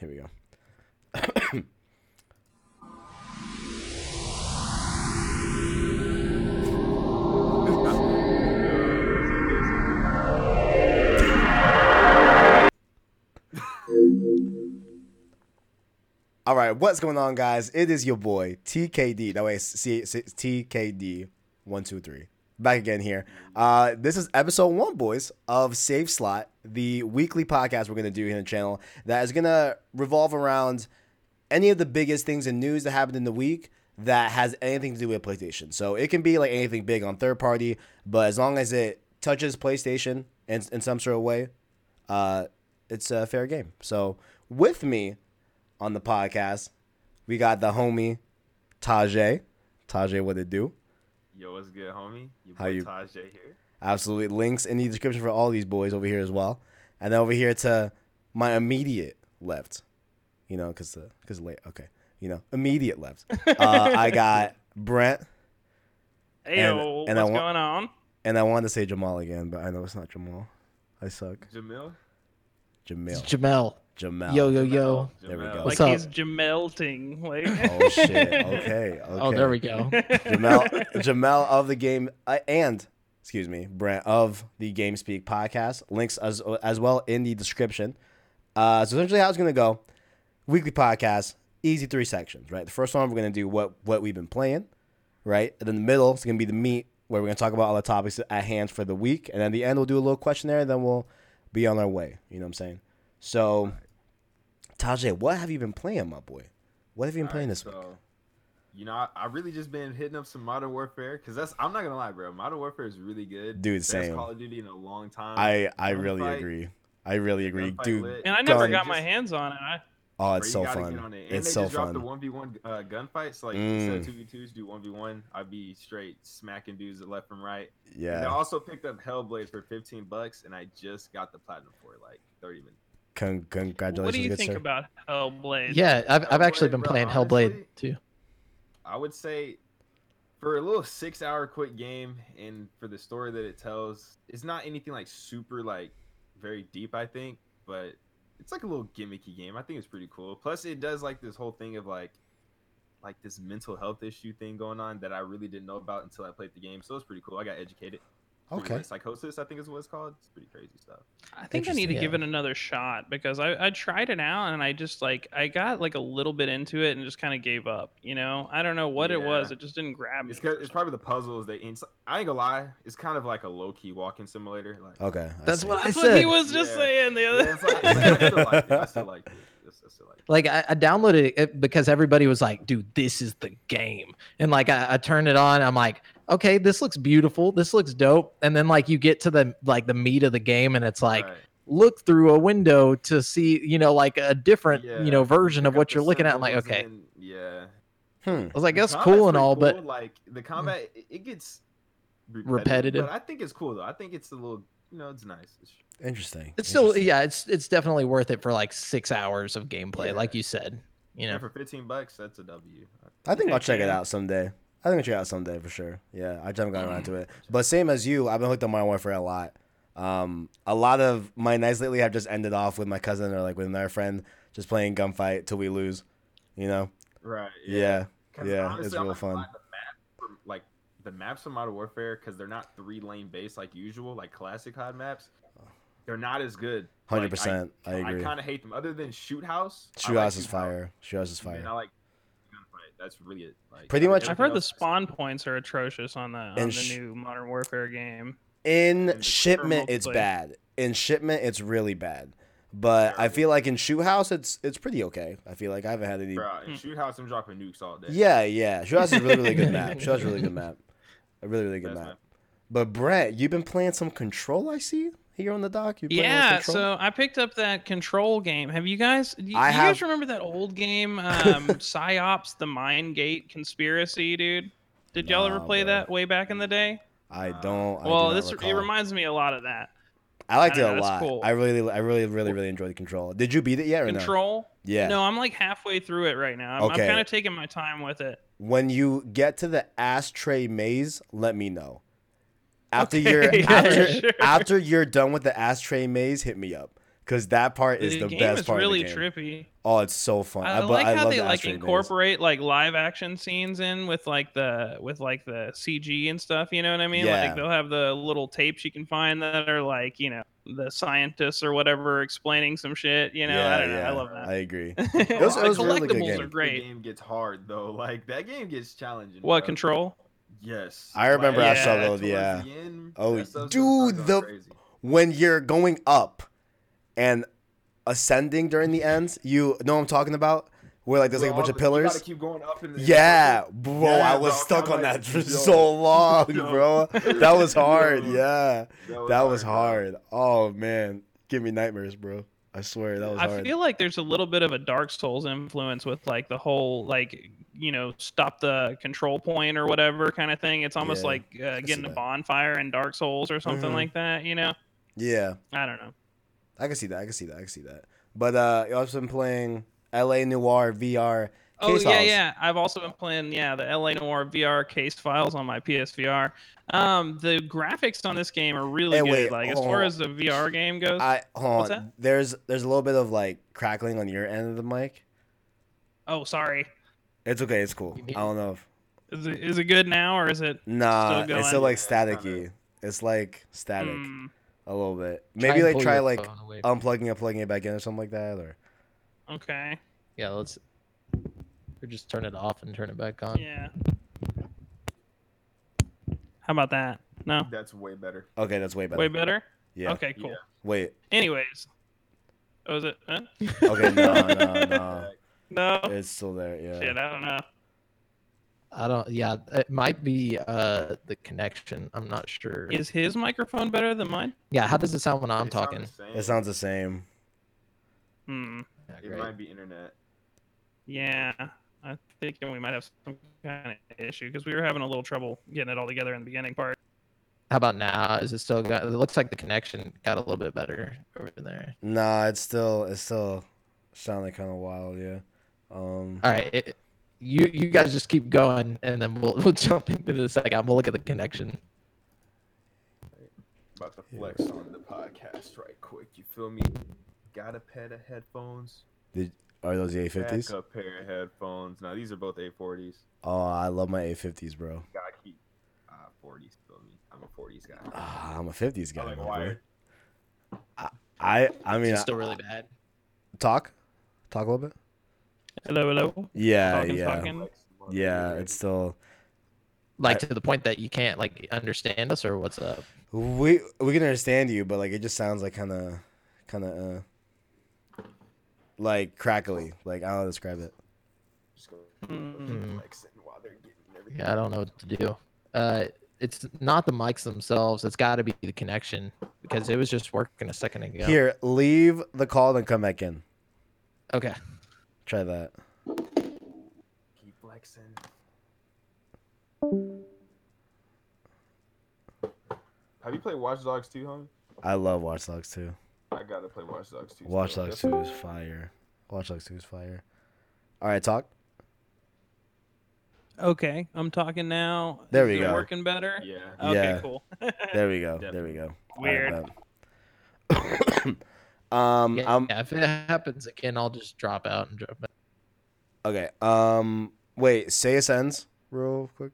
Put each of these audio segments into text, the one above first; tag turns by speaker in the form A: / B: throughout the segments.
A: Here we go. All right, what's going on, guys? It is your boy TKD. No, wait, C- C- TKD one two three. Back again here. Uh, this is episode one, boys, of Save Slot, the weekly podcast we're gonna do here on the channel that is gonna revolve around any of the biggest things in news that happened in the week that has anything to do with PlayStation. So it can be like anything big on third party, but as long as it touches PlayStation in, in some sort of way, uh, it's a fair game. So with me on the podcast, we got the homie Tajay. Tajay, what it do?
B: Yo, what's good, homie? Your
A: How
B: boy
A: you-
B: Taj J here.
A: Absolutely. Links in the description for all these boys over here as well. And then over here to my immediate left, you know, because because late. Okay, you know, immediate left. Uh, I got Brent,
C: Hey,
A: And-
C: yo,
A: and I
C: what's
A: wa-
C: going on?
A: and I wanted to say Jamal again, but I know it's not Jamal. I suck.
B: Jamil.
D: It's
A: Jamil.
D: Jamel.
A: Jamal.
D: Yo, yo,
B: Jamel,
D: yo.
A: There we
B: Jamel.
A: go.
C: Like
D: What's up?
C: he's jamelting. Like,
A: Oh shit. Okay. okay.
D: Oh, there we go.
A: Jamel, Jamel of the game uh, and excuse me, Brent of the GameSpeak podcast. Links as as well in the description. Uh, so essentially, how it's gonna go: weekly podcast, easy three sections. Right, the first one we're gonna do what what we've been playing. Right, and then the middle is gonna be the meat where we're gonna talk about all the topics at hand for the week, and then the end we'll do a little questionnaire, and then we'll be on our way. You know what I'm saying? So, Tajay, what have you been playing, my boy? What have you been playing this
B: Alright,
A: week?
B: so, You know, I, I really just been hitting up some Modern Warfare because that's I'm not gonna lie, bro. Modern Warfare is really good.
A: Dude,
B: Best
A: same.
B: Call of Duty in a long time.
A: I I
B: Gunfight-
A: really agree. I really agree,
B: Gunfight
A: dude.
B: lit.
C: and I never
A: Gun.
C: got my hands on it. I,
A: Oh,
B: Bro,
A: it's
B: you
A: so
B: gotta get
A: fun.
B: on it. And
A: It's
B: they
A: so
B: just dropped
A: fun. Mm.
B: the one v one uh, gunfights. like instead of two v twos, do one v one. I'd be straight smacking dudes left from right. And I
A: yeah.
B: also picked up Hellblade for 15 bucks, and I just got the platinum for like 30 minutes.
A: Con- congratulations,
C: what do you
A: good
C: think
A: sir.
C: about Hellblade?
D: Yeah, I've, I've actually
B: Hellblade,
D: been
B: bro,
D: playing
B: honestly,
D: Hellblade too.
B: I would say for a little six hour quick game and for the story that it tells, it's not anything like super like very deep, I think, but it's like a little gimmicky game. I think it's pretty cool. Plus it does like this whole thing of like like this mental health issue thing going on that I really didn't know about until I played the game. So it's pretty cool. I got educated. Pretty
A: Okay.
B: much. Psychosis, I think is what it's called. It's pretty crazy stuff.
C: I think I need to
D: Interesting.
C: give it another shot because I, I tried it out and I just like I got like a little bit into it and just kind of gave up. You know, I don't know what it was.
B: Yeah.
C: It just didn't grab me.
B: It's,
C: for
B: ca- it's
C: some-
B: probably the puzzles they. It's, I ain't gonna lie. It's kind of like a low key walking simulator. Like,
A: Okay. I
D: That's
A: see.
D: what I
C: That's what he
D: said.
C: was just
B: Yeah.
C: saying the
B: Yeah,
C: other.
B: it's like- it's like, I still like it. I still like it. It's- I still like it.
D: Like I, I downloaded it because everybody was like, "Dude, this is the game." And like I, I turned it on, I'm like, "Okay, this looks beautiful. This looks dope." And then like you get to the like the meat of the game, and it's like
B: Right.
D: look through a window to see you know like a different
B: Yeah,
D: you know version of
B: Pick up
D: what
B: the
D: you're looking at. I'm like,
B: symbols
D: okay,
B: and- yeah.
A: Hmm.
D: I was like,
B: The
D: that's
B: combat's
D: cool and
B: pretty
D: all, but
B: cool, like the combat, it, it gets repetitive,
D: Repetitive.
B: But I think it's cool though. I think it's a little, you know, it's nice. It's,
A: Interesting.
D: It's still
A: Interesting.
D: yeah, it's it's definitely worth it for like six hours of gameplay,
B: Yeah.
D: like you said. You
B: and
D: know,
B: for 15 bucks, that's a W.
A: I think I'll check it
C: Okay.
A: out someday. I think I'll check it out someday for sure. Yeah, I just haven't gotten around to it.
C: Mm.
A: But same as you, I've been hooked on Modern Warfare a lot. Um, a lot of my nights lately have just ended off with my cousin or like with another friend just playing gunfight till we lose. You know?
B: Right.
A: Yeah.
B: 'Cause
A: Yeah,
B: honestly,
A: it's
B: I'm
A: real
B: not gonna
A: fun.
B: lie, the map for- like the maps from Modern Warfare, because they're not three lane based like usual, like classic HUD maps. They're not as good.
A: Hundred
B: Like, I-
A: percent. I
B: I,
A: agree.
B: kind of hate them. Other than Shoot House, I
A: Shoot
B: like
A: house is
B: Shoot
A: fire. Shoot house is
B: and
A: fire.
B: I like Gunfight. That's really it. Like,
A: Pretty much-
C: I've heard the spawn points are atrocious on the on
A: And
C: the
A: sh-
C: new Modern Warfare game.
A: In
B: And the
A: shipment,
C: thermal
A: it's
C: plate.
A: bad. In shipment, it's really bad. But I
B: Terrible.
A: feel like in Shoe House, it's it's pretty okay. I feel like I haven't had any.
B: Bro,
C: Hmm.
B: in Shoot House, I'm dropping nukes all day.
A: Yeah, yeah. Shoe House is a really really good map. Shoe House is a really good map. A really really good
B: That's
A: map. But Brett, you've been playing some Control. I see here on the dock. You playing with
C: Yeah,
A: Control?
C: so I picked up that control game. Have you guys? Do you,
A: I
C: do you
A: have-
C: guys remember that old game, um, Psyops: The Mine Gate Conspiracy, dude? Did y'all ever
A: Nah,
C: play
A: bro.
C: that way back in the day?
A: I don't. I do
C: well,
A: not
C: this
A: recall.
C: it reminds me a lot of that.
A: I liked
C: I
A: it
C: don't
A: a
C: know, it's
A: lot.
C: cool.
A: I really, I really, really, really enjoyed the Control. Did you beat it yet or no?
C: Control?
A: Yeah.
C: No, I'm like halfway through it right now. I'm,
A: Okay.
C: I'm kind of taking my time with it.
A: When you get to the ashtray maze, let me know. After
C: Okay,
A: you're
C: yeah,
A: after,
C: sure.
A: after you're done with the ashtray maze, hit me up because that part
C: The,
A: is the,
C: game
A: best
C: is
A: part
C: really
A: of the game.
C: trippy.
A: Oh, it's so fun.
C: I,
A: bu-
C: like how
A: love
C: they
A: the
C: like
A: asteroid maze.
C: incorporate like live action scenes in with like the with like the CG and stuff. You know what I mean?
A: Yeah.
C: Like they'll have the little tapes you can find that are like you know the scientists or whatever explaining some shit. You know, I
A: Yeah,
C: don't know.
A: yeah,
C: I love that.
A: I agree.
B: was-
C: the
B: it was a really
C: collectibles
A: good
C: are
A: game.
B: The
C: great.
B: game gets hard though. Like that game gets challenging.
C: What
B: bro.
C: control?
B: Yes.
A: I remember
C: I saw
B: struggled.
A: those, yeah. Oh, dude, the- When you're going up and ascending during the ends, you know what I'm talking about? Where like there's like a bunch of pillars.
B: keep going up in the
A: Yeah, bro,
B: Yeah,
A: I was
B: bro,
A: stuck
B: I'm
A: on
B: like,
A: that for
B: yo,
A: so long,
B: yo.
A: bro. That was hard.
B: Yo.
A: Yeah,
B: was
A: that was
B: bro.
A: hard. Oh man, give me nightmares, bro. I swear that was
C: I
A: hard.
C: feel like there's a little bit of a Dark Souls influence with like the whole like you know stop the control point or whatever kind of thing. It's almost
A: Yeah,
C: like uh,
A: see
C: getting a
A: that.
C: bonfire in Dark Souls or something
A: Mhm.
C: like that. You know,
A: Yeah,
C: I don't know.
A: I can see that. I can see that. I can see that. But uh, I've been playing L.A. Noir VR.
C: Oh
A: Case
C: yeah,
A: files.
C: yeah. I've also been playing yeah the LA Noir VR case files on my PSVR. Um, the graphics on this game are really
A: Hey,
C: good.
A: wait,
C: like as
A: hold
C: far
A: on.
C: as the VR game goes,
A: I hold
C: What's
A: on. There's there's a little bit of like crackling on your end of the mic.
C: oh sorry,
A: It's okay. It's cool. I don't know. If,
C: is it, is it good now or is it?
A: nah,
C: Still
A: it's still
C: going?
A: like staticky. It's like static
C: Mm,
A: a little bit. Maybe
E: and
A: like
E: pull
A: try
E: your
A: like
E: phone away.
A: unplugging and plugging it back in or something like that. Or
C: okay,
E: yeah, let's. Or just turn it off and turn it back on.
C: yeah. How about that? No,
B: That's way better.
A: okay, that's way better.
C: way better.
A: Yeah.
C: Okay, cool.
B: Yeah.
A: Wait.
C: Anyways, oh, is it? Huh?
A: Okay. No. No. No.
C: no.
A: It's still there.
C: Oh. Shit,
A: Yeah.
C: I don't know.
E: I don't. Yeah, it might be uh the connection. I'm not sure.
C: Is his microphone better than mine?
E: yeah, how does it sound when I'm
B: It sound the
E: talking?
B: same.
A: It sounds the same.
C: Hmm.
E: Yeah,
B: It
E: great.
B: might be internet.
C: Yeah, I think we might have some kind of issue because we were having a little trouble getting it all together in the beginning part.
E: How about now? Is it still got? It looks like the connection got a little bit better over there.
A: Nah. It's still. It's still sounding kind of wild. Yeah. Um.
E: All right, it, you you guys just keep going, and then we'll we'll jump into the second. I'm gonna look at the connection.
B: About to flex on the podcast right quick. You feel me? Got a pair of headphones.
A: Are those the
B: Back
A: A50s?
B: a pair of headphones. Now these are both A40s.
A: Oh, I love my A50s, bro.
B: Gotta keep uh, 40s. Feel me? I'm a 40s guy.
A: Ah, I'm a 50s guy.
B: I
A: my
B: like
A: boy.
B: wired.
A: I I mean
E: It's
A: I-
E: still really bad.
A: talk, talk a little bit.
C: Hello, hello.
A: Yeah,
C: Talking,
A: Uh, yeah,
C: talking.
B: Flex them up.
A: yeah. It's still
E: Like
A: I-
E: to the point that you can't like understand us or what's up.
A: we we can understand you, but like it just sounds like kind of kind of uh like crackly. Like I don't know how to describe it.
B: Just go
C: Mm.
B: flexing while they're getting everything.
E: Yeah, I don't know what to do. Uh, it's not the mics themselves. It's got to be the connection because it was just working a second ago.
A: Here, leave the call and come back in.
E: Okay.
A: Try that.
B: Keep flexing. Have you played Watch Dogs 2, homie?
A: I love Watch Dogs too.
B: I gotta play Watch Dogs 2.
A: Watch
B: still.
A: Dogs
B: That's-
A: Two is fire. Watch Dogs Two is fire. All right, talk.
C: Okay, I'm talking now.
A: There
C: Is
A: we
C: it
A: go.
C: Working better.
B: Yeah.
C: Okay,
A: Yeah.
C: cool.
A: There we go. There we go. All right,
C: Weird.
A: bet. um,
E: Yeah,
A: I'm,
E: yeah, if it happens again, I'll just drop out and drop. Out.
A: Okay. Um. Wait. Say a sentence real quick.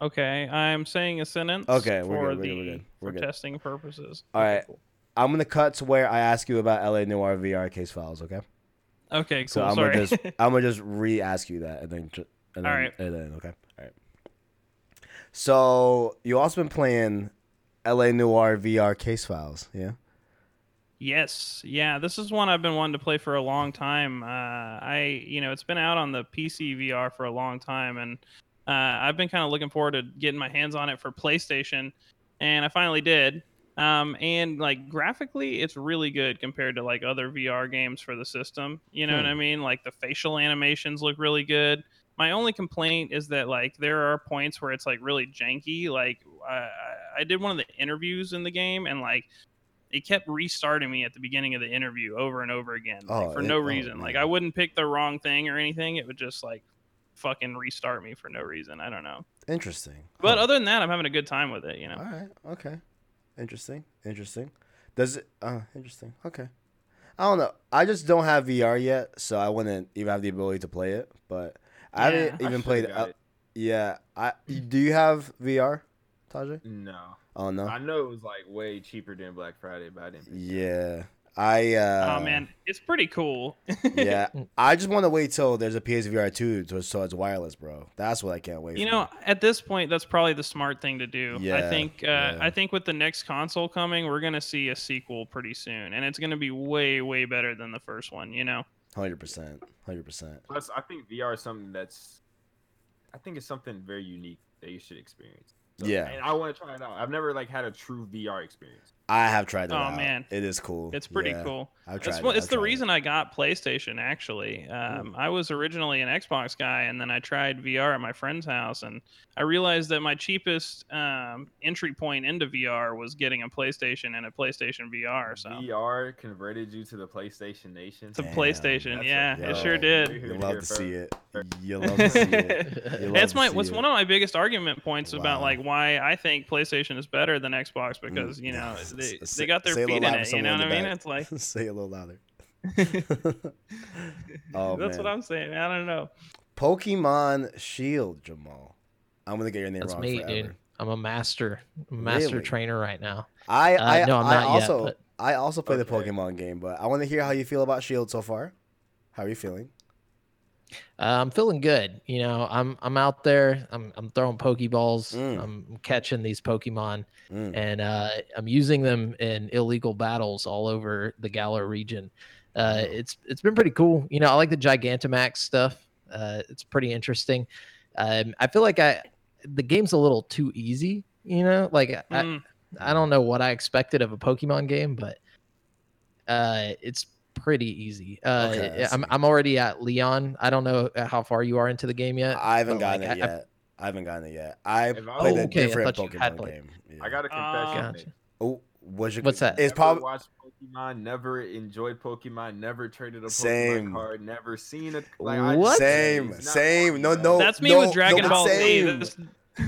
C: Okay, I'm saying a sentence.
A: Okay, we're
C: for
A: good, we're
C: the
A: good, we're good, we're
C: for
A: good.
C: testing purposes.
A: All
C: Okay,
A: right.
C: cool.
A: I'm gonna cut to where I ask you about LA Noir VR case files. Okay.
C: Okay, cool.
A: So I'm
C: sorry.
A: gonna just I'm gonna just re-ask you that and then ju- and then,
C: All right.
A: and then okay. All right. So you also been playing LA Noir VR case files, yeah?
C: Yes, yeah, this is one I've been wanting to play for a long time. Uh, I, you know, it's been out on the PC VR for a long time, and uh, I've been kind of looking forward to getting my hands on it for PlayStation, and I finally did. Um, and like graphically, it's really good compared to like other VR games for the system. You know
A: Hmm.
C: what I mean? Like the facial animations look really good. My only complaint is that like there are points where it's like really janky. Like I, I- I did one of the interviews in the game, and like it kept restarting me at the beginning of the interview over and over again like,
A: Oh,
C: for
A: it-
C: no
A: oh,
C: reason. like
A: man.
C: I wouldn't pick the wrong thing or anything. It would just like fucking restart me for no reason. I don't know.
A: Interesting.
C: But
A: Huh.
C: other than that, I'm having a good time with it. You know.
A: All right. Okay. Interesting. Interesting. Does it? Uh, interesting. Okay. I don't know. I just don't have VR yet, so I wouldn't even have the ability to play it. But I
C: Yeah.
A: haven't even
B: should've
A: played.
B: got
A: Uh, yeah. I do you have VR, Tajay?
B: No,
A: Oh no.
B: I know it was like way cheaper during Black Friday, but I didn't. pick it up.
A: yeah. I. Uh,
C: oh man, it's pretty cool.
A: yeah. I just want to wait till there's a PSVR two, so so it's wireless, bro. That's what I can't wait.
C: You
A: for.
C: know, at this point, that's probably the smart thing to do.
A: Yeah,
C: I think. Uh,
A: yeah.
C: I think with the next console coming, we're gonna see a sequel pretty soon, and it's gonna be way, way better than the first one. You know.
A: hundred percent, hundred percent.
B: Plus, I think VR is something that's, I think it's something very unique that you should experience.
A: Yeah.
B: and I want to try it out. I've never like had a true VR experience.
A: I have tried it.
C: Oh,
A: out.
C: man.
A: it is cool.
C: It's pretty
A: Yeah,
C: cool.
A: I've tried.
C: It's,
A: it.
C: one- it's
A: I've
C: the
A: tried it.
C: reason I got PlayStation actually. Um, I was originally an Xbox guy, and then I tried VR at my friend's house, and I realized that my cheapest um, entry point into VR was getting a PlayStation and a PlayStation VR. So
B: VR converted you to the PlayStation Nation.
C: it's a
A: Damn,
C: PlayStation,
B: that's
C: yeah,
B: a-
C: it sure
A: yo,
C: did.
A: You
B: Here,
A: love
B: here
A: to see it.
B: first.
A: You love to see it. You love
C: That's
A: to
C: my
A: see
C: what's
A: it.
C: one of my biggest argument points about
A: Wow.
C: like why I think PlayStation is better than Xbox because you know
A: S-
C: they,
A: s-
C: they got their
A: say
C: feet
A: hello
C: in
A: loud to
C: it. You know
A: someone
C: what I
A: in the
C: mean?
A: back.
C: It's like
A: say it a little louder. oh
C: that's
A: man,
C: what I'm saying. I don't know.
A: Pokemon Shield, Jamal. I'm gonna get your name
E: That's
A: wrong
E: me,
A: forever.
E: dude. I'm a master, master
A: Really?
E: trainer right now.
A: I,
E: Uh,
A: I,
E: no, I'm
A: I
E: not yet,
A: also,
E: but-
A: I also play the
B: Okay.
A: Pokemon game, but I want to hear how you feel about Shield so far. How are you feeling?
E: Uh, I'm feeling good. You know, I'm I'm out there. I'm I'm throwing pokeballs.
A: Mm.
E: I'm catching these Pokemon,
A: Mm.
E: and uh, I'm using them in illegal battles all over the Galar region. Uh, it's it's been pretty cool. You know, I like the Gigantamax stuff. Uh, it's pretty interesting. Um, I feel like I the game's a little too easy. You know, like I,
C: Mm.
E: I don't know what I expected of a Pokemon game, but uh, it's pretty easy. Uh,
A: Okay, I
E: I'm
A: see.
E: I'm already at Leon. I don't know how far you are into the game yet.
A: I haven't
E: but,
A: gotten
E: Uh, like,
A: it
E: I- I-
A: yet. I, haven't gotten it yet. I
B: If I-
A: played
E: Oh,
A: a
E: okay, I
A: different
E: thought you had
A: Pokemon
E: played.
A: game. Yeah.
B: I got a confession.
C: Ah.
B: to make.
E: Gotcha.
A: Oh, what's your
E: What's that?
A: It's
B: Never
A: probably
B: watched Pokemon. Never enjoyed Pokemon. Never traded a Pokemon
A: Same.
B: card. Never seen a
E: What?
A: Same,
B: it's not
A: same,
B: on
A: no,
B: you,
A: no.
B: man.
C: That's me
A: no,
C: with Dragon
A: no,
C: Ball Z.
A: same.
C: That's-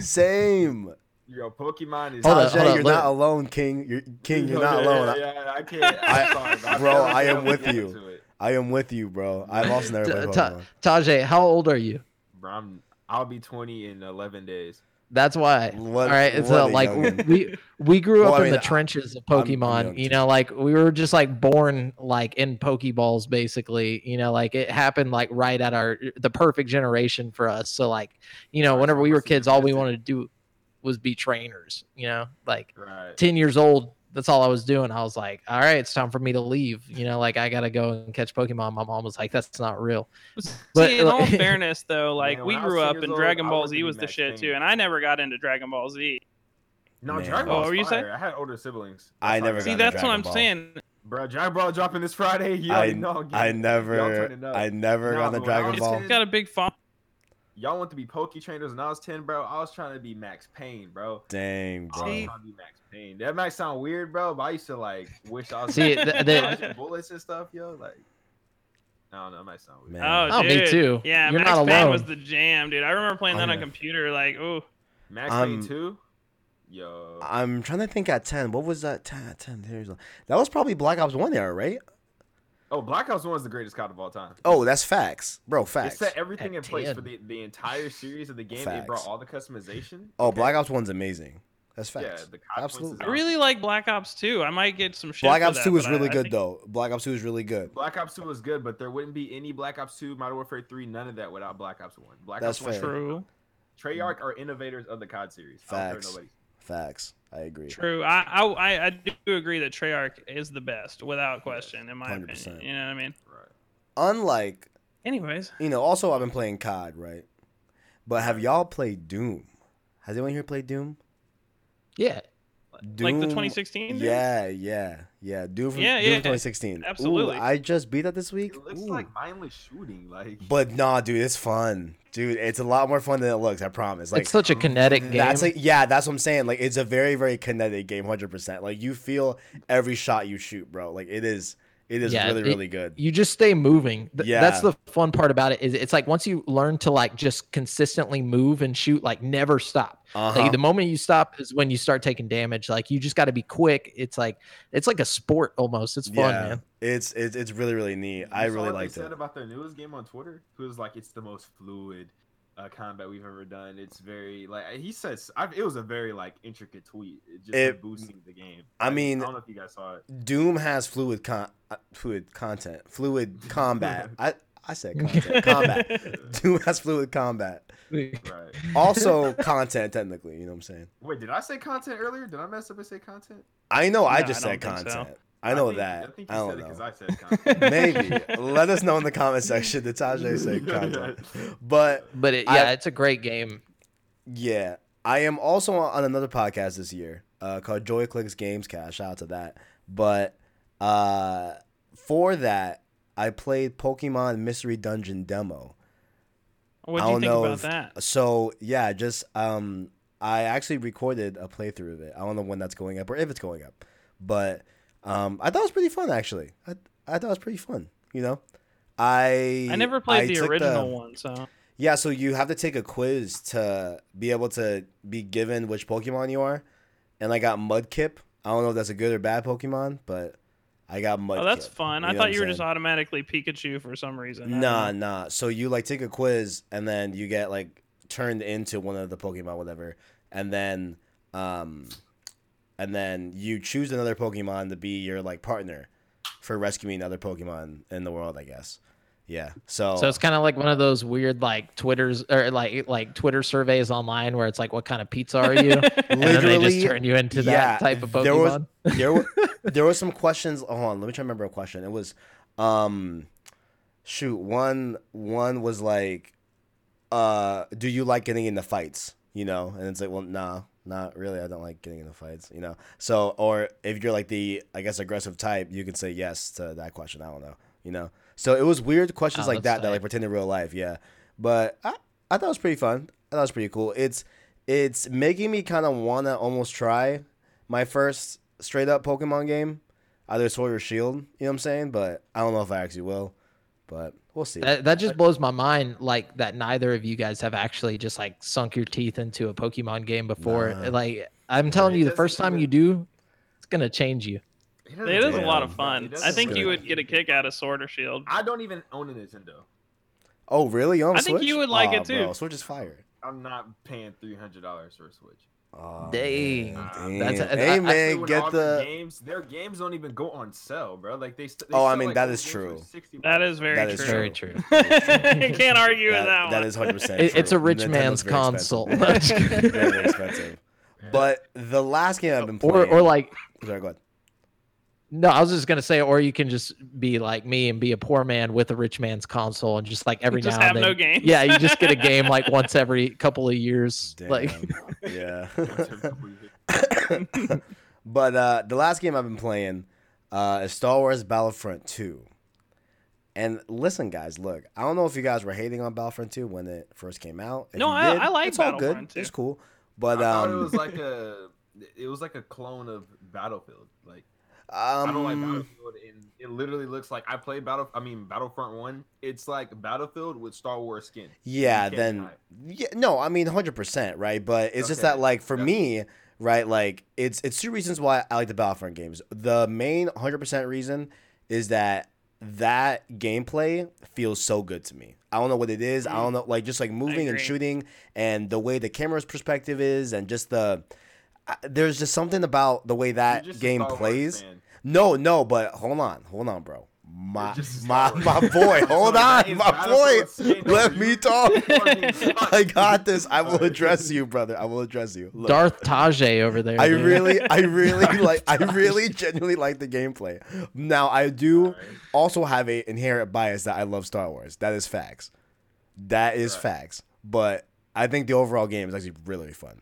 A: same.
B: Yo, Pokemon is.
E: Hold
A: Tajay,
E: up, hold up,
A: you're
E: look.
A: not alone, King. You're King. You're not
B: Yeah,
A: alone.
B: Yeah, yeah, I can't.
A: I-
B: I'm sorry, but
A: bro,
B: feel like
A: I am
B: gotta
A: with
B: get
A: you.
B: to it.
A: I am with you, bro. I've also never
E: Ta-
A: played
E: ta-
A: Pokemon.
E: Tajay, how old are you?
B: Bro, I'm. I'll be 20 in 11 days.
E: That's why.
A: What-
E: All right, it's
A: what
E: uh,
A: a
E: like
A: youngin'.
E: we we grew
A: Well,
E: up
A: I
E: in
A: mean,
E: the
A: I-
E: trenches of
A: I'm- I'm
E: Pokemon.
A: young
E: you
A: too.
E: know, like we were just like born like in Pokeballs, basically. You know, like it happened like right at our the perfect generation for us. So like, you know,
B: Right,
E: whenever we were
B: what's the
E: kids, all we
B: statistic?
E: wanted to do was be trainers. You know, like
B: Right.
E: ten years old. That's all I was doing. I was like, all right, it's time for me to leave. You know, like I gotta go and catch Pokemon. My mom was like, that's not real. But,
C: See, in all
E: like-
C: fairness, though, like
B: Man,
C: we
B: when I was
C: grew
B: 10
C: up
B: years
C: and
B: old,
C: Dragon
B: I
C: Ball
B: wanted to
C: Z
B: be
C: was the
B: Max
C: shit
B: Payne.
C: too, and I never got into Dragon Ball Z.
B: No,
A: Man.
B: Dragon
A: Oh,
B: Ball.
C: what were you saying?
B: I had older siblings.
A: I
B: That's
A: never
B: how
A: got
C: See,
A: into
B: got it.
C: that's what
A: Dragon
C: I'm
A: Ball.
C: saying.
B: Bro, Dragon Ball dropping this Friday. You
A: I-
B: already know. I'm
A: I
B: getting- Y'all turning
A: never,
B: up.
A: I never
B: Nah,
A: got the
B: but when I
A: Dragon
B: was
A: Ball.
B: ten-
C: Got a big font.
B: Y'all want to be Poke trainers when I was 10, bro. I was trying to be Max Payne, bro.
A: Dang,
B: I was
A: bro.
C: See?
B: trying to be Max Payne. That might sound weird, bro, but I used to like wish I was
E: See,
B: like,
E: th- the-
B: dodging bullets and stuff, yo. Like, I don't know. That might sound weird.
A: Man.
C: Oh,
E: Oh, me
C: dude.
E: too.
C: Yeah,
E: You're
C: Max
E: not
C: Payne was
E: alone.
C: the jam, dude. I remember playing
A: Oh,
C: that on
A: yeah.
C: computer. Like, ooh,
B: Max
A: I'm-
B: Payne 2? Yo.
A: I'm trying to think at ten. What was that? Ten, ten years old. That was probably Black Ops One era, right?
B: Oh, Black Ops 1 is the greatest COD of all time.
A: Oh, that's facts, bro.
B: It
A: Facts.
B: set everything in
E: At
B: place
E: 10.
B: for the, the entire series of the game. It
A: Facts.
B: brought all the customization.
A: Oh, Black Ops One's amazing. That's facts.
B: Yeah, the COD
A: Absolutely.
B: Absolutely.
C: I really like Black Ops 2. I might get some shit.
A: Black
C: for
A: Ops
C: that,
A: Two is
C: but I-
A: really
C: I
A: good
C: think-
A: though. Black Ops Two is really good.
B: Black Ops 2 was good, but there wouldn't be any Black Ops 2, Modern Warfare 3, none of that without Black Ops 1. Black
A: That's
B: Ops 1
A: fair.
C: True,
B: Treyarch are innovators of the COD series. I don't
A: Facts.
B: care nobody.
A: Facts. I agree.
C: true. I, I, I- I do agree that Treyarch is the best, without question, in my
A: 100%.
C: opinion. You know what I mean?
B: Right.
A: Unlike
C: Anyways,
A: you know, also I've been playing COD, right? But have y'all played Doom? Has anyone here played Doom?
E: Yeah.
C: like the
A: Doom-
C: 2016. dude?
A: Yeah, yeah, yeah. Doom from,
C: Yeah,
A: Doom
C: yeah,
A: from 2016. Ooh,
C: absolutely.
A: I just beat that this week.
B: It looks
A: Ooh.
B: like mindless shooting. Like
A: But nah, dude, it's fun, dude. It's a lot more fun than it looks. I promise. Like oh,
E: it's such a kinetic game.
A: that's like yeah, that's what I'm saying. Like it's a very very kinetic game, hundred percent. Like you feel every shot you shoot, bro. Like it is It is
E: Yeah,
A: really,
E: it-
A: really good.
E: you just stay moving. Th- That's
A: Yeah.
E: the fun part about it is it's like once you learn to like just consistently move and shoot, like never stop. Like,
A: Uh-huh.
E: the moment you stop is when you start taking damage. Like you just got to be quick. It's like it's like a sport almost. It's fun,
A: Yeah.
E: man.
A: It's, it's it's really really neat. I
B: You saw
A: really
B: what
A: liked
B: they said
A: it.
B: about their newest game on Twitter. Who was like, it's the most fluid uh, combat we've ever done. It's very like he says. i it was a very like intricate tweet. It just
A: It-
B: boosting the game.
A: I
B: Like,
A: mean-
B: I don't know if you guys saw it.
A: Doom has fluid con- uh, fluid content, fluid combat. I I said content, combat. Doom has fluid combat.
B: Right.
A: Also content technically, you know what I'm saying?
B: Wait, did I say content earlier? Did I mess up and say content?
A: I know I
C: No,
A: just
C: I
A: said
C: don't think so.
A: content. I know
B: think-
A: that.
B: I
A: I,
B: think you said
A: don't
B: it because
A: know.
B: I said content.
A: Maybe. Let us know in the comment section. Did Tajay say content? But
E: But it,
A: I-
E: yeah, it's a great game.
A: Yeah, I am also on another podcast this year uh, called Joy Clicks Games Cast. Shout out to that. But uh, for that, I played Pokemon Mystery Dungeon demo.
C: What
A: I
C: do you
A: don't
C: think
A: know
C: about
A: if-
C: that?
A: So yeah, just um, I actually recorded a playthrough of it. I don't know when that's going up or if it's going up, but um, I thought it was pretty fun actually. I I thought it was pretty fun. You know, I
C: I never played the
A: took
C: original one, so
A: yeah, so you have to take a quiz to be able to be given which Pokemon you are. And I got Mudkip. I don't know if that's a good or bad Pokemon, but I got Mudkip.
C: oh, that's fun. I
A: know
C: thought
A: what
C: you were
A: I'm
C: just automatically Pikachu for some reason. I
A: saying?
C: don't
A: Nah,
C: know.
A: nah. So you like take a quiz and then you get like turned into one of the Pokemon, whatever. And then, um, and then you choose another Pokemon to be your like partner for rescuing other Pokemon in the world, I guess. Yeah. So,
E: So it's kind of like one of those weird like Twitter's or like like Twitter surveys online where it's like, what kind of pizza are you? and then they just
A: Literally,
E: turn you
A: yeah,
E: into that type of Pokemon.
A: there was- there were there were some questions. Hold on, let me try to remember a question. It was, um, shoot, one one was like, uh, do you like getting into fights? You know, and it's like, well, nah, not really. I don't like getting into fights. You know, so or if you're like the I guess aggressive type, you can say yes to that question. I don't know. You know, so it was weird questions
E: Oh,
A: like that
E: that's
A: that
E: tight.
A: like pertain to real life. Yeah, but I I thought it was pretty fun. I thought it was pretty cool. It's it's making me kind of wanna almost try my first straight up Pokemon game, either Sword or Shield. You know what I'm saying? But I don't know if I actually will. But we'll see.
E: That, that just blows my mind. Like that, neither of you guys have actually just like sunk your teeth into a Pokemon game before.
A: Nah.
E: Like I'm telling
B: it
E: you, the
B: doesn't
E: first time
B: even-
E: you do, it's gonna change you.
C: It is a lot of
A: Yeah.
C: fun. I think you would get a kick out of Sword or Shield.
B: I don't even own a Nintendo.
A: oh really? You on
C: I think
A: Switch?
C: you would like
A: Aw,
C: it too.
A: Bro, Switch is fire.
B: I'm not paying three hundred dollars for a Switch.
A: Oh,
E: Dang.
A: man,
E: That's-
A: damn.
E: I-
A: hey
E: I-
B: Actually,
A: man,
B: when
A: get
B: all
A: the
B: games. Their games don't even go on sale, bro. Like they. St- they
A: Oh, I
B: sell,
A: mean,
B: like,
A: that
B: old
A: is
B: games for
A: true.
B: 60
C: That
B: bucks.
C: is very
A: That
C: true.
A: is
E: Very true.
C: I can't argue with that
A: that,
C: one.
A: that is 100. percent
E: It- it's a rich man's console.
A: Very expensive. But the last game I've been
E: or
A: playing,
E: or like
A: sorry, go ahead.
E: no, I was just gonna say, or you can just be like me and be a poor man with a rich man's console and just like every
C: just
E: now
C: have
E: and
C: no
E: then.
C: games.
E: yeah, you just get a game like once every couple of years.
A: Damn.
E: Like
A: yeah. but uh, the last game I've been playing uh, is Star Wars Battlefront 2. And listen, guys, look, I don't know if you guys were hating on Battlefront 2 when it first came out. If
C: No,
A: you
C: I- I like
A: it's all
C: Battlefront
A: good.
C: 2.
A: It's cool. But
B: I thought
A: um,
B: it was like a. It was like a clone of Battlefield. Like I don't like
A: um,
B: Battlefield, and it literally looks like I played Battle. I mean Battlefront One. It's like Battlefield with Star Wars skin.
A: Yeah,
B: You can't
A: then
B: deny it.
A: yeah, no, I mean 100%, right? But it's just
B: Okay,
A: that like for
B: yeah.
A: me, right, like it's it's two reasons why I like the Battlefront games. The main 100% reason is that that gameplay feels so good to me. I don't know what it is.
B: Mm-hmm.
A: I don't know like just like moving and
C: agree.
A: shooting and the way the camera's perspective is and just the I- there's just something about the way
B: You're
A: that
B: just a
A: game
B: Star Wars
A: plays.
B: fan.
A: No, no, but hold on, hold on, bro. My
B: You're just a
A: my my
B: Star Wars fan.
A: boy, hold
B: So that
A: on,
B: is
A: my boy.
B: Battlefield's skin.
A: Let
B: You-
A: me talk.
B: you are being sucked.
A: I got this. I will
B: Sorry.
A: address you, brother. I will address you. Look,
E: Darth Tajay over there.
A: I
E: dude.
A: really, I really like, I really genuinely like the gameplay. Now, I do
B: Alright.
A: also have a inherent bias that I love Star Wars. That is facts. That is
B: Right.
A: facts. But I think the overall game is actually really fun.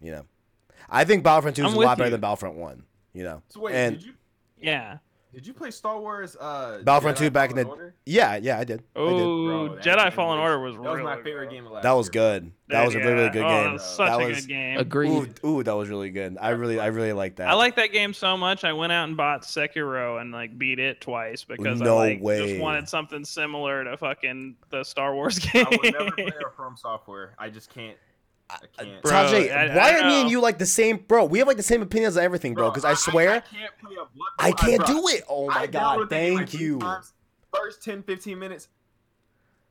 A: You know, I think Battlefront Two is
C: I'm
A: a lot
C: with
A: better
C: you.
A: than Battlefront One. You know,
B: So wait,
A: and
B: did you
C: Yeah.
B: Did you play Star Wars? Uh,
A: Battlefront
B: Jedi
A: 2 back in
B: Fallen
A: the
B: Order?
A: yeah, yeah, I did. I did.
C: Oh,
B: Bro, that
C: Jedi
B: game
C: Fallen
B: was-
C: Order was
B: That was
C: really
B: my favorite
C: good.
B: game of last
A: That was
B: year.
A: good. That was a really,
C: Yeah.
A: really good
C: Oh,
A: game.
C: That was such
A: That
C: a
A: was-
C: good game.
E: Agreed.
A: Ooh, ooh, that was really good. I really, I really like that.
C: I like that game so much. I went out and bought Sekiro and like beat it twice because
A: No
C: I like,
A: way.
C: just wanted something similar to fucking the Star Wars game.
B: I will never play a From Software. I just can't. I can't.
C: Bro,
A: Tajay,
C: I- I
A: why are me
C: know.
A: and you like the same, bro? We have like the same opinions on everything, bro. Because I,
B: I,
A: swear
B: can't play a Bloodborne.
A: I, can't
B: bro,
A: do it. Oh my
B: I downloaded
A: god,
B: that game, like,
A: thank
B: three
A: you.
B: times. First 10, 15 minutes.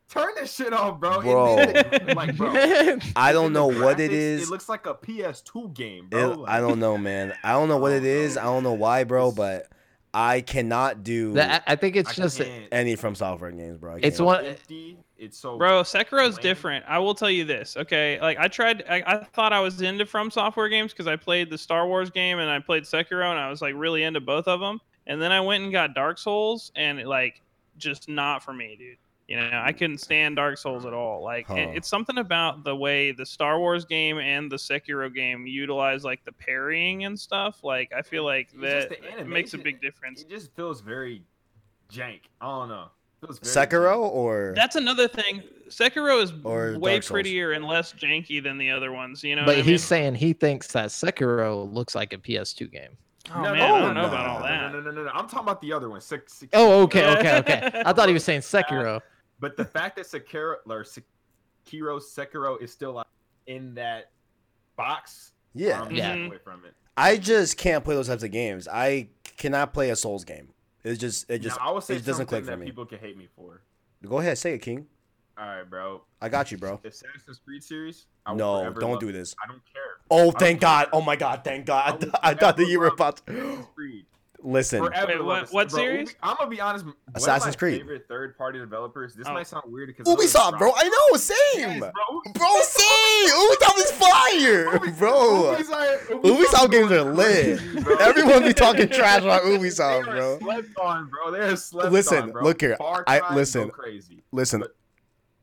B: Turn this shit off, bro. It
A: Bro.
B: did- like, bro. it's
A: I
B: in
A: don't
B: the
A: know what it
B: graphics,
A: is.
B: It looks like a PS2 game,
A: It-
B: bro. Like,
A: I don't know, man. I don't know what
B: I
A: it
B: don't
A: is.
B: know.
A: I don't know why, bro. But I cannot do
E: That- I think it's
B: I
E: just
B: can't.
A: any from software games, bro. I
E: It's
A: can't.
E: one-
B: empty. It's so
C: Bro, Sekiro's
B: Lame.
C: different. I will tell you this, okay? Like I tried I, I thought I was into From Software games because I played the Star Wars game and I played Sekiro and I was like really into both of them. And then I went and got Dark Souls and it, like just not for me, dude. You know, I couldn't stand Dark Souls at all. Like
A: Huh.
C: it, it's something about the way the Star Wars game and the Sekiro game utilize like the parrying and stuff. Like I feel like
B: It's just
C: that
B: the
C: it makes a
B: animation.
C: big difference.
B: It just feels very jank. I don't know. It feels very
A: Sekiro Oh,
B: jank.
A: or
C: That's another thing. Sekiro is
A: Or
C: way
A: Dark Souls.
C: prettier and less janky than the other ones. You know, what
E: but
C: I
E: he's
C: mean?
E: saying he thinks that Sekiro looks like a PS2 game.
C: oh
B: No,
C: man,
B: no,
C: I don't
B: no,
C: know about
B: no,
C: all
B: no,
C: that.
B: No, no, no, no, no. I'm talking about the other one. Sek- Sek-
E: Oh, okay, okay, okay. I thought he was saying Sekiro.
B: But the fact that Sekiro or Sekiro Sekiro is still like, in that box,
A: yeah.
B: I'm
E: Yeah.
B: taking away from it.
A: I just can't play those types of games. I cannot play a Souls game. It's just, it just.
B: now, I will say
A: it doesn't
B: something
A: click for
B: that
A: me.
B: people can hate me for.
A: Go ahead, say it, King.
B: All right, bro.
A: I got you, bro.
B: The Assassin's Creed series. I will
A: No,
B: forever
A: don't
B: love
A: do
B: it.
A: this.
B: I don't care.
A: Oh,
B: don't
A: thank
B: care.
A: God. Oh my God, thank God. I,
B: will
A: th- I thought that
B: forever
A: you were
B: love
A: about. To...
B: Assassin's Creed.
A: Listen,
B: Forever
C: Wait,
B: love
C: what-
B: Ass-
C: what
B: bro,
C: series?
B: Ubi- I'm gonna be honest. one of
A: Assassin's
B: my
A: Creed.
B: Favorite third-party developers. This
C: Oh.
B: might sound weird because
A: Ubisoft, bro. I know,
B: Yes,
A: same.
B: bro.
A: Bro, same. Ubisoft is fire,
B: Ubisoft-
A: bro.
B: Ubisoft,
A: Ubisoft games are
B: going
A: lit.
B: crazy, bro.
A: Everyone be talking trash about
B: They
A: Ubisoft,
B: are
A: bro.
B: Slept on, bro. They are slept
A: Listen,
B: on, bro.
A: look here.
B: Far
A: I-
B: Cry go
A: listen.
B: crazy.
A: Listen,
B: But-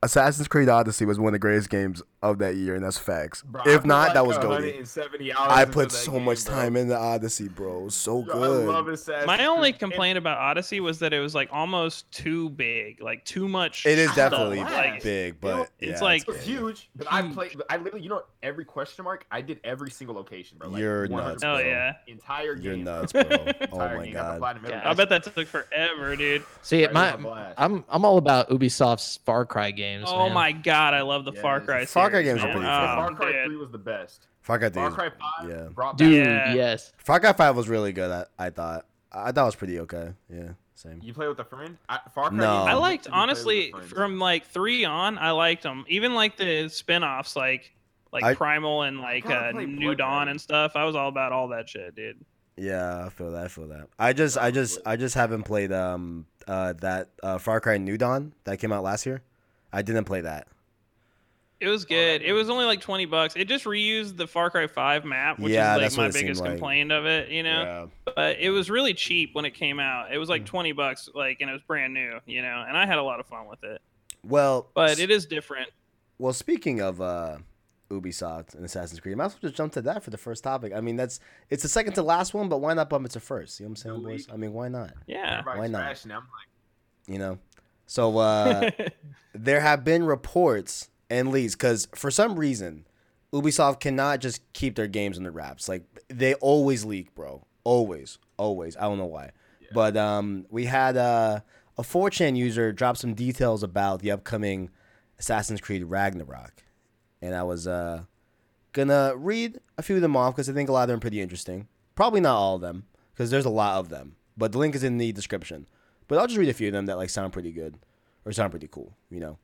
A: Assassin's Creed Odyssey was one of the greatest games of that year, and that's facts.
B: Bro, I
A: if
B: put
A: not,
B: like
A: that was goaded.
B: 170 hours
A: I
B: into
A: put
B: that
A: so
B: game,
A: much
B: bro.
A: time into Odyssey, bro. So
B: Yo,
A: Oh, good.
B: I love Assassin's
C: My only
B: Creed.
C: complaint about Odyssey was that it was like almost too big, like too much.
A: It is
C: stuff.
A: definitely
C: Like,
A: big, but yeah,
C: it's like-
B: It was huge, but I played. I literally, you know, every question mark, I did every single location, bro. Like
A: You're nuts,
B: 100%.
C: Oh
A: bro.
C: yeah.
B: Entire game.
A: You're
B: bro.
A: nuts, bro. Oh
B: Entire
A: my
B: game. Got the
A: god.
B: platinum,
E: Yeah,
C: I
B: everything.
C: bet that took forever, dude.
E: See,
B: It was
E: my
B: a blast.
E: I'm I'm all about Ubisoft's Far Cry games.
C: Oh
E: man.
C: my god, I love the
B: Yes.
C: Far Cry.
A: Far Cry
C: series,
A: games are
C: man.
A: pretty
C: Oh,
A: fun.
B: Far Cry
C: dude.
B: 3 was the best.
A: Far Cry
B: Far
A: 3.
B: Cry 5
A: yeah.
B: brought back.
E: dude,
C: Yeah.
E: yes.
A: Far Cry 5 was really good, I, I thought. I thought it was pretty okay. Yeah, same.
B: You play with a friend? I, Far Cry.
A: No.
C: I
A: Um,
C: liked honestly from like three on. I liked them. Even like the spin-offs, like like
A: I-
C: Primal and like
B: gotta
C: uh,
B: play
C: New
B: Blood
C: Dawn
B: Dragon.
C: and stuff. I was all about all that shit, dude.
A: Yeah, I feel that. I feel that. I just, I just, I just haven't played um uh that uh Far Cry New Dawn that came out last year. I didn't play that.
C: It was good. It was only like twenty bucks. It just reused the Far Cry Five map, which
A: Yeah,
C: is
A: that's
C: like
A: what
C: my
A: it seemed
C: biggest
A: like.
C: complaint of it. You know, but it was really cheap when it came out. It was
A: Hmm.
C: like twenty bucks, like, and it was brand new. You know, and I had a lot of fun with it.
A: Well,
C: But it is different.
A: Well, speaking of uh, Ubisoft and Assassin's Creed, I might as well just jump to that for the first topic. I mean, that's it's the second to last one, but why not bump it to first? You know what I'm saying, boys? I mean, why not?
C: Yeah.
A: Why not?
B: I'm like,
A: You know. So uh, there have been reports and leads because for some reason, Ubisoft cannot just keep their games under wraps. Like they always leak, bro. Always, always. I don't know why. But um, we had uh, a 4chan user drop some details about the upcoming Assassin's Creed Ragnarok, and I was uh, gonna read a few of them off because I think a lot of them are pretty interesting. Probably not all of them because there's a lot of them, but the link is in the description. But I'll just read a few of them that like sound pretty good or sound pretty cool, you know.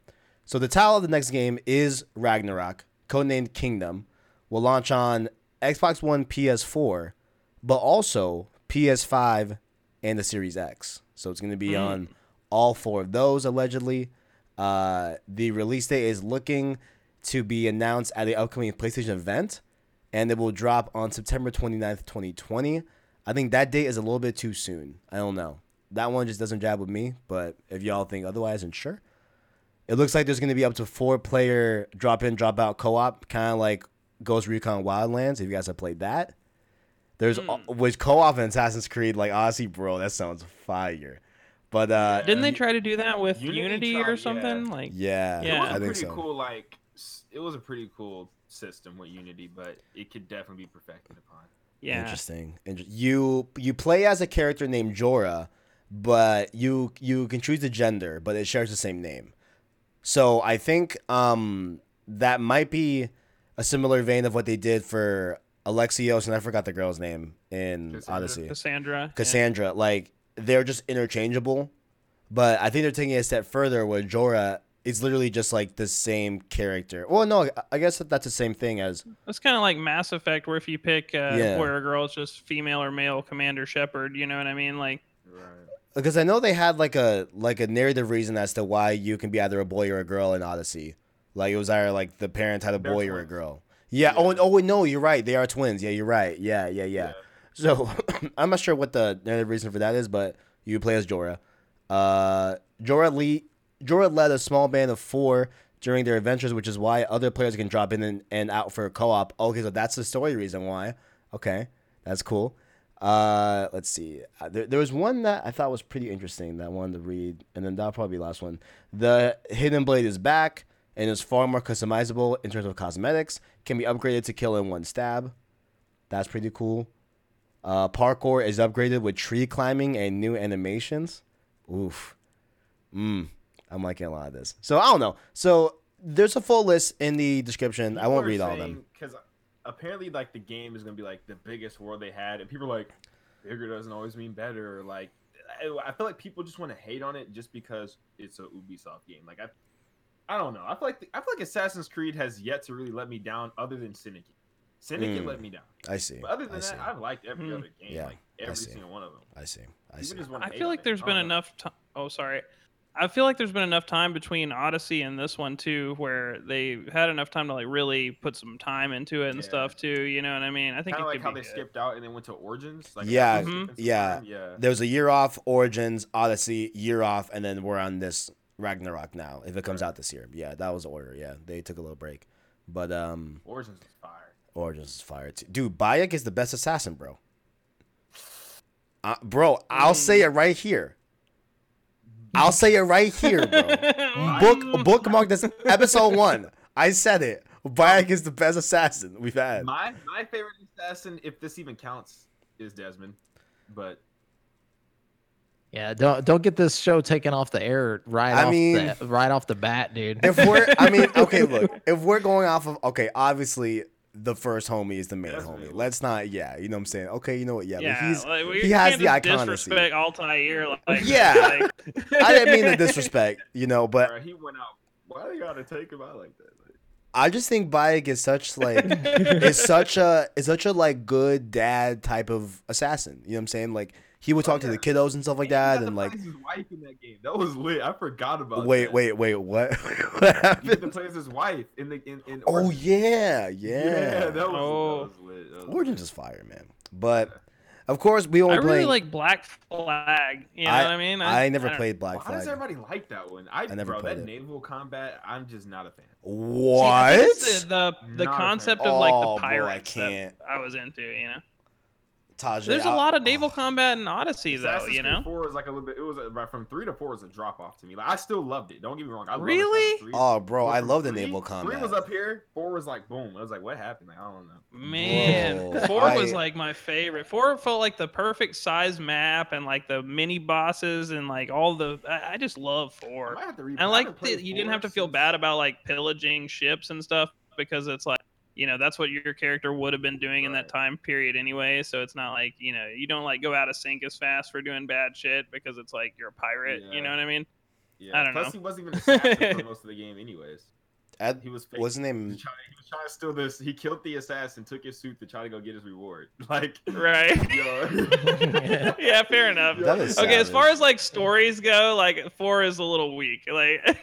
A: So the title of the next game is Ragnarok, codenamed Kingdom, will launch on Xbox One, PS4, but also PS5 and the Series X. So it's going to be on all four of those allegedly. Uh, the release date is looking to be announced at the upcoming PlayStation event, and it will drop on September 29th, 2020. I think that date is a little bit too soon. I don't know. That one just doesn't jab with me, but if y'all think otherwise, then sure. It looks like there's going to be up to four player drop in, drop out co op, kind of like Ghost Recon Wildlands, if you guys have played that. There's
C: Hmm.
A: which co-op in Assassin's Creed, like honestly, bro, that sounds fire. But uh,
C: Didn't they
B: Uni-
C: try to do that with
B: Unity
C: Unity,
B: tried, yeah.
C: or something? Like,
A: yeah,
C: Yeah.
B: it was a
A: I think
B: pretty
A: so.
B: cool like s- it was a pretty cool system with Unity, but it could definitely be perfected upon.
C: yeah,
A: Interesting. Inter- You you play as a character named Jorah, but you you can choose the gender, but it shares the same name. So I think um that might be a similar vein of what they did for Alexios, and I forgot the girl's name in
B: Cassandra?
A: Odyssey.
C: Cassandra.
A: Cassandra. Like they're just interchangeable, but I think they're taking it a step further where Jorah is literally just like the same character. Well, no, I- I guess that that's the same thing as
C: It's kind of like Mass Effect, where if you pick uh,
A: Yeah.
C: boy or girl, it's just female or male commander shepherd. You know what I mean? Like,
B: Right.
A: because I know they had like a like a narrative reason as to why you can be either a boy or a girl in Odyssey. Like it was either like the parents had a
B: They're
A: boy or a
B: twins.
A: girl. Yeah.
B: Yeah.
A: Oh, and, oh, wait, no, you're right. They are twins. Yeah, you're right. Yeah, yeah, yeah. So I'm not sure what the narrative reason for that is, but you play as Jorah. Uh, Jorah Lee Jorah led a small band of four during their adventures, which is why other players can drop in and, and out for a co-op. Oh, Okay, so that's the story reason why. Okay, that's cool. Uh, let's see. Uh, There, there was one that I thought was pretty interesting that I wanted to read, and then that'll probably be the last one. The Hidden Blade is back and is far more customizable in terms of cosmetics. Can be upgraded to kill in one stab. That's pretty cool. Uh, parkour is upgraded with tree climbing and new animations. Oof. Mm. I'm liking a lot of this. So I don't know. So there's a full list in the description. I won't read all of them.
B: because apparently, like the game is gonna be like the biggest world they had, and people are like, bigger doesn't always mean better. or, Like, I, I feel like people just want to hate on it just because it's a Ubisoft game. Like, I, I don't know. I feel like the, I feel like Assassin's Creed has yet to really let me down, other than Syndicate. Syndicate
A: Mm.
B: let me down.
A: I see.
B: But other than
A: I
B: that,
A: see.
B: I've liked every
C: Mm.
B: other game,
A: Yeah,
B: like
A: I
B: every
A: see.
B: single one of them.
A: I see. I
B: People
A: see.
B: just wanna
C: I
B: hate
C: feel
B: on
C: like
B: it.
C: there's
B: I
C: been
B: don't know.
C: enough time. Oh, sorry. I feel like there's been enough time between Odyssey and this one too, where they had enough time to like really put some time into it and
B: Yeah.
C: stuff too. You know what I mean? I think
B: Kind
C: it
B: of like
C: could
B: how
C: be
B: they
C: good.
B: skipped out and then went to Origins. Like
A: Yeah,
B: after
C: Mhm.
B: skipping some
A: yeah.
B: time, yeah.
A: There was a year off, Origins, Odyssey, year off, and then we're on this Ragnarok now. If it comes out this year, yeah, that was the order. Yeah, they took a little break, but um,
B: Origins was fire.
A: Origins is fire too. Dude, Bayek is the best assassin, bro. Uh, bro, I'll say it right here. I'll say it right here, bro. Book bookmark this episode one. I said it. Bayek is the best assassin we've had.
B: My my favorite assassin, if this even counts, is Desmond. But
E: Yeah, don't don't get this show taken off the air right
A: I
E: off
A: mean-
E: the, right off the bat, dude.
A: if we're I mean, okay, look, if we're going off of okay, obviously the first homie is the main
B: Definitely.
A: homie. Let's not yeah, you know what I'm saying? Okay, you know what? Yeah, but
C: Yeah,
A: he's
C: like, we
A: he has
C: can't
A: the
C: just
A: iconicity.
C: disrespect Altair. Like,
A: Yeah.
C: like-
A: I didn't mean the disrespect, you know, but
B: bruh, he went out. Why they gotta take him out like that? Like,
A: I just think Bayek is such like is such a is such a like good dad type of assassin. You know what I'm saying? Like he would
B: Oh,
A: talk to the
B: yeah.
A: kiddos and stuff like
B: he got
A: that,
B: to
A: and like
B: play as his wife in that game. That was lit. I forgot about.
A: wait,
B: that.
A: wait, wait, what? what
B: He got to
A: happened?
B: play as his wife in the in. in
A: Oh
B: Origins.
A: yeah,
B: Yeah,
A: yeah.
B: that was,
C: Oh.
B: that was lit. That was
A: Origins
B: lit.
A: is fire, man. But of course, we
C: I
A: only
C: really
A: play.
C: like Black Flag. You know
A: I-
C: what I mean?
A: I never
C: don't-
A: played Black
B: Why does
A: Flag.
B: everybody like that one? I,
A: I never
B: bro,
A: played
B: that
A: it.
B: naval combat. I'm just not a fan.
C: See,
A: What?
C: I think it's The the, the
B: Not a fan.
C: concept of like
A: oh
C: the
A: boy, I
C: pirates that
A: can't.
C: I was into. You know,
A: Tajay,
C: there's a
A: I-
C: lot of naval
A: oh.
C: combat in Odyssey though.
B: Assassin's
C: You
B: Creed
C: know,
B: four is like a little bit. It was uh, right from three to four is a drop off to me. Like I still loved it. Don't get me wrong. I love
C: Really?
B: Assassin's Creed.
A: Oh, bro,
B: But
A: I
B: from
A: love the
B: three-
A: naval
B: Three was
A: combat.
B: up here. Four was like boom. I was like, what happened? Like I don't know.
C: Man,
A: Whoa,
C: four was
A: I-
C: like my favorite. Four felt like the perfect size map and like the mini bosses and like all the. I, I just love
B: I
C: four.
B: might have to replay.
C: I like
B: haven't
C: that
B: played
C: you didn't
B: four
C: have to feel
B: since-
C: bad about like pillaging ships and stuff because it's like you know that's what your character would have been doing in that
B: Right.
C: time period anyway. So it's not like you know you don't like go out of sync as fast for doing bad shit because it's like you're a pirate. You
B: Yeah.
C: know what I mean?
B: Yeah.
C: I don't
B: Plus,
C: know.
B: he wasn't even assassin for most of the game, anyways.
A: Ed-
B: He was fake.
A: What's his
B: He was,
A: name?
B: trying, he was trying to steal this. He killed the assassin, took his suit to try to go get his reward. Like,
C: Right.
B: yo.
C: yeah. Fair enough.
A: That is
C: Okay, as
A: Savage.
C: far as like stories go, like four is a little weak. Like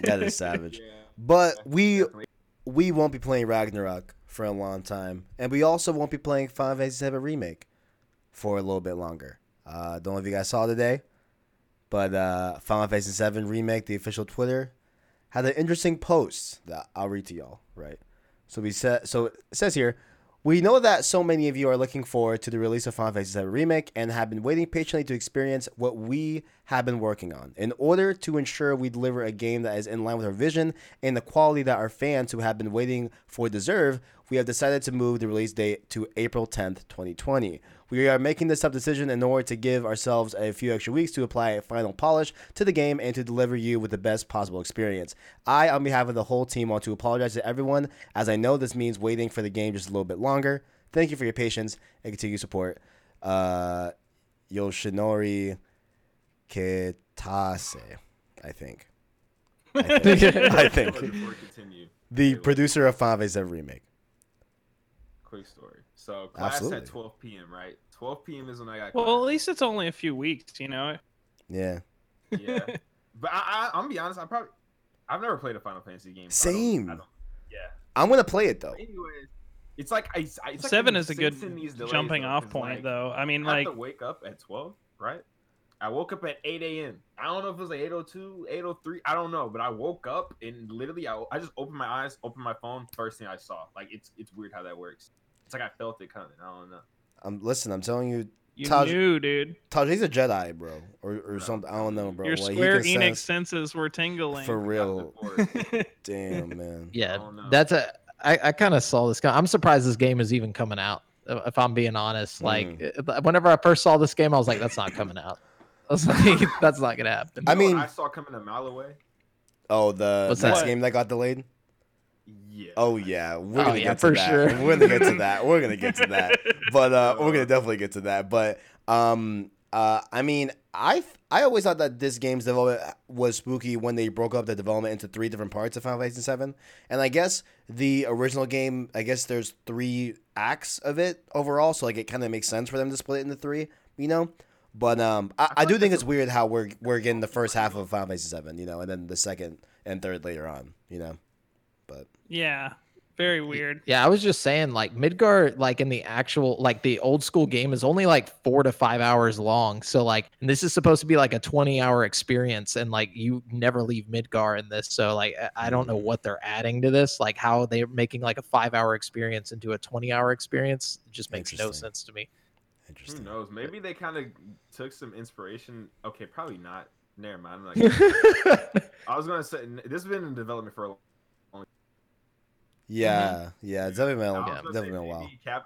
A: That is savage.
B: Yeah.
A: But we
B: definitely.
A: we won't be playing Ragnarok for a long time, and we also won't be playing Final Fantasy VII Remake for a little bit longer. Uh, don't know if you guys saw today, but uh, Final Fantasy VII Remake, the official Twitter, had an interesting post that I'll read to y'all. Right. So we said so it says here, We know that so many of you are looking forward to the release of Final Fantasy VII Remake and have been waiting patiently to experience what we have been working on. In order to ensure we deliver a game that is in line with our vision and the quality that our fans who have been waiting for deserve, we have decided to move the release date to April 10th, 2020. We are making this tough decision in order to give ourselves a few extra weeks to apply a final polish to the game and to deliver you with the best possible experience. I, on behalf of the whole team, want to apologize to everyone, as I know this means waiting for the game just a little bit longer. Thank you for your patience and continued support. Uh, Yoshinori Kitase, I think. I think. I think.
B: Before we continue,
A: The producer of Final Fantasy VII Remake.
B: quick story. So class
A: Absolutely.
B: at 12 p.m. Right? 12 p.m. is when I got.
C: Well, at
B: class.
C: least it's only a few weeks, you know.
A: Yeah.
B: yeah. But I, I, I'm gonna be honest. I probably I've never played a Final Fantasy game. so I don't-
A: Same.
B: I don't- yeah.
A: I'm going to play it, though.
B: But anyways, it's like I. I- It's like
C: Seven
B: I'm
C: is a good
B: sensing these delays,
C: jumping
B: though,
C: off
B: 'cause,
C: point,
B: like,
C: though. I mean,
B: I have
C: like,
B: to wake up at 12, right? I woke up at 8 a.m. I don't know if it was like 802, 803. I don't know, but I woke up and literally I, I just opened my eyes, opened my phone, first thing I saw. Like it's it's weird how that works. It's like I felt it coming. I don't know.
A: I'm, listen, I'm telling you,
C: you
A: Taj-
C: knew, dude.
A: Taj, he's a Jedi, bro, or, or
B: No.
A: something. I don't know, bro.
C: Your
A: Like, he
C: Square
A: can
C: Enix
A: sense-
C: senses were tingling.
A: for
B: I got
A: real.
B: divorced.
A: Damn, man.
B: I
D: Yeah,
C: Oh,
B: don't know.
D: that's a. I, I kind of saw this. com- I'm surprised this game is even coming out. uh, If I'm being honest, like
A: Hmm.
D: uh, whenever I first saw this game, I was like, "That's not coming out. I was like, That's not gonna happen."
A: I
B: You know what
A: mean-
B: I saw coming a mile away.
A: Oh, the
D: What's
A: next
C: that?
A: game that got delayed.
B: Yeah.
A: Oh yeah, we're
D: Oh,
A: gonna
D: yeah,
A: get to
D: for
A: that.
D: sure.
A: We're gonna get to that. We're gonna get to that. But uh, we're gonna
B: Uh.
A: definitely get to that. But um, uh, I mean, I I always thought that this game's development was spooky when they broke up the development into three different parts of Final Fantasy Seven, and I guess the original game, I guess there's three acts of it overall, so like it kind of makes sense for them to split it into three, you know. But um, I, I
B: feel
A: do
B: like
A: think
B: that's
A: it's weird how we're we're getting the
B: awesome
A: first half
B: idea.
A: of Final Fantasy Seven, you know, and then the second and third later on, you know. But
C: yeah, very weird.
D: Yeah, I was just saying, like Midgar, like in the actual, like the old school game is only like four to five hours long. So like, and this is supposed to be like a twenty-hour experience, and like you never leave Midgar in this. So like, I- I don't know what they're adding to this, like how they're making like a five-hour experience into a twenty-hour experience. It just makes no
A: Interesting.
D: sense to me.
B: Who
A: interesting.
B: knows? Maybe they kind of took some inspiration. Okay, probably not. Never mind. I'm not gonna-
D: yeah,
B: I was gonna say n- this has been in development for a long
A: Yeah, yeah, it's definitely been,
B: I
A: a-
B: was
A: Oh, yeah,
B: gonna say
A: definitely been a while.
B: maybe Capcom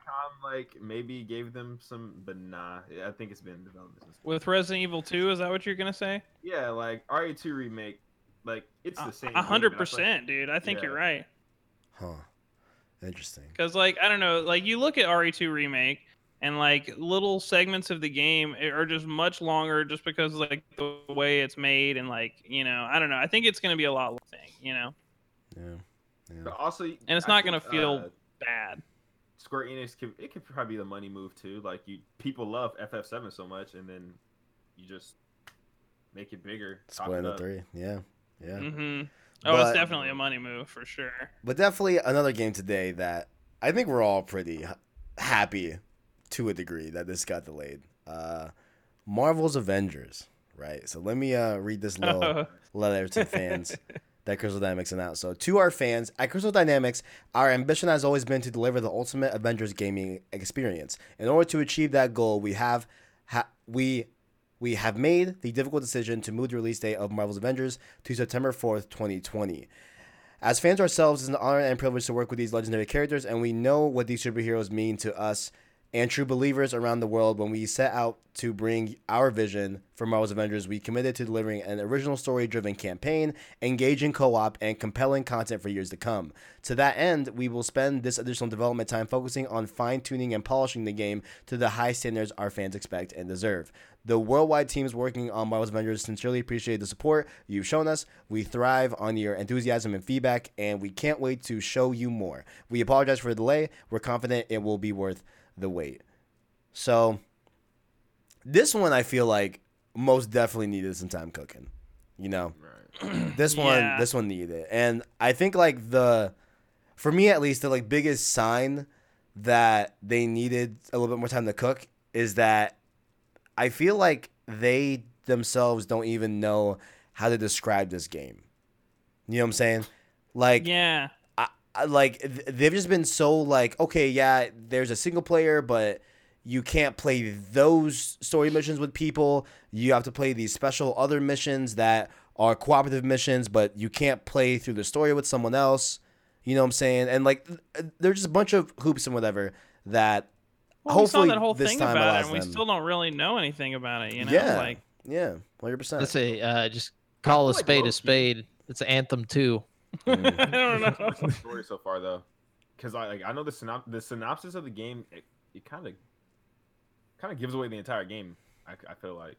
B: like maybe gave them some, but nah. I think it's been in development. Since.
C: With Resident Evil 2, is that what you're gonna say?
B: Yeah, like RE2 remake, like it's the
C: A
B: same.
C: a hundred
B: game, but I feel like-
C: percent, dude. I think
B: Yeah.
C: you're right.
A: Huh. Interesting.
C: Because like I don't know, like you look at RE2 remake and like little segments of the game are just much longer just because like the way it's made and like you know I don't know. I think it's gonna be a lot thing, you know,
A: Yeah. Yeah.
B: But also, and
C: it's not gonna feel- bad.
B: uh, Square Enix could it could probably be the money move too. Like you, people love FF7 so much, and then you just make it bigger. top
A: Split
B: it
A: into
B: up.
A: three. Yeah. Yeah.
C: hmm Oh,
A: But-
C: it's definitely a money move for sure.
A: But definitely another game today that I think we're all pretty h- happy to a degree that this got delayed. Uh, Marvel's Avengers, right? So let me uh, read this little letter to the fans that Crystal Dynamics announced. So, to our fans at Crystal Dynamics, our ambition has always been to deliver the ultimate Avengers gaming experience. In order to achieve that goal, we have ha- we we have made the difficult decision to move the release date of Marvel's Avengers to September 4th, 2020. As fans ourselves, it's an honor and privilege to work with these legendary characters, and we know what these superheroes mean to us and true believers around the world when we set out to bring our vision for Marvel's Avengers, we committed to delivering an original story driven campaign, engaging co op, and compelling content for years to come. To that end, we will spend this additional development time focusing on fine tuning and polishing the game to the high standards our fans expect and deserve. The worldwide teams working on Marvel's Avengers sincerely appreciate the support you've shown us. We thrive on your enthusiasm and feedback, and we can't wait to show you more. We apologize for the delay. We're confident it will be worth the weight. So this one I feel like most definitely needed some time cooking. You know,
B: Right.
A: this one
C: Yeah.
A: this one needed it. And I think like the for me at least the like biggest sign that they needed a little bit more time to cook is that I feel like they themselves don't even know how to describe this game. You know what I'm saying? Like
C: yeah,
A: I, I- like th- they've just been so like okay yeah there's a single player but you can't play those story missions with people you have to play these special other missions that are cooperative missions but you can't play through the story with someone else you know what i'm saying and like th- there's just a bunch of hoops and whatever that
C: Well, we saw
A: Hopefully
C: that whole
A: this
C: thing
A: time
C: about it,
A: allows
C: and we
A: them.
C: still don't really know anything about it. You know,
A: Yeah.
C: like
A: yeah 100%
E: Let's say uh, just call a
B: like
E: spade
B: low-key-
E: a spade. It's Anthem 2.
A: Mm.
C: I don't know.
B: the story so far though, because I like I know the synop- the synopsis of the game it kind of kind of gives away the entire game. I, I feel like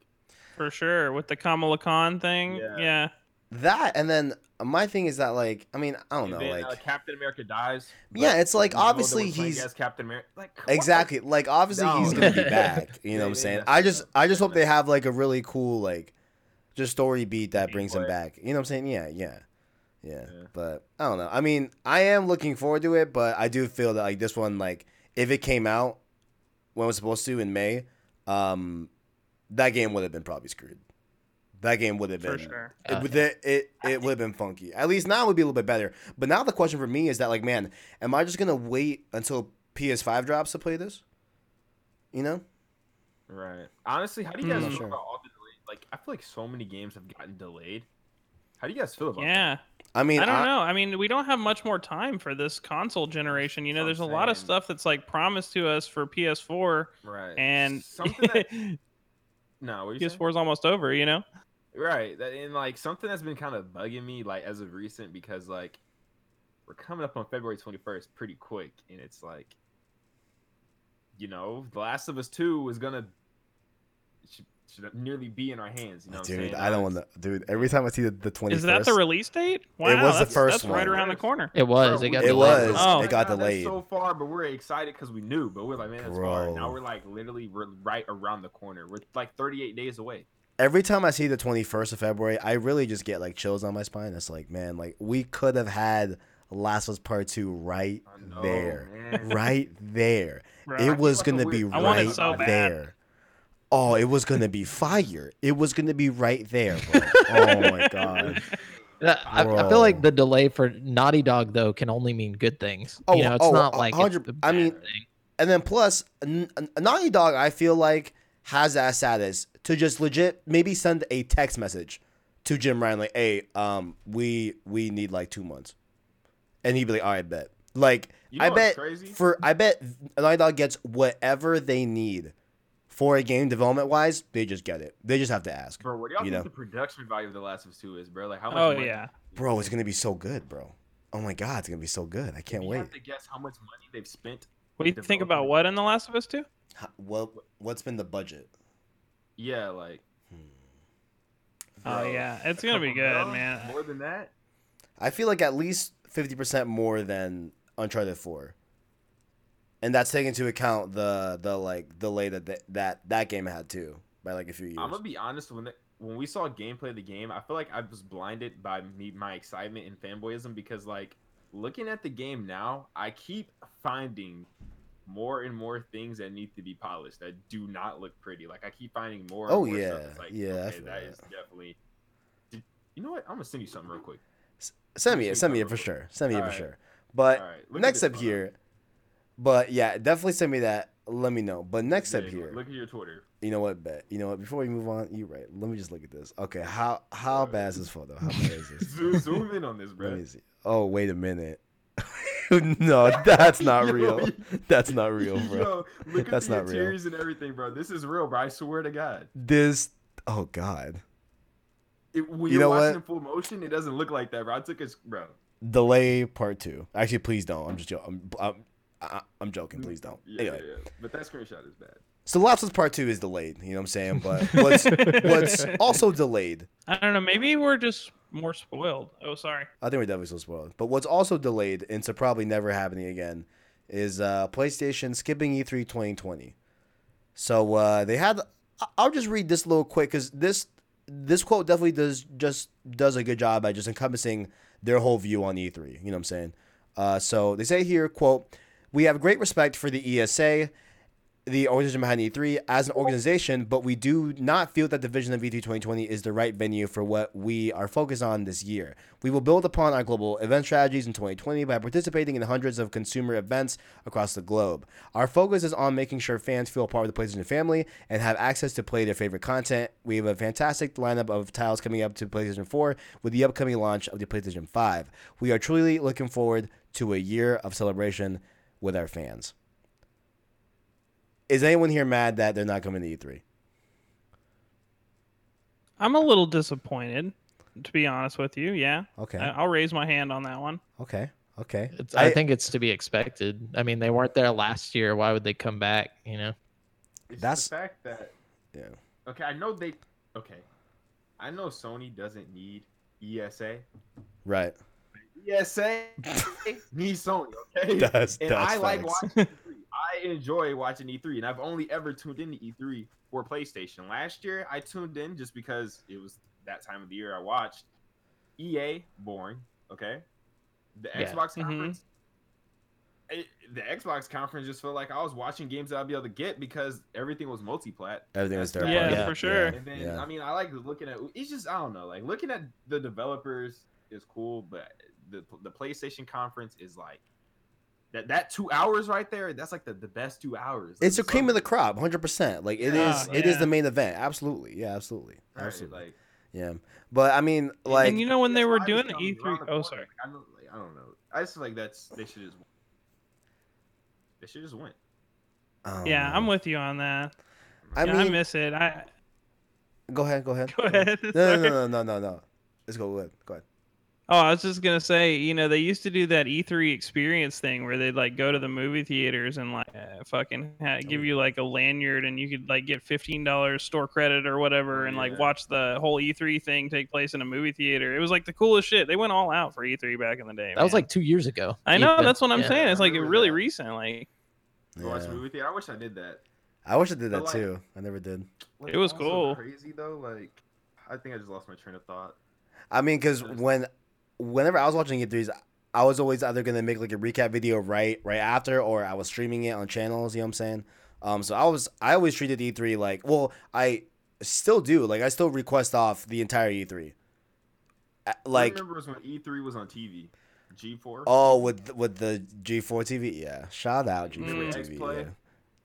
C: For sure, with the Kamala Khan thing.
B: Yeah.
C: Yeah.
A: that and then my thing is that like i mean i don't
B: And
A: know
B: then,
A: like
B: uh, Captain America dies. but
A: yeah it's like
B: you know that we're
A: obviously
B: playing
A: he's
B: as Captain America. Like come on.
A: Exactly. Like obviously
B: No.
A: he's gonna be back. You know what I'm
B: They- they
A: saying?
B: messed
A: I
B: it
A: just
B: up.
A: I just hope they
B: Messed
A: have like a really cool like just story beat that brings him
B: Gameplay.
A: back. You know what I'm saying? Yeah, yeah. Yeah.
B: Yeah.
A: But I don't know. I mean, I am looking forward to it, but I do feel that like this one, like if it came out when it was supposed to in May, um that game would have been probably screwed. That game would have
C: For
A: been
C: sure.
A: it, with it, it, it would have been funky. At least now it would be a little bit better. But now the question for me is that, like, man, am I just gonna wait until PS5 drops to play this? You know,
B: Right. Honestly, how do you guys
C: Hmm.
B: feel
A: Sure.
B: about all the delay? Like I feel like so many games have gotten delayed. How do you guys feel about that?
C: Yeah.
A: I mean,
C: I don't
A: I-
C: know. I mean, we don't have much more time for this console generation. You know,
B: That's
C: there's a
B: what I'm
C: lot of
B: saying.
C: stuff that's like promised to us for PS4,
B: Right.
C: and
B: something that no, what are you saying?
C: PS4 is almost over. You know.
B: Right. That and like something that's been kind of bugging me like as of recent because like we're coming up on February 21st pretty quick and it's like you know, The Last of Us 2 is going to should, should nearly be in our hands, you know what I'm
A: dude,
B: saying?
A: I don't want to, dude. Every time I see the the twenty
C: Is that the
A: first-
C: release date? Wow,
A: was the
C: that's,
A: first
C: that's
A: one.
C: right around the corner.
E: It was. It got
A: It
E: delayed.
A: was.
C: Oh.
A: It got
B: Now that's
A: delayed.
B: so far, but we're excited because we knew. But we're like, man, that's far.
A: Bro.
B: Now we're like literally we're right around the corner. We're like 38 days away.
A: every time I see the twenty first of February, I really just get like chills on my spine. It's like, man, like we could have had Last of Us Part Two right
B: I know,
A: there,
B: man.
A: right there.
C: Bro.
A: It was
B: like a
A: gonna be
B: weird-
C: I want it
A: right
C: so bad.
A: there. Oh, it was gonna be fire. It was gonna be right there. Bro. Oh my god.
E: Uh, I, I
A: Bro.
E: feel like the delay for Naughty Dog, though, can only mean good things.
A: Oh,
E: you know, it's
A: oh,
E: not
A: a-
E: like.
A: hundred-
E: It's a
A: I
E: bad
A: mean,
E: thing.
A: And then plus, N- N- Naughty Dog, I feel like has that status to just legit maybe send a text message to Jim Ryan like, "Hey, um, we we need like two months," and he'd be like, "All right, bet." Like,
B: You know
A: I
B: what's
A: bet
B: crazy?
A: for I bet Naughty Dog gets whatever they need for a game development wise. They just get it. They just have to ask.
B: Bro, what do y'all
A: you
B: think
A: know.
B: the production value of The Last of Us 2 is, bro? Like how much
C: Oh
B: money-
C: yeah.
A: Bro, it's gonna be so good, bro. Oh my god, it's gonna be so good. I can't
B: you
A: wait.
B: have to guess how much money they've spent.
C: What do you think about what in The Last of Us 2?
A: How- What what's been the budget?
B: Yeah, like.
A: Hmm.
C: Oh
B: bro,
C: yeah,
B: a
C: it's gonna be
B: couple
C: good,
B: mil?
C: man.
B: More than that,
A: I feel like at least fifty percent more than Uncharted Four, and that's taking into account the the like delay that th- that that game had too by like a few years.
B: I'm gonna be honest. When the, when we saw gameplay of the game, I feel like I was blinded by me my excitement and fanboyism because like looking at the game now, I keep finding more and more things that need to be polished that do not look pretty. Like I keep finding more. and
A: Oh,
B: more stuff
A: yeah.
B: that's
A: Yeah, I
B: okay,
A: feel
B: that
A: that.
B: is definitely. Did- You know what? I'm gonna send you something real quick.
A: send me it, send me it for sure, send me it for
B: Alright.
A: sure. But
B: All right, look at
A: next
B: this
A: up
B: photo.
A: here, but yeah, definitely send me that. Let me know. But next up
B: Yeah,
A: here,
B: Look at your Twitter.
A: you know what, bet you know what. Before we move on, you right. Let me just look at this. Okay, how how
B: Alright.
A: bad is this photo? How bad is this?
B: Zoom, zoom in on this,
A: Let
B: bro.
A: me see. Oh wait a minute. no, that's not
B: Yo,
A: real. That's not real, bro.
B: Yo, look at
A: That's
B: the
A: not real.
B: interiors and everything, bro. This is real, bro. I swear to God.
A: this oh god
B: It, when
A: You
B: you're
A: know
B: watching
A: what?
B: in full motion, it doesn't look like that, bro. I took a s- bro.
A: delay part two actually please don't i'm just joking I'm, I'm, I'm joking please don't
B: Yeah,
A: anyway
B: yeah, yeah. But that screenshot is bad.
A: so last of Us part two is delayed you know what i'm saying but what's what's also delayed
C: I don't know. Maybe we're just more spoiled. Oh, sorry.
A: i think we're definitely still spoiled but what's also delayed and so probably never happening again is uh playstation skipping E e3 2020 so uh they had I- i'll just read this little quick because this this quote definitely does just does a good job at just encompassing their whole view on E3. You know what E I'm saying? Uh, so they say here, quote, "We have great respect for the ESA the organization behind E3 as an organization, but we do not feel that the vision of E E3 2020 is the right venue for what we are focused on this year. We will build upon our global event strategies in 2020 by participating in hundreds of consumer events across the globe. Our focus is on making sure fans feel a part of the PlayStation family and have access to play their favorite content. We have a fantastic lineup of titles coming up to PlayStation 4 with the upcoming launch of the PlayStation 5. We are truly looking forward to a year of celebration with our fans is anyone here mad that they're not coming to E E3?
C: I'm a little disappointed, to be honest with you. Yeah.
A: Okay.
C: I- I'll raise my hand on that one.
A: Okay. Okay.
E: It's, I,
A: I-
E: think it's to be expected. I mean, they weren't there last year. Why would they come back? You know,
B: It's
A: That's-
B: the fact that
A: Yeah.
B: okay, I know they okay. I know Sony doesn't need E ESA.
A: Right.
B: ESA needs Sony, okay?
A: That's
B: and
A: that's
B: I like
A: facts.
B: watching E3. I enjoy watching E3, and I've only ever tuned into E3 for PlayStation. Last year, I tuned in just because it was that time of the year I watched. EA, boring, okay? The
E: Yeah.
B: Xbox
C: Mhm.
B: conference. it- the Xbox conference just felt like I was watching games that I'd be able to get because everything was multi-plat.
A: Everything was
B: That's
A: third
B: bad.
A: party.
C: Yeah, for sure.
B: And then
A: yeah.
B: I mean, I like looking at it's just I don't know, like looking at the developers is cool, but the the PlayStation conference is like that that two hours right there. That's like the, the best two hours. Like,
A: It's the cream of the crop, 100%. Like it is
C: Yeah,
A: it is
C: yeah.
A: the main event. Absolutely. Yeah, absolutely.
B: Right,
A: absolutely.
B: like
A: yeah. But I mean like
C: and you know when they
B: that's
C: were
B: why
C: doing the
B: it's
C: E3
B: coming around the
C: oh
B: corner.
C: sorry.
B: Like, I don't, like, I don't know. I just feel like that's they should just they should just win.
A: I don't
C: Yeah,
A: know.
C: I'm with you on that.
A: oh, I
C: yeah, I
A: mean-
C: miss it. I
A: Go ahead, go ahead.
C: go ahead.
A: No,
C: Sorry.
A: no, no, no, no, no, no. Let's go ahead. Go ahead.
C: Oh, I was just gonna say, you know, they used to do that E3 experience thing where they'd like go to the movie theaters and like uh, fucking ha- give you like a lanyard and you could like get fifteen dollars store credit or whatever and
B: Yeah.
C: like watch the whole E3 thing take place in a movie theater. It was like the coolest shit. They went all out for E3 back in the day.
E: that was
C: man.
E: like two years ago.
C: I know
E: even.
C: that's what I'm
E: Yeah.
C: saying. It's like
B: Remember
C: really
B: that.
C: recent. Like
B: Go watch the
A: Yeah.
B: movie theater. I wish I did that.
A: I wish I did
B: But,
A: that
B: like-
A: too. I never did.
B: What's
C: It was
B: also
C: cool.
B: Crazy though, like I think I just lost my train of thought.
A: I mean, because
B: Yes.
A: when, whenever I was watching E3s, I was always either gonna make like a recap video right right after, or I was streaming it on channels. You know what I'm saying? Um, so I was I always treated E3 like well, I still do. Like I still request off the entire E3. Uh,
B: I
A: Like
B: remember was when E3 was on TV. G4.
A: oh, with with the G4 TV, yeah. Shout out G4
C: Mm.
A: TV.
B: X-Play.
A: Yeah.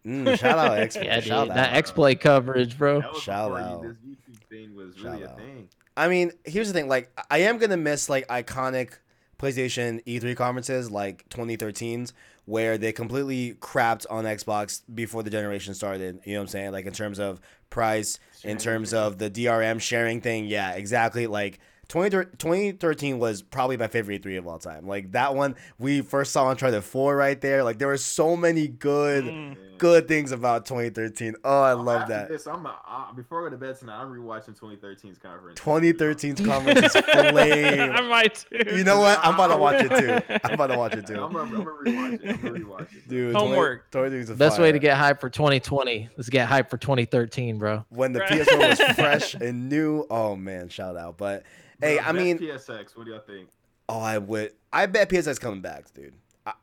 A: Mm, shout out X.
E: Yeah, dude.
A: shout
E: That
A: out.
E: X Play coverage, bro.
B: That was
A: Shout
B: before
A: out.
B: This YouTube thing was
A: Shout
B: really a
A: out.
B: thing.
A: I mean, here's the thing. Like, I am gonna miss like iconic PlayStation E3 conferences, like 2013s, where they completely crapped on Xbox before the generation started. You know what I'm saying? Like in terms of price, in terms of the DRM sharing thing. Yeah, exactly. Like. 20 2013 was probably my favorite E3 of all time. Like that one, we first saw Uncharted 4 right there. Like there were so many good,
C: mm,
B: Yeah.
A: good things about 2013. Oh, I love
B: After
A: that.
B: This, I'm a, uh, before I go to bed tonight, I'm rewatching 2013's conference.
A: 2013's conference is flame.
C: I might too.
A: You know what? I'm about to watch it too. I'm about to watch it
B: I'm
A: too.
B: gonna, I'm gonna rewatch it. I'm gonna rewatch it.
A: Dude,
C: Homework.
A: Toy, Toy Dude's a
E: Best way to
A: fire.
E: get hype for 2020 is get hype for 2013, bro.
A: when the
C: Right.
A: PS4 was fresh and new. Oh man, shout out. But hey,
B: Bro,
A: I
B: bet
A: mean,
B: PSX. What do y'all think?
A: oh, I would. I bet PSX coming back, dude.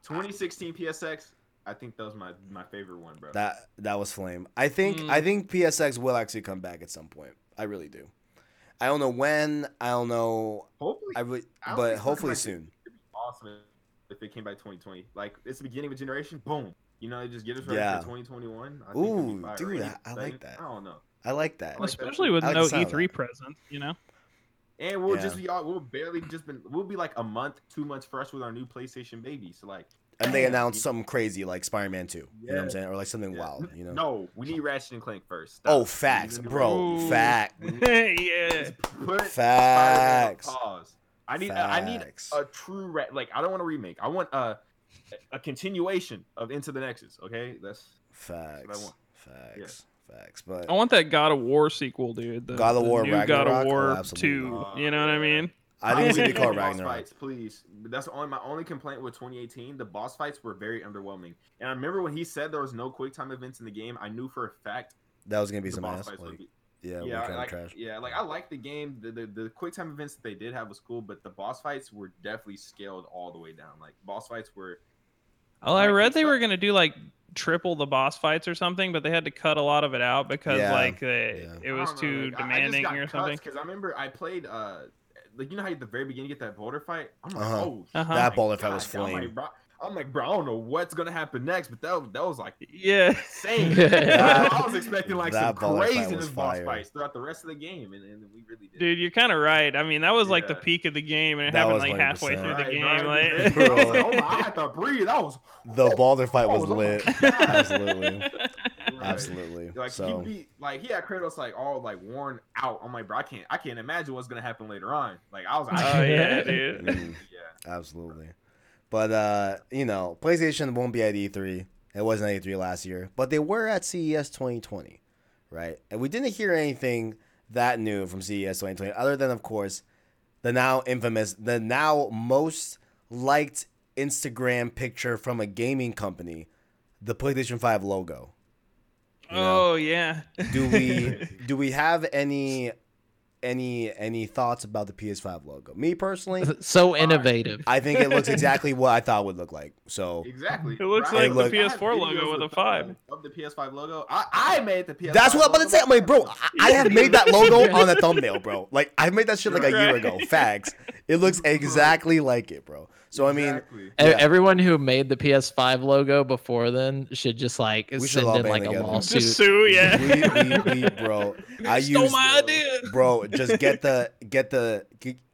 B: 2016 PSX. I think that was my my favorite one, bro.
A: That that was flame. I think
C: Mm.
A: I think PSX will actually come back at some point. I really do. I don't know when. I don't know.
B: Hopefully,
A: I would,
B: I don't think
A: but
B: it's
A: hopefully
B: like-
A: soon.
B: it'd be awesome if they came back 2020. Like it's the beginning of a generation. Boom. You know, they just get us ready
A: Yeah.
B: for 2021. I think it'd be
A: Ooh,
B: fire.
A: dude,
B: Any
A: I- I like
B: second,
A: that.
B: I don't know.
A: I like that.
B: Like-
C: especially with
A: I like
C: no
A: the sound of
C: E3
A: that.
C: presence. You know.
B: And we'll
A: Yeah.
B: just be all, we'll barely just been we'll be like a month, two months fresh with our new PlayStation baby. So like,
A: And they announced something crazy like Spider-Man Two. You know what I'm
B: Yeah.
A: saying, or like something
B: Yeah.
A: wild. You know.
B: no, we need Ratchet and Clank first. Stop.
A: Oh,
B: We
A: facts,
B: need to
A: bro.
C: Ooh.
A: Fact.
C: yeah.
B: Put Spider-Man on
A: Facts.
B: pause. I need I need
A: Facts.
B: a true ra- like I don't want a remake. I want a a continuation of Into the Nexus. Okay, that's
A: Facts.
B: That's what
A: Facts. Facts.
C: I
A: But
C: want that God of War sequel, dude. The,
A: God of
C: the
A: War
C: new God
A: Ragnarok? Oh,
C: of War
A: absolutely.
C: two.
B: Oh,
C: You know what I
B: yeah.
C: mean?
A: I think it's
B: we
A: gonna
B: need
A: be called
B: boss
A: Ragnarok.
B: Fights, please. That's only my only complaint with 2018. The boss fights were very underwhelming. And I remember when he said there was no quick time events in the game. I knew for a fact
A: That was gonna be
B: the
A: some
B: boss
A: ass.
B: fights would
A: Like,
B: be
A: yeah,
B: yeah,
A: we kind of
B: like,
A: trash.
B: yeah, like I like the game. The, the the quick time events that they did have was cool, but the boss fights were definitely scaled all the way down. Like boss fights were,
C: Well, Oh, I read they were gonna do like triple the boss fights or something, but they had to cut a lot of it out because
A: Yeah,
C: like they,
A: yeah.
C: it was too demanding or something.
B: Because I remember I played, uh, like you know how at the very beginning you get that boulder fight. I'm like,
A: Uh-huh.
B: oh,
C: Uh-huh.
B: shit,
A: That
B: my
A: boulder fight was
B: God, I'm
A: flame.
B: like, bro, I'm like, bro, I don't know what's gonna happen next, but that that was like
C: Yeah.
B: insane.
A: That-
B: I was expecting like
A: that
B: some
A: boulder fight
B: craziness
A: was
B: boss
A: fire.
B: fights throughout the rest of the game, and, and we really did.
C: Dude, you're kind of right. I mean, that was like the
B: Yeah.
C: peak of the game, and it
A: That
C: happened
A: was
C: like halfway
A: 100%.
C: through the
B: Right, right.
C: game. like-
B: I was like, oh my, I had to breathe. That was
A: The Balder fight was
B: Oh,
A: lit.
B: my God.
A: Absolutely.
B: Right.
A: Absolutely.
B: Like
A: So
B: he beat, like he had Kratos like all like worn out. I'm like, bro, I can't, I can't imagine what's gonna happen later on. Like I was, like,
C: oh yeah,
B: yeah,
C: dude.
A: mm. Absolutely. But uh, you know, PlayStation won't be at E3. It wasn't at E3 last year, but they were at E CES 2020, right? And we didn't hear anything that new from E CES 2020 other than of course the now infamous, the now most liked Instagram picture from a gaming company, the PlayStation 5 logo. You know?
C: Oh yeah.
A: do we do we have any any any thoughts about the PS5 logo? Me personally,
E: so innovative. E,
A: I think it looks exactly what I thought it would look like. So
B: exactly.
C: It looks
A: like the
B: I have
C: PS4
B: videos
C: logo with a
B: of-
C: five.
B: of the PS5 logo. I, I made the PS5.
A: that's what I'm about to say. I'm like, bro, I, I have made that logo on a thumbnail, bro. Like I made that shit like a year ago. Facts. It looks exactly like it, bro. So I mean,
B: Exactly.
E: E-
A: yeah.
E: Everyone who made the PS5 logo before then should just like
A: should
E: send
A: all
E: in
A: band
E: like a
A: together.
E: lawsuit.
C: Just sue, yeah.
A: we, we, we, bro, I
C: Stole
A: use
C: my idea.
A: bro. Just get the get the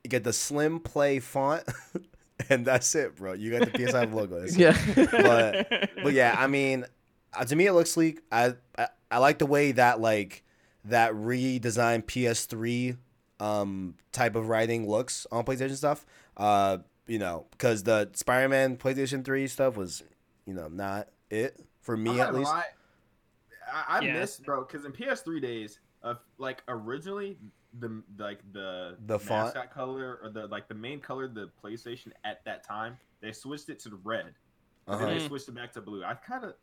A: get the slim play font, and that's it, bro. You got the PS5 logo. That's it.
E: yeah.
A: but- but yeah, I mean, uh, to me it looks sleek. I, I I like the way that like that redesigned PS3 um type of writing looks on PlayStation stuff. Uh, you know, because the Spider-Man PlayStation 3 stuff was, you know, not it for
B: I'm
A: me
B: not
A: at
B: gonna
A: least.
B: lie, I, I
C: Yeah.
B: miss bro because in PS3 days, uh, like originally the like the
A: The font?
B: mascot color or the like the main color of the PlayStation at that time they switched it to the red. And
A: Uh-huh.
B: Then they switched it back to blue. I kind of,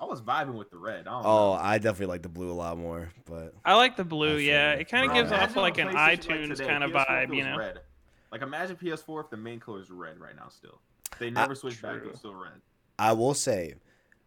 B: I was vibing with the red. I don't
A: Oh,
B: know.
A: I definitely like the blue a lot more, but
C: I like the blue.
A: That's
C: Yeah,
A: right.
C: it kind of
A: Bro,
C: gives
A: imagine
C: off like
B: a
C: an
B: PlayStation like
C: iTunes
B: today,
C: kind of
B: PS4 if it
C: vibe,
B: was
C: you know?
B: Red. Like imagine PS4 if the main color is red right now still.
A: Ah,
B: They never switched back to
C: True.
B: it's still red.
A: I will say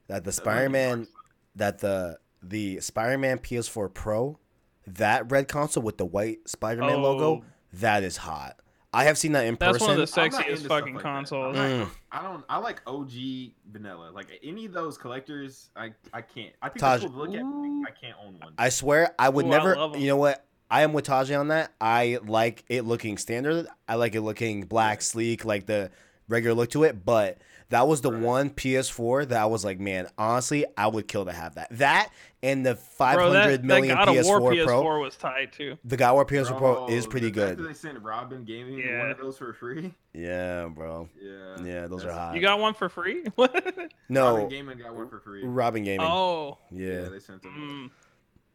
A: that the Spider-Man that the the Spider-Man PS4 Pro, that red console with the white Spider-Man logo,
C: Oh.
A: that is hot. I have seen that in
C: That's
A: person.
C: one of the
B: I'm not into
C: sexiest
B: stuff
C: fucking
B: like that.
C: consoles.
B: I'm
A: Mm.
B: I don't. I like OG vanilla. Like any of those collectors, I I can't. I think
A: Taj-
B: they're cool to look at.
C: Ooh.
B: But I can't own one.
A: I swear I would
C: Ooh, I
A: never.
C: love 'em.
A: you know what? I am with Tajay on that. I like it looking standard. I like it looking black, sleek, like the regular look to it. But that was the
B: Right.
A: one PS4 that I was like, man, honestly, I would kill to have that. That and the five
C: Bro,
A: hundred
C: that, that
A: million
C: God of War
A: PS4 Pro.
C: PS4 was tied too.
A: The God of War PS4 Pro is
B: Bro,
A: pretty
B: the fact
A: good.
B: that They sent Robin Gaming one
C: Yeah.
B: of those for free.
A: Yeah, bro.
B: Yeah.
A: Yeah, those are
B: That's-
A: hot.
C: You got one for free? What?
B: Robin
A: no,
B: Gaming got one for free.
A: Robin Gaming.
C: Oh,
A: Yeah,
B: they sent them.
C: mm,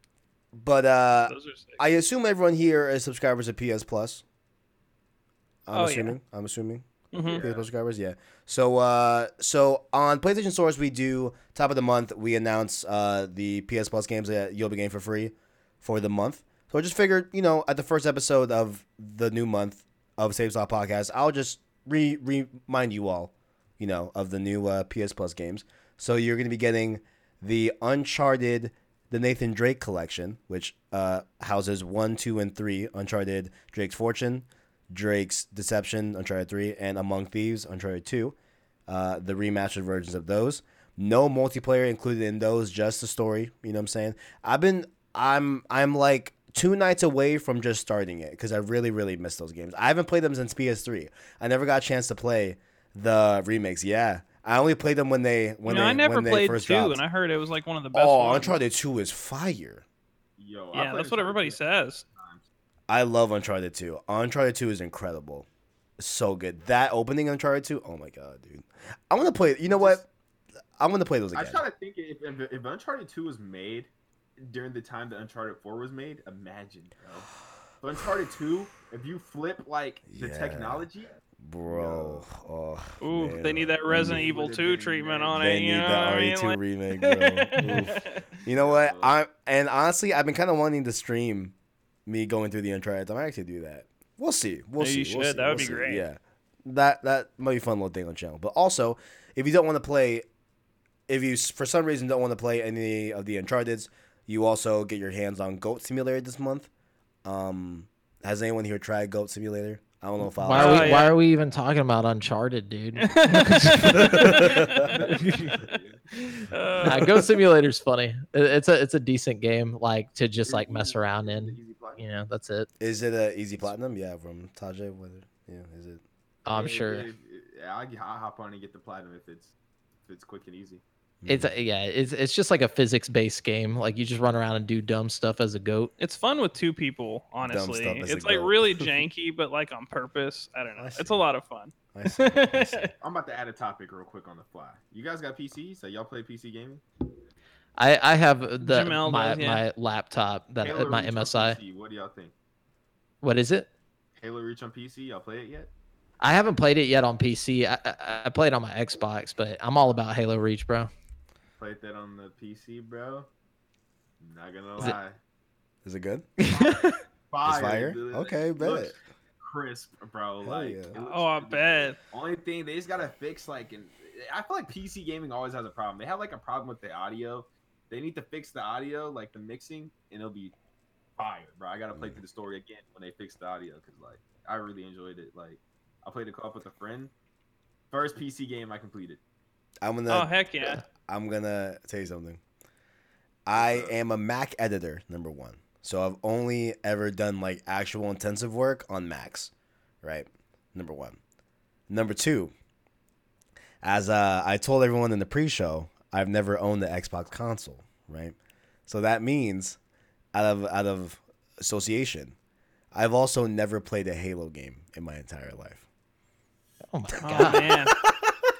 A: but uh,
C: those are sick.
A: I assume everyone here is subscribers of PS Plus. I'm
C: Oh, yeah.
A: assuming. I'm assuming.
C: Mhm.
A: PS Plus subscribers, yeah. So, uh, so on PlayStation Source, we do top of the month. We announce uh, the PS Plus games that you'll be getting for free for the month. So I just figured, you know, at the first episode of the new month of Save Slot Podcast, I'll just re remind you all, you know, of the new uh, PS Plus games. So you're going to be getting the Uncharted, the Nathan Drake collection, which uh, houses one, two, and three Uncharted: Drake's Fortune, Drake's Deception, Uncharted 3, and Among Thieves, Uncharted 2, uh, the remastered versions of those. No multiplayer included in those, just the story. You know what I'm saying? I've been, I'm, I'm like two nights away from just starting it because I really, really miss those games. I haven't played them since PS3. I never got a chance to play the remakes. Yeah, I only played them when they when
C: no,
A: they
C: I never
A: when they
C: played
A: first
C: two,
A: dropped.
C: and I heard it was like one of the best.
A: oh,
C: ones.
A: Uncharted 2 is fire.
B: Yo, I
C: Yeah,
B: played
C: that's what
B: Uncharted
C: everybody
B: two.
C: says.
A: I love Uncharted 2. Uncharted 2 is incredible. So good. That opening Uncharted 2, oh my god, dude. I want to play You know what? I want to play those
B: I
A: again.
B: try to think if, if, if Uncharted 2 was made during the time that Uncharted 4 was made, imagine, bro. Uncharted 2, if you flip like the
A: Yeah.
B: technology,
A: Bro. Oh,
C: Ooh,
A: man.
C: they need that Resident
B: Mm.
C: Evil
B: Would've
C: 2
B: been
C: treatment
B: nice.
C: on
A: They need
C: it.
A: E
C: you know
A: the RE2
C: what
A: remake,
C: I
A: bro.
C: mean?
A: Oof.
C: Like-
A: You know what? I and honestly, I've been kind of wanting to stream me going through the Uncharted. I might actually do that. We'll see. We'll
C: Yeah,
A: see.
C: you
A: We'll see.
C: should. That would
A: We'll
C: be
A: see.
C: great.
A: Yeah, that that might be a fun little thing on the channel. But also, if you don't want to play, if you s- for some reason don't want to play any of the Uncharted's, you also get your hands on Goat Simulator this month. Um, has anyone here tried Goat Simulator? I don't know if
D: Why are
A: I.
D: we
C: Oh, yeah.
D: Why are we even talking about Uncharted, dude? nah,
C: Uh,
D: Ghost Simulator's funny. It- It's a it's a decent game, like to just like mess around in. You know, that's it.
A: Is it a easy platinum? Yeah, from Tajay. What? Yeah, is it?
D: I'm sure
B: Yeah, I I hop on and get the platinum if it's if it's quick and easy.
D: it's
A: Mm.
D: a- yeah. It's it's just like a physics based game. Like you just run around and do dumb stuff as a goat.
C: it's fun with two people, honestly.
A: stuff as a
C: It's like
A: goat.
C: really janky, but like on purpose. I don't know.
A: I
C: It's
A: see.
C: a lot of fun.
A: I see, I see.
B: I'm about to add a topic real quick on the fly. You guys got PCs? So y'all play PC gaming?
D: I I have the
C: Jamel
D: my,
C: does, yeah.
D: my laptop that
B: Halo
D: my
B: Reach on
D: MSI.
B: PC, what do y'all think?
D: What is it?
B: Halo Reach on PC? Y'all play it yet?
D: I haven't played it yet on PC. I, I I played it on my Xbox, but I'm all about Halo Reach, bro.
B: Played that on the PC, bro. Not gonna
D: Is it-
B: lie.
A: Is it good?
B: Fire.
A: fire?
B: dude.
A: Okay,
B: It
A: bet.
B: looks Crisp, bro.
A: Hell
B: like
A: yeah.
B: it looks
C: Oh, I
B: really
C: bet.
B: good. Only thing they just gotta fix like and I feel like PC gaming always has a problem. They have like a problem with the audio. They need to fix the audio, like the mixing, and it'll be fire, bro. I gotta
A: Mm.
B: play through the story again when they fix the audio because like I really enjoyed it. Like I played a co-op with a friend. First PC game I completed.
A: I'm gonna.
C: Oh heck yeah!
A: I'm gonna tell you something. I am a Mac editor, number one. So I've only ever done like actual intensive work on Macs, right? Number one. Number two. As uh, I told everyone in the pre-show, I've never owned the Xbox console, right? So that means, out of out of association, I've also never played a Halo game in my entire life.
D: Oh my
C: Oh
D: god.
C: man!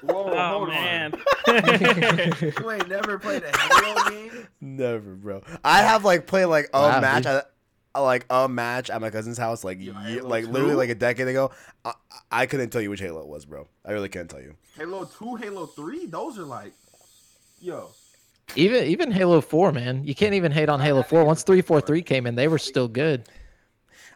B: Whoa,
C: Oh
B: hold
C: man!
B: on. You ain't never played a Halo game?
A: Never, bro. I have like played like a
D: Wow,
A: match,
D: dude.
A: at, uh, like a match at my cousin's house, like
B: Yeah,
A: ye-
B: Halo
A: like literally
B: 2?
A: like a decade ago. I, I couldn't tell you which Halo it was, bro. I really couldn't tell you.
B: Halo two, Halo three, those are like yo.
D: Even even Halo Four, man. You can't even hate on Halo Four. Once three four three came in, they were still good.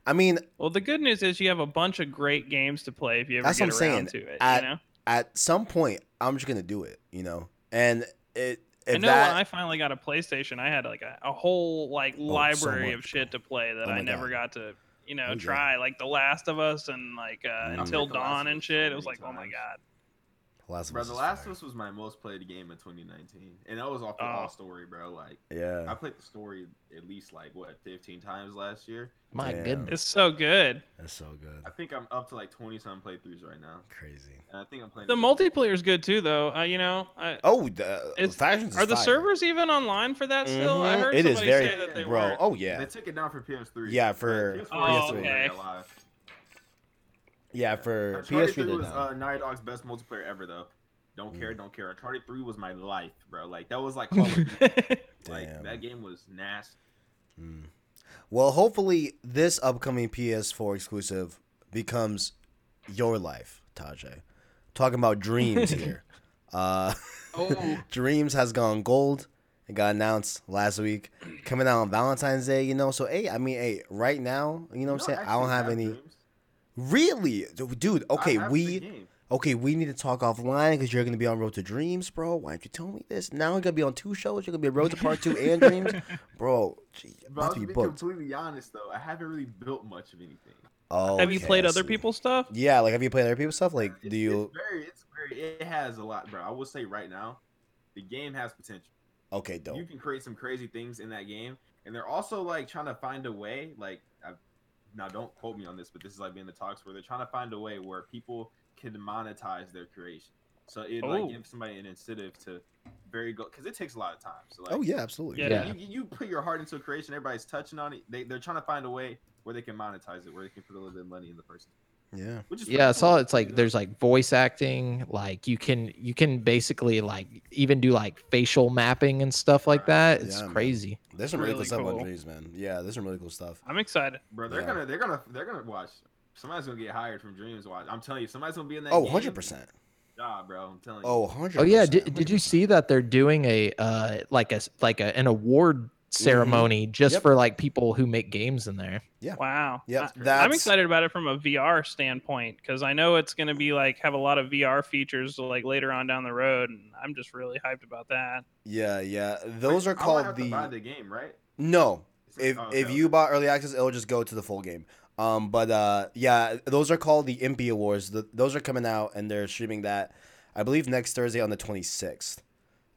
A: I mean,
C: Well, the good news is you have a bunch of great games to play if you ever
A: That's
C: get
A: what I'm
C: around
A: saying.
C: to it.
A: I-
C: you know,
A: at some point, I'm just gonna do it, you know. And it if
C: I know
A: that Oh,
C: when I finally got a PlayStation, I had like a, a whole like library
A: much,
C: of shit to play that
A: Oh my
C: I never
A: God.
C: got to you know
A: Oh, yeah.
C: try, like The Last of Us and like uh,
A: I've
C: Until
B: played The Last
C: Dawn
B: of
C: and
B: Us so
C: shit. It
B: many
C: was like, oh my
B: times.
C: god.
A: Last of
B: Bro,
A: Us
B: The
A: is
B: Last
A: fire.
B: of Us was my most played game in 2019, and that was off the
C: Oh.
B: all story, bro. Like I
A: yeah,
B: played the story at least like what 15 times last year.
D: My
A: Damn.
D: goodness.
C: It's so good.
A: that's so good,
B: I think I'm up to like 20 some playthroughs right now,
A: crazy.
B: and I think I'm playing
C: The
B: it-
C: multiplayer's good too, though. Uh, you know, I,
A: Oh, the
C: It's-
A: factions is
C: are the
A: fire.
C: servers even online for that still? I
A: Mhm.
C: heard
A: It is
C: somebody
A: very-
C: say that they
A: bro.
C: were.
A: Oh yeah,
B: They took it down for PS3.
A: Yeah,
B: but
A: for
B: PS4
C: Oh,
B: is still
C: okay.
B: very alive.
A: yeah. For
B: Uncharted
A: PS3
B: 3
A: they're
B: was
A: down.
B: uh, Naughty Dog's best multiplayer ever, though.
A: Mm.
B: Don't care, don't care. Uncharted 3 was my life, bro. Like that was like Call of Duty.
A: Damn.
B: like that game was nasty.
A: Mm. Well, hopefully this upcoming PS4 exclusive becomes your life, Tajay. Talking about dreams here. uh,
B: Oh,
A: dreams has gone gold. It got announced last week, coming out on Valentine's Day. You know, so hey, I mean, hey, right now, you know what I'm saying? I don't have any. Really, dude. Okay, we. Okay, we need to talk offline because you're gonna be on Road to Dreams, bro. Why didn't you tell me this? Now you're gonna be on two shows. You're gonna be on Road to Part Two and Dreams, bro. Gee,
B: But
A: about
B: to
A: to
B: be
A: be booked.
B: completely honest, though, I haven't really built much of anything.
A: Oh,
C: Have you played
A: I
C: other
A: see.
C: people's stuff?
A: Yeah, like have you played other people's stuff? Like,
B: It's-
A: do you?
B: It's very, it's very, it has a lot, bro. I will say right now, the game has potential.
A: Okay,
B: You
A: dope.
B: can create some crazy things in that game, and they're also like trying to find a way. Like, I've, now don't quote me on this, but this is like being the talks where they're trying to find a way where people can monetize their creation. So it
C: Oh.
B: like gives somebody an incentive to very go because it takes a lot of time. So like,
A: Oh yeah, absolutely.
C: Yeah.
D: Yeah.
B: You, you put your heart into a creation, everybody's touching on it. They, they're trying to find a way where they can monetize it, where they can put a little bit of money in the person.
A: yeah.
B: Which is
D: yeah i
B: pretty
D: saw
B: cool,
D: it's
B: you
D: like
B: know?
D: there's like voice acting like you can you can basically like even do like facial mapping and stuff like that it's
A: Yeah, man.
D: crazy
A: There's some really,
C: Really
A: cool, stuff on
C: cool.
A: Dreams, man. Yeah, there's some really cool stuff.
C: I'm excited.
B: bro. They're
A: Yeah.
B: gonna they're gonna they're gonna watch. Somebody's gonna get hired from Dreams Watch. I'm telling you, somebody's gonna be in that.
A: Oh,
B: game.
A: 100 percent.
B: Nah, bro. I'm telling you.
A: Oh, 100
D: oh yeah did, did you see that they're doing a uh like a s- like a, an award ceremony just
A: Mm-hmm. Yep.
D: for like people who make games in there.
C: Wow.
A: Yep,
C: I- I'm
A: that's-
C: excited about it from a VR standpoint because I know it's going to be like have a lot of VR features like later on down the road, and I'm just really hyped about that.
A: Yeah, yeah. Those are
B: Wait, I would
A: called
B: have to buy
A: the
B: the game, right?
A: no.
B: It's-
A: If
B: oh,
A: if
B: okay,
A: you
B: okay.
A: buy early access, it'll just go to the full game. Um, but uh, yeah, those are called the Impy Awards. Th those are coming out, and they're streaming that, I believe, next Thursday on the twenty sixth.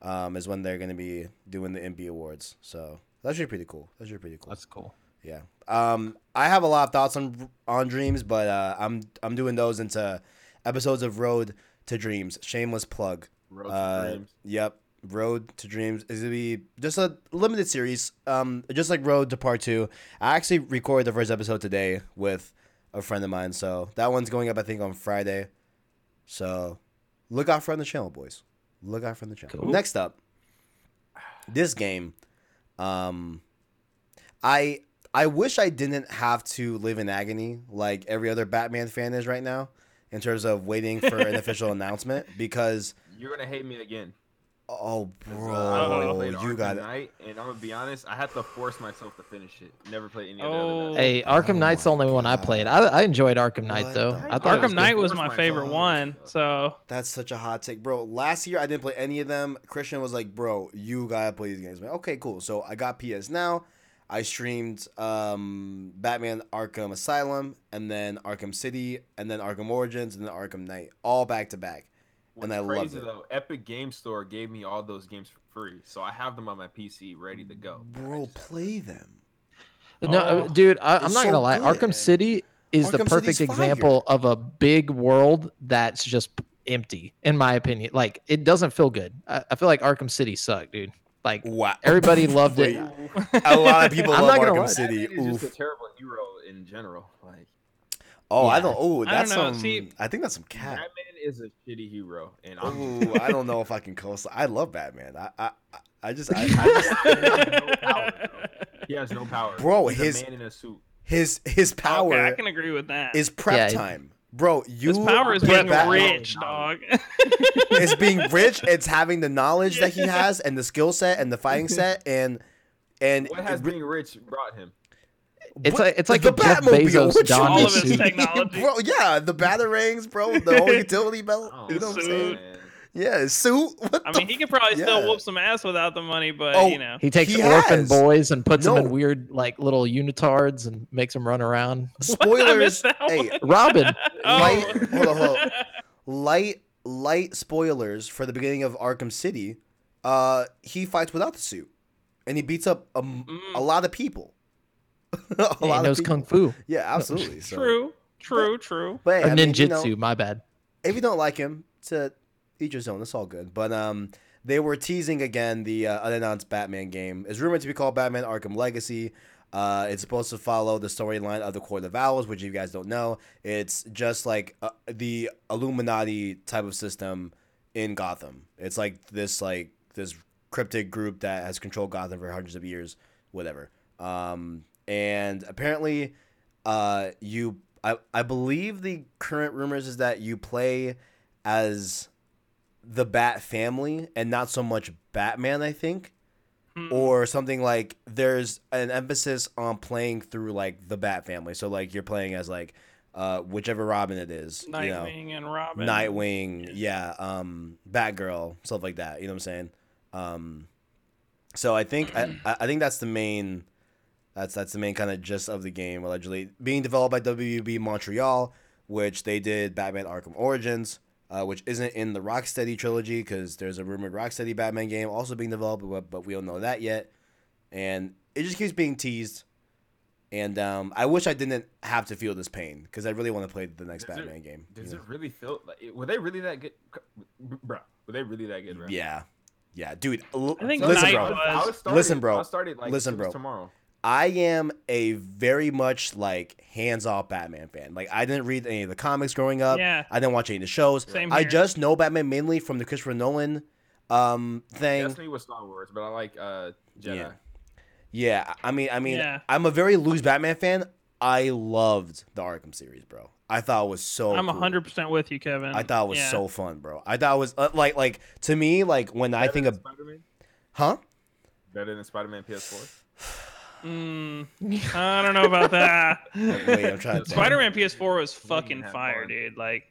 A: Um, is when they're gonna be doing the Impy Awards. So that's actually pretty cool. That's actually pretty cool.
D: That's cool.
A: Yeah. Um, I have a lot of thoughts on on dreams, but uh, I'm I'm doing those into episodes of Road to Dreams. Shameless plug.
B: Road to
A: Uh,
B: Dreams.
A: yep. Road to Dreams is gonna be just a limited series, um, just like Road to Part Two. I actually recorded the first episode today with a friend of mine, so that one's going up I think on Friday. So look out for it on the channel, boys. Look out for it on the channel.
D: Cool.
A: Next up, this game, um, I I wish I didn't have to live in agony like every other Batman fan is right now in terms of waiting for an official announcement because
B: You're gonna hate me again.
A: oh
B: 'cause,
A: bro,
B: uh, I only played
A: you
B: Arkham
A: got it.
B: Knight, and I'm gonna be honest, I had to force myself to finish it. Never played any
C: Oh.
B: of the other.
D: Hey, Arkham
A: Oh
D: Knight's the
A: my
D: only one I
A: God.
D: played. I, I enjoyed Arkham
A: What
D: Knight though.
A: the-
D: I thought it
C: Arkham
D: was
C: Knight
D: good.
C: was
B: Where's
C: my
B: my
C: favorite
B: phone?
C: one, so
A: That's such a hot take, bro. Last year I didn't play any of them. Christian was like, "Bro, you gotta play these games." Man. Okay, cool. So I got PS now. I streamed um, Batman Arkham Asylum, and then Arkham City, and then Arkham Origins, and then Arkham Knight, all back to back.
B: What's
A: and I loved
B: crazy
A: it.
B: though, Epic Game Store gave me all those games for free, so I have them on my PC ready to go. but I
A: Bro,
B: just-
A: play them.
D: No, uh,
C: Oh.
D: dude, I, I'm
A: It's
D: not gonna
A: so
D: lie.
A: good.
D: Arkham City is the
A: Arkham
D: perfect
A: City's fire.
D: example of a big world that's just empty, in my opinion. Like it doesn't feel good. I, I feel like Arkham City sucked, dude. Like
A: Wow,
D: everybody loved it.
A: Wait, A lot of people
D: I'm
A: love
D: not gonna
A: Arkham
D: lie.
A: City.
B: Batman is
A: Oof.
B: just a terrible hero in general. Like
A: Oh, I
D: Yeah.
A: don't. Oh,
C: I
A: that's
C: don't know,
A: some.
C: see-
A: I think that's some cat. Oh,
B: Batman is a shitty hero, and I'm
A: Ooh, I don't know if I can coast. I love Batman. I, I, I- I just, I, I just
B: he has no power.
A: Bro,
B: He's
A: his-
B: a man in a suit.
A: his his power
C: Okay, I can agree with that.
A: is prep
D: Yeah, it-
A: time, bro. You
C: His power is
A: beat
C: being
A: Batman.
C: rich,
B: No.
C: dog.
A: It's being rich. It's having the knowledge that he has and the skill set and the fighting set and and
B: What has
A: it-
B: being rich brought him?
D: It's
A: what-
D: like it's like
A: the
D: a Jeff
A: Batmobile.
D: Bezos
A: what you
D: Don
A: mean?
C: All of his
D: suit.
C: technology.
A: bro. Yeah, the batarangs, bro. The whole utility belt.
B: Oh,
A: you know what I'm
C: Suit.
A: saying?
B: man.
A: Yeah, his suit. What
C: I
A: the
C: mean, he could probably
A: Yeah.
C: still whoop some ass without the money, but
A: Oh,
C: you know,
D: He takes
A: He
D: orphan
A: has.
D: boys and puts them
A: No.
D: in weird like little unitards and makes them run around.
C: I
A: spoilers?
C: missed that
A: hey,
C: one.
D: Robin,
C: Oh.
A: light, hold on, hold on. light, light spoilers for the beginning of Arkham City. Uh, he fights without the suit, and he beats up a, m-
C: Mm.
A: a lot of people. a
D: yeah, he
A: lot
D: knows
A: of people.
D: kung fu
A: Yeah, absolutely. So.
C: True, true, true.
A: But
D: or
A: hey, I mean,
D: ninjutsu.
A: you know,
D: my bad.
A: if you don't like him, to each his own. It's all good. But um, they were teasing again the uh, unannounced Batman game. It's rumored to be called Batman Arkham Legacy. Uh, it's supposed to follow the storyline of the Court of Owls, which if you guys don't know, it's just like uh, the Illuminati type of system in Gotham. It's like this like this cryptic group that has controlled Gotham for hundreds of years, whatever. Um, and apparently, uh, you I, I believe the current rumors is that you play as the Bat family and not so much Batman, I think,
C: Hmm.
A: or something like there's an emphasis on playing through like the Bat family. So like you're playing as like uh whichever Robin it is, you know.
C: Nightwing and Robin.
A: Nightwing, yeah, um, Batgirl, stuff like that. You know what I'm saying? Um, so I think I, I I think that's the main that's that's the main kind of gist of the game allegedly being developed by WB Montreal, which they did Batman Arkham Origins, uh, which isn't in the Rocksteady trilogy because there's a rumored Rocksteady Batman game also being developed, but, but we don't know that yet. And it just keeps being teased. And um, I wish I didn't have to feel this pain because I really want to play the next
B: Does it-
A: Batman game. you
B: Does
A: know?
B: it really feel like? Were they really that good, bro? Were they really that good, bro?
A: Yeah, yeah, dude. l-
C: I think
A: listen,
C: Knight
A: bro.
C: was-
B: I would start
A: Listen,
B: it-
A: bro.
B: I'll start it like
A: Listen,
B: since
A: bro.
B: Tomorrow.
A: I am a very much like hands-off Batman fan. Like I didn't read any of the comics growing up.
C: Yeah.
A: I didn't watch any of the shows.
C: Same
A: I
C: here.
A: just know Batman mainly from the Christopher Nolan um thing.
B: That's me with Star Wars, but I like uh Jedi.
A: Yeah. Yeah, I mean, I mean,
C: Yeah.
A: I'm a very loose Batman fan. I loved the Arkham series, bro. I thought it was so.
C: I'm
A: cool.
C: 100 percent with you, Kevin.
A: I thought it was
C: Yeah.
A: so fun, bro. I thought it was uh, like, like to me, like when I
B: Better
A: think
B: than
A: of,
B: Spider-Man?
A: huh?
B: better than Spider-Man PS4.
C: Mm, I don't know about that.
A: Wait, I'm trying to think.
C: Spider-Man PS4 was
B: We didn't
C: fucking
B: have
C: fire,
B: fun.
C: dude. Like,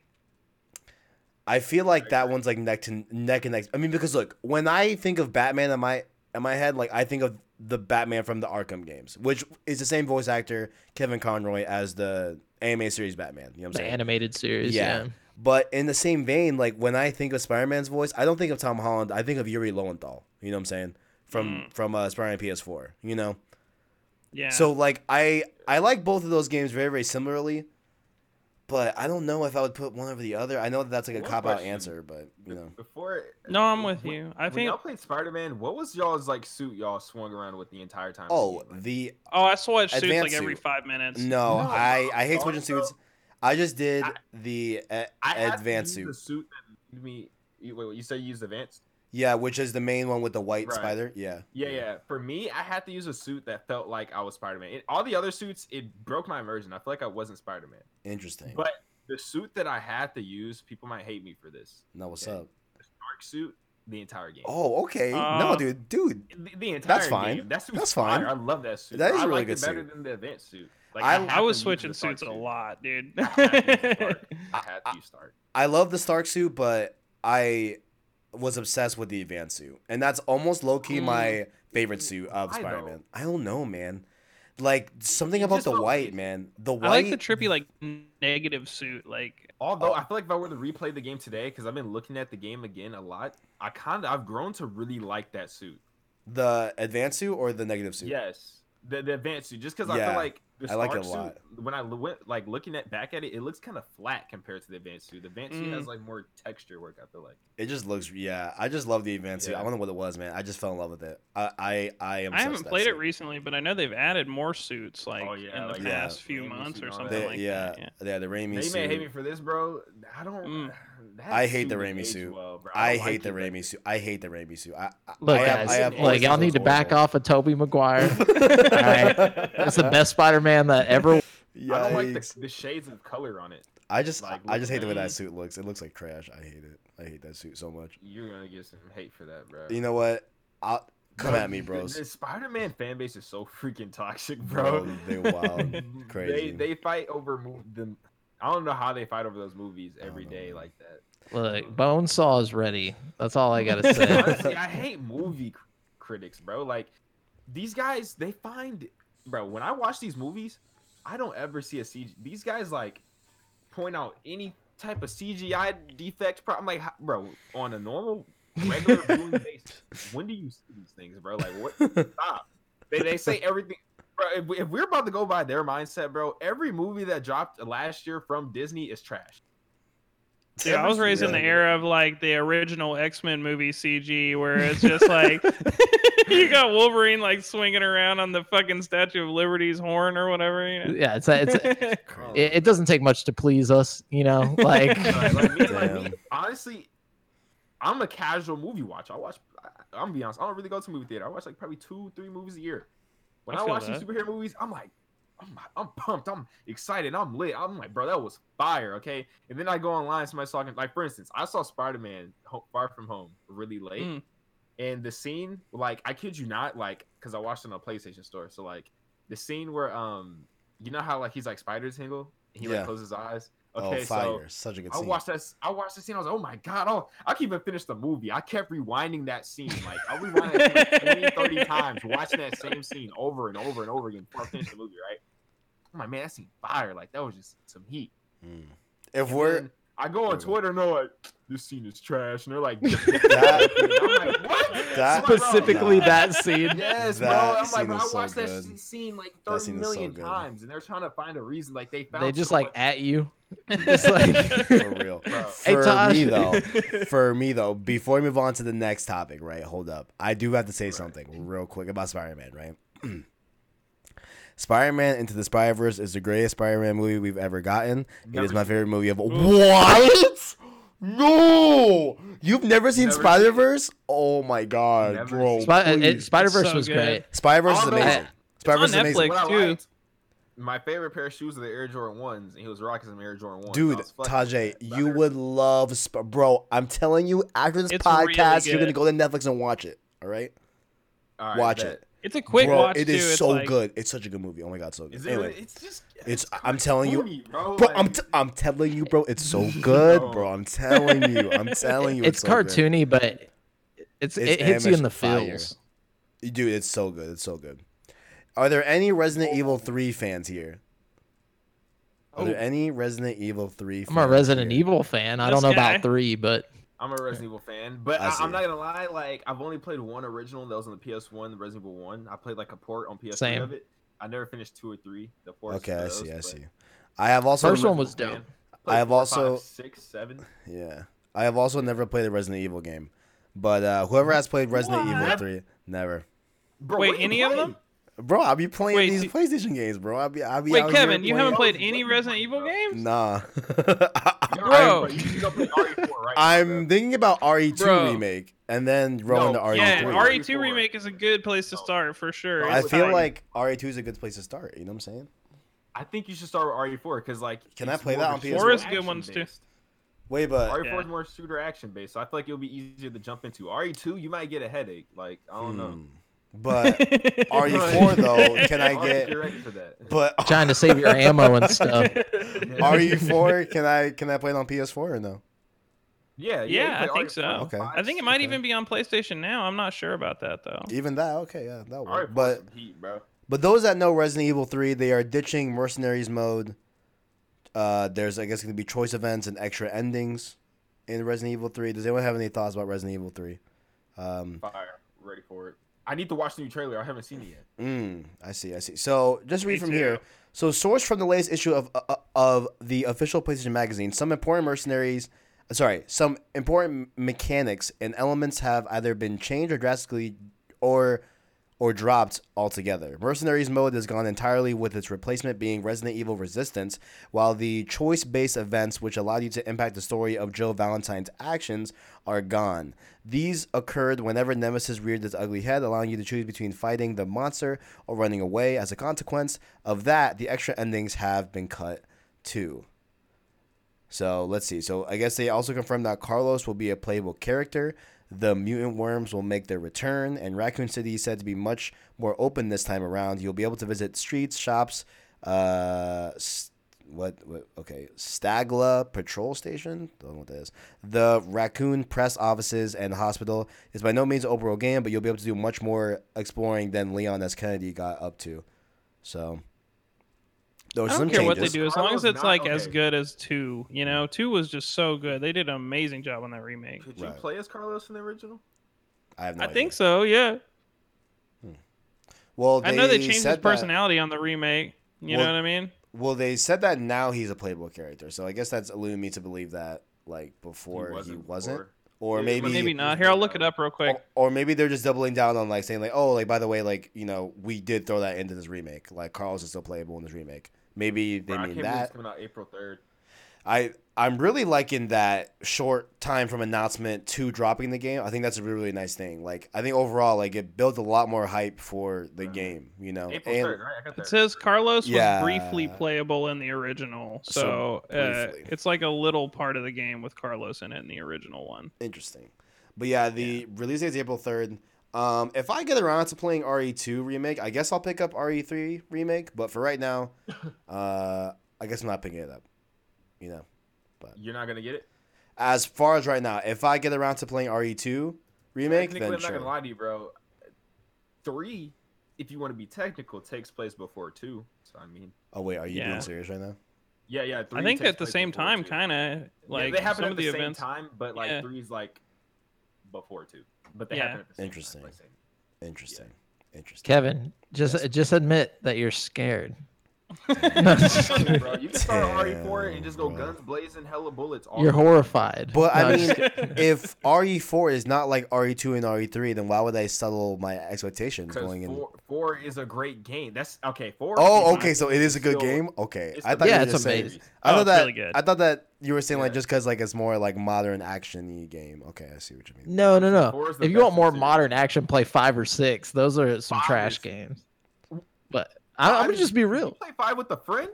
A: I feel like that one's like neck to neck and neck. I mean, because look, when I think of Batman in my in my head, like I think of the Batman from the Arkham games, which is the same voice actor Kevin Conroy as the anime series Batman. You know what I'm
E: the
A: saying?
E: animated series.
A: Yeah.
E: Yeah.
A: But in the same vein, like when I think of Spider Man's voice, I don't think of Tom Holland. I think of Yuri Lowenthal. You know what I'm saying? From
B: Mm.
A: from uh, Spider Man PS4. You know.
C: yeah.
A: So like I I like both of those games very very similarly, but I don't know if I would put one over the other. I know that that's like a
B: One
A: cop out
B: question.
A: answer, but you know.
B: Before
C: no, I'm with
B: when-
C: you. I
B: when
C: think.
B: y'all played Spider Man, what was y'all's like suit y'all swung around with the entire time?
A: Oh, the
C: Oh, I switch suits like
A: Advanced
C: every
A: suit.
C: five minutes.
A: no,
B: No,
A: I I hate
B: sorry,
A: switching
B: bro.
A: suits. I just did
B: I-
A: the uh,
B: I had to
A: advanced
B: use
A: suit.
B: The suit that made me. You, wait, wait, you said you used advanced?
A: Yeah, which is the main one with the white
B: Right.
A: spider. Yeah.
B: Yeah, yeah. For me, I had to use a suit that felt like I was Spider Man. All the other suits, it broke my immersion. I feel like I wasn't Spider Man.
A: Interesting.
B: But the suit that I had to use, people might hate me for this.
A: no, what's
B: okay.
A: up?
B: Dark suit, the entire game.
A: Oh, okay.
C: Uh,
B: Um,
A: no, dude, dude.
B: The, the entire
A: That's fine.
B: Game. That suit's
A: That's fine.
B: fire. I love that suit.
A: That is
B: I
A: a really
B: liked
A: good
B: it better
A: suit.
B: than the event suit. Like,
A: I-
B: had
C: I was
B: to use
C: switching
B: the Stark
C: suits a
B: suit.
C: lot, dude.
B: I had to use the Stark. I had to use Stark.
A: I love the Stark suit, but I was obsessed with the advanced suit, and that's almost low key
C: Mm.
A: my favorite suit of
B: Why though?
A: Spider Man. I don't know, man. Like something
B: It
A: about
B: just
A: the
B: felt
A: white,
B: like-
A: man. The
C: I
A: white.
C: like the trippy, like negative suit. Like,
A: Oh.
B: Although I feel like if I were to replay the game today, because I've been looking at the game again a lot, I kind of I've grown to really like that suit.
A: the advanced suit or the negative suit.
B: Yes, the the advanced suit. Just because I
A: Yeah,
B: feel like the
A: I like
B: Stark
A: it a
B: suit, when I lo- went like looking at back at it, it looks kind of flat compared to the advanced suit. The advanced suit
C: Mm.
B: has like more texture work. I feel like.
A: It just looks. Yeah, I just love the advanced suit.
B: Yeah.
A: I don't know what it was, man. I just fell in love with it. I I I am. obsessed
C: I haven't
A: with that
C: played it
A: suit.
C: recently, but I know they've added more suits like
B: Oh, yeah,
C: in the
B: like,
A: yeah,
C: past few
B: Raimi
C: months
B: suit
C: or
B: and all
C: something
A: They-
B: that.
C: like
A: yeah,
C: that. Yeah.
A: yeah, the Raimi
B: They
A: suit.
B: may hate me for this, bro. I don't.
C: Mm.
B: that
A: I hate the
B: didn't
A: Raimi
B: age
A: suit.
B: well, bro.
A: I,
B: don't
A: hate
B: like
A: the
B: it, but-
A: Raimi suit. I hate the Raimi suit. I, I,
E: Look,
A: I have,
E: guys,
A: I have
B: look,
A: always
E: like y'all
A: thought it
E: need to
A: was
E: back
A: horrible.
E: off of Toby Maguire.
A: Alright.
E: That's the best Spider-Man that ever.
B: I don't like
A: Yikes.
B: the, the shades of color on it.
A: I just
B: like,
A: I just hate the way
C: looking-
A: that suit looks. It looks like trash. I hate it. I hate that suit so much.
B: You're gonna get some hate for that, bro.
A: You know what? I'll come
B: Bro,
A: at me,
B: the-
A: bros.
B: The Spider-Man fan base is so freaking toxic, bro.
A: they wild. Crazy.
B: They they fight over mo- them. I don't know how they fight over those movies
A: don't
B: every
A: know,
B: day
A: man.
B: like that.
E: Look, Bone Saw is ready. That's all I gotta say.
B: Honestly, I hate movie cr- critics, bro. Like these guys, they find, bro. When I watch these movies, I don't ever see a CG. These guys like point out any type of CGI defect. Pro- I'm like, "How- bro, on a normal regular viewing basis, when do you see these things, bro? Like what? stop. They, they say everything. Bro, if, we, if we're about to go by their mindset, bro, every movie that dropped last year from Disney is trash.
C: Dude, I was raised in the era of like the original X Men movie CG, where it's just like you got Wolverine like swinging around on the fucking Statue of Liberty's horn or whatever. You know?
E: yeah, it's a, it's a, it, it doesn't take much to please us, you know. Like
B: Like, like, me, like, me-
A: Damn.
B: honestly, I'm a casual movie watcher. I watch. I, I'm gonna be honest. I don't really go to movie theater. I watch like probably two, three movies a year. When
C: I
B: I,
C: feel
B: watch these
C: that.
B: superhero movies, I'm like, I'm, I'm pumped. I'm excited. I'm lit. I'm like, bro, that was fire. Okay. And then I go online. Somebody's talking. Like for instance, I saw Spider Man Far From Home really late.
C: Mm.
B: And the scene, like, I kid you not, like, because I watched it on a PlayStation store. So, like, the scene where, um, you know how, like, he's like spider tingle and he,
A: Yeah.
B: like, closes his eyes?
A: oh,
B: Okay, so
A: fire! Such a good
B: I
A: scene.
B: watched that. s- I watched the scene. I was like, oh my God. Oh, I can't even finish the movie. I kept rewinding that scene. Like, I rewinded it like 20, 30 times, watching that same scene over and over and over again before I finished the movie, right? I'm like, man, that scene fire. Like, that was just some heat.
A: Mm. If
B: And
A: we're
B: then I go on
A: Mhm.
B: Twitter and they're like, this scene is trash. And they're like,
A: That-
B: I'm like, what?
A: that-
B: I'm like, bro,
E: specifically that scene.
B: Yes,
A: That
B: bro. I'm
A: scene
B: like, bro,
A: is
B: I
A: so
B: watched that
A: good.
B: s- scene like
A: That
B: 30
A: scene is so
B: million
A: good.
B: times, and they're trying to find a reason. Like they found
E: They just
B: so
E: like
B: much-
E: at you. It's like
A: for real,
B: Bro.
A: for
E: Hey, Tosh.
A: me though, for me though, before we move on to the next topic, right? Hold up, I do have to say something real quick about Spider-Man, right? Spider-Man Into the Spider-Verse is the greatest Spider-Man movie we've ever gotten. it is
B: Never
A: my favorite movie of what? No, you've never seen
B: Never seen it.
A: Spider-Verse? Oh my god,
B: Never
A: bro!
B: seen
D: uh,
E: Spi- it-
A: please.
E: Spider-Verse
C: so
E: was
C: good.
E: great.
A: Spider-Verse is
B: Oh, no.
A: amazing. Spider-Verse is
C: on
A: amazing.
C: Netflix.
B: What I
C: too.
B: liked, my favorite pair of shoes are the Air Jordan ones, and he was rocking some Air Jordan ones.
A: Dude,
B: I was flexing
A: Tajay,
B: with that.
A: you
B: Better-
A: would love, Sp- bro. I'm telling you, after this
C: It's really
A: podcast, you're
C: good.
A: gonna go to Netflix and watch it. All right,
B: All right,
A: watch
B: bet.
A: it.
C: It's a quick
A: bro,
C: watch.
A: it
C: too.
A: is
C: It's
A: so
C: like-
A: good. It's such a good movie. Oh my god, so good.
B: Is
A: anyway,
B: it, it's just.
A: it's, I'm telling you,
B: corny, bro.
A: bro.
B: like,
A: I'm t- I'm telling you, bro. It's so good, bro. I'm telling you. I'm telling you.
D: it's
A: so good.
D: cartoony, but it's, it hits
A: It's
D: you
A: animation
D: in the
A: fire.
D: feels.
A: Dude, it's so good. It's so good. Are there any Resident
B: Oh.
A: Evil 3 fans here? Are
B: Oh.
A: there any Resident Evil 3 fans?
D: I'm a Resident
A: here?
D: Evil fan. I
C: This
D: don't know
C: guy.
D: about three, but
B: I'm a Resident Evil fan, but
A: I
B: I
A: see.
B: I'm not gonna lie. Like I've only played one original that was on the PS1, the Resident Evil One. I played like a port on PS3
D: Same.
B: of it. I never finished two or three. The four.
A: Okay, I see. I see. I have also
D: First one was dope.
A: I have also-
B: six, seven.
A: Yeah. I have also never played a Resident Evil game. But uh, whoever has played Resident Evil
C: What?
A: 3, never.
B: Bro,
C: Wait,
B: what are you
C: any of
B: playing?
C: them?
A: Bro, I'll be playing
C: Wait,
A: these
C: do-
A: PlayStation games, bro. I'll be I'll be out
C: Wait,
A: here
C: Kevin, you haven't
A: playing-
C: played any Resident Evil games?
A: Nah.
C: Bro.
B: you should go play RE4 right now,
A: I'm
B: bro.
A: thinking about RE2
C: Bro.
A: remake and then rolling
B: No,
A: to E RE3.
C: Yeah, E
B: RE3.
C: RE2 remake is a good place to start for sure.
A: I
C: It's
A: feel like
C: like-
A: RE2 is a good place to start. You know what I'm saying?
B: I think you should start with RE4 because like.
A: Can I
B: it's
A: play
B: more
A: that
B: of
A: on
B: a
A: PS4?
B: shooter
C: Four is good ones, too.
B: action-based.
A: Wait, but
B: RE4 E is more shooter action based, so I feel like it'll be easier to jump into. RE2, you might get a headache. Like I don't know.
A: Hmm. But RE4 though, can I
B: Alright,
A: get?
B: You're ready for that.
A: But
D: trying to save your ammo and stuff.
A: RE4 can I can I play it on PS4 or no?
B: Yeah, you
C: Yeah, I
B: play E
C: think
B: RE4
C: so.
A: Okay.
C: I think it might even be on PlayStation now. I'm not sure about that though.
A: Even that, okay, yeah, that
B: RE4
A: works. But
B: heat, bro.
A: but those that know Resident Evil 3, they are ditching mercenaries mode. Uh, there's I guess gonna be choice events and extra endings in Resident Evil 3. Does anyone have any thoughts about Resident Evil 3? Um,
B: Fire, ready for it. I need to watch the new trailer. I haven't seen it yet.
A: Mm, I see. I see. So just read
C: Me
A: from
C: too.
A: here. So source from the latest issue of uh, of the official PlayStation magazine. Some important mercenaries, uh, sorry, some important mechanics and elements have either been changed or drastically, or or dropped altogether. Mercenaries mode has gone entirely with its replacement being Resident Evil Resistance, while the choice-based events which allowed you to impact the story of Joe Valentine's actions are gone. These occurred whenever Nemesis reared its ugly head, allowing you to choose between fighting the monster or running away. As a consequence of that, the extra endings have been cut too. So let's see. So I guess they also confirmed that Carlos will be a playable character. The mutant worms will make their return, and Raccoon City is said to be much more open this time around. You'll be able to visit streets, shops, uh, s- what, what? Okay, Stagla Patrol Station. Don't know what that is. The Raccoon Press offices and hospital is by no means an overall game, but you'll be able to do much more exploring than Leon S. Kennedy got up to. So, those
C: I
A: some
C: don't care what they
A: changes.
C: do, as long as
B: Carlos
C: it's
B: not
C: like as
B: okay.
C: good as two. You know, two was just so good. They did an amazing job on that remake.
B: Could you
A: Right.
B: play as Carlos in the original?
A: I have no
C: I
A: idea.
C: think so. Yeah,
A: Well,
C: I know they changed
A: said
C: his
A: that-
C: personality on the remake. You
A: Well-
C: know what I mean?
A: Well, they said that now he's a playable character, so I guess that's alluding me to believe that like before he wasn't,
B: before.
A: or
B: Yeah,
A: maybe,
C: Maybe
B: Maybe
C: not.
B: it's
C: Here, I'll
B: not.
C: look it up real quick.
A: or, or maybe they're just doubling down on like saying like, oh, like by the way, like you know, we did throw that into this remake. Like Carlos is still playable in this remake. Maybe they
B: Bro, I
A: mean
B: can't believe it's
A: that.
B: coming out April third.
A: I I'm really liking that short time from announcement to dropping the game. I think that's a really, really nice thing. Like I think overall, like it built a lot more hype for the
B: Right.
A: game. You know,
B: Uh-huh. April
A: Oh, And-
B: third, right? I got
C: It
B: that.
C: says Carlos
A: Yeah.
C: was briefly playable in the original,
A: So,
C: so, uh,
A: briefly.
C: it's like a little part of the game with Carlos in it in the original one.
A: interesting. But yeah, the release date is April third. Um, if I get around to playing RE two remake, I guess I'll pick up RE three remake. But for right now, uh, I guess I'm not picking it up. You know,
B: You're not gonna get it.
A: as far as right now, if I get around to playing RE two remake,
B: Technically,
A: then
B: I'm not gonna
A: sure.
B: lie to you, bro. Three, if you want to be technical, takes place before two. So I mean,
A: Oh wait, are you
C: Yeah.
A: being serious right now?
B: yeah, yeah. Three
C: I think
B: takes
C: at the
B: place
C: same
B: before
C: time,
B: two.
C: kind of
B: Yeah,
C: like
B: they happen
C: some
B: at
C: of
B: the,
C: the
B: same
C: events.
B: time, but like
C: Yeah.
B: three's like before two, but they
C: Yeah.
B: happen at the same
A: Interesting.
B: Time, like, same.
A: Interesting, interesting.
D: Kevin, just just admit that you're scared.
B: Shit, bro. You can start
A: Damn,
B: RE4 and just go
A: bro.
B: guns blazing, hella bullets. All
D: You're
B: the way.
D: horrified.
A: But
D: No,
A: I
D: I'm
A: mean,
D: just-
A: if RE four is not like RE two and RE three, then why would I settle my expectations
B: 'Cause
A: going in?
B: four, four is a great game. That's okay. Four.
A: Oh,
B: is
A: okay, so it is a good
B: still-
A: game. Okay,
B: it's
A: I
B: the
A: thought you
D: Yeah,
A: were
D: it's
A: just saying.
D: amazing.
A: I
C: Oh,
A: thought
C: it's
A: that
C: really good.
A: I thought that you were saying like
B: Yeah.
A: just because like it's more like modern actiony game. Okay, I see what you mean.
D: no, no,
B: Four
D: no.
B: is the
D: If you want
B: best
D: more
B: series.
D: modern action, play five or six. Those are some
B: Five
D: trash
B: is-
D: games. But I, I'm gonna just be
B: You
D: real.
B: play five with a friend.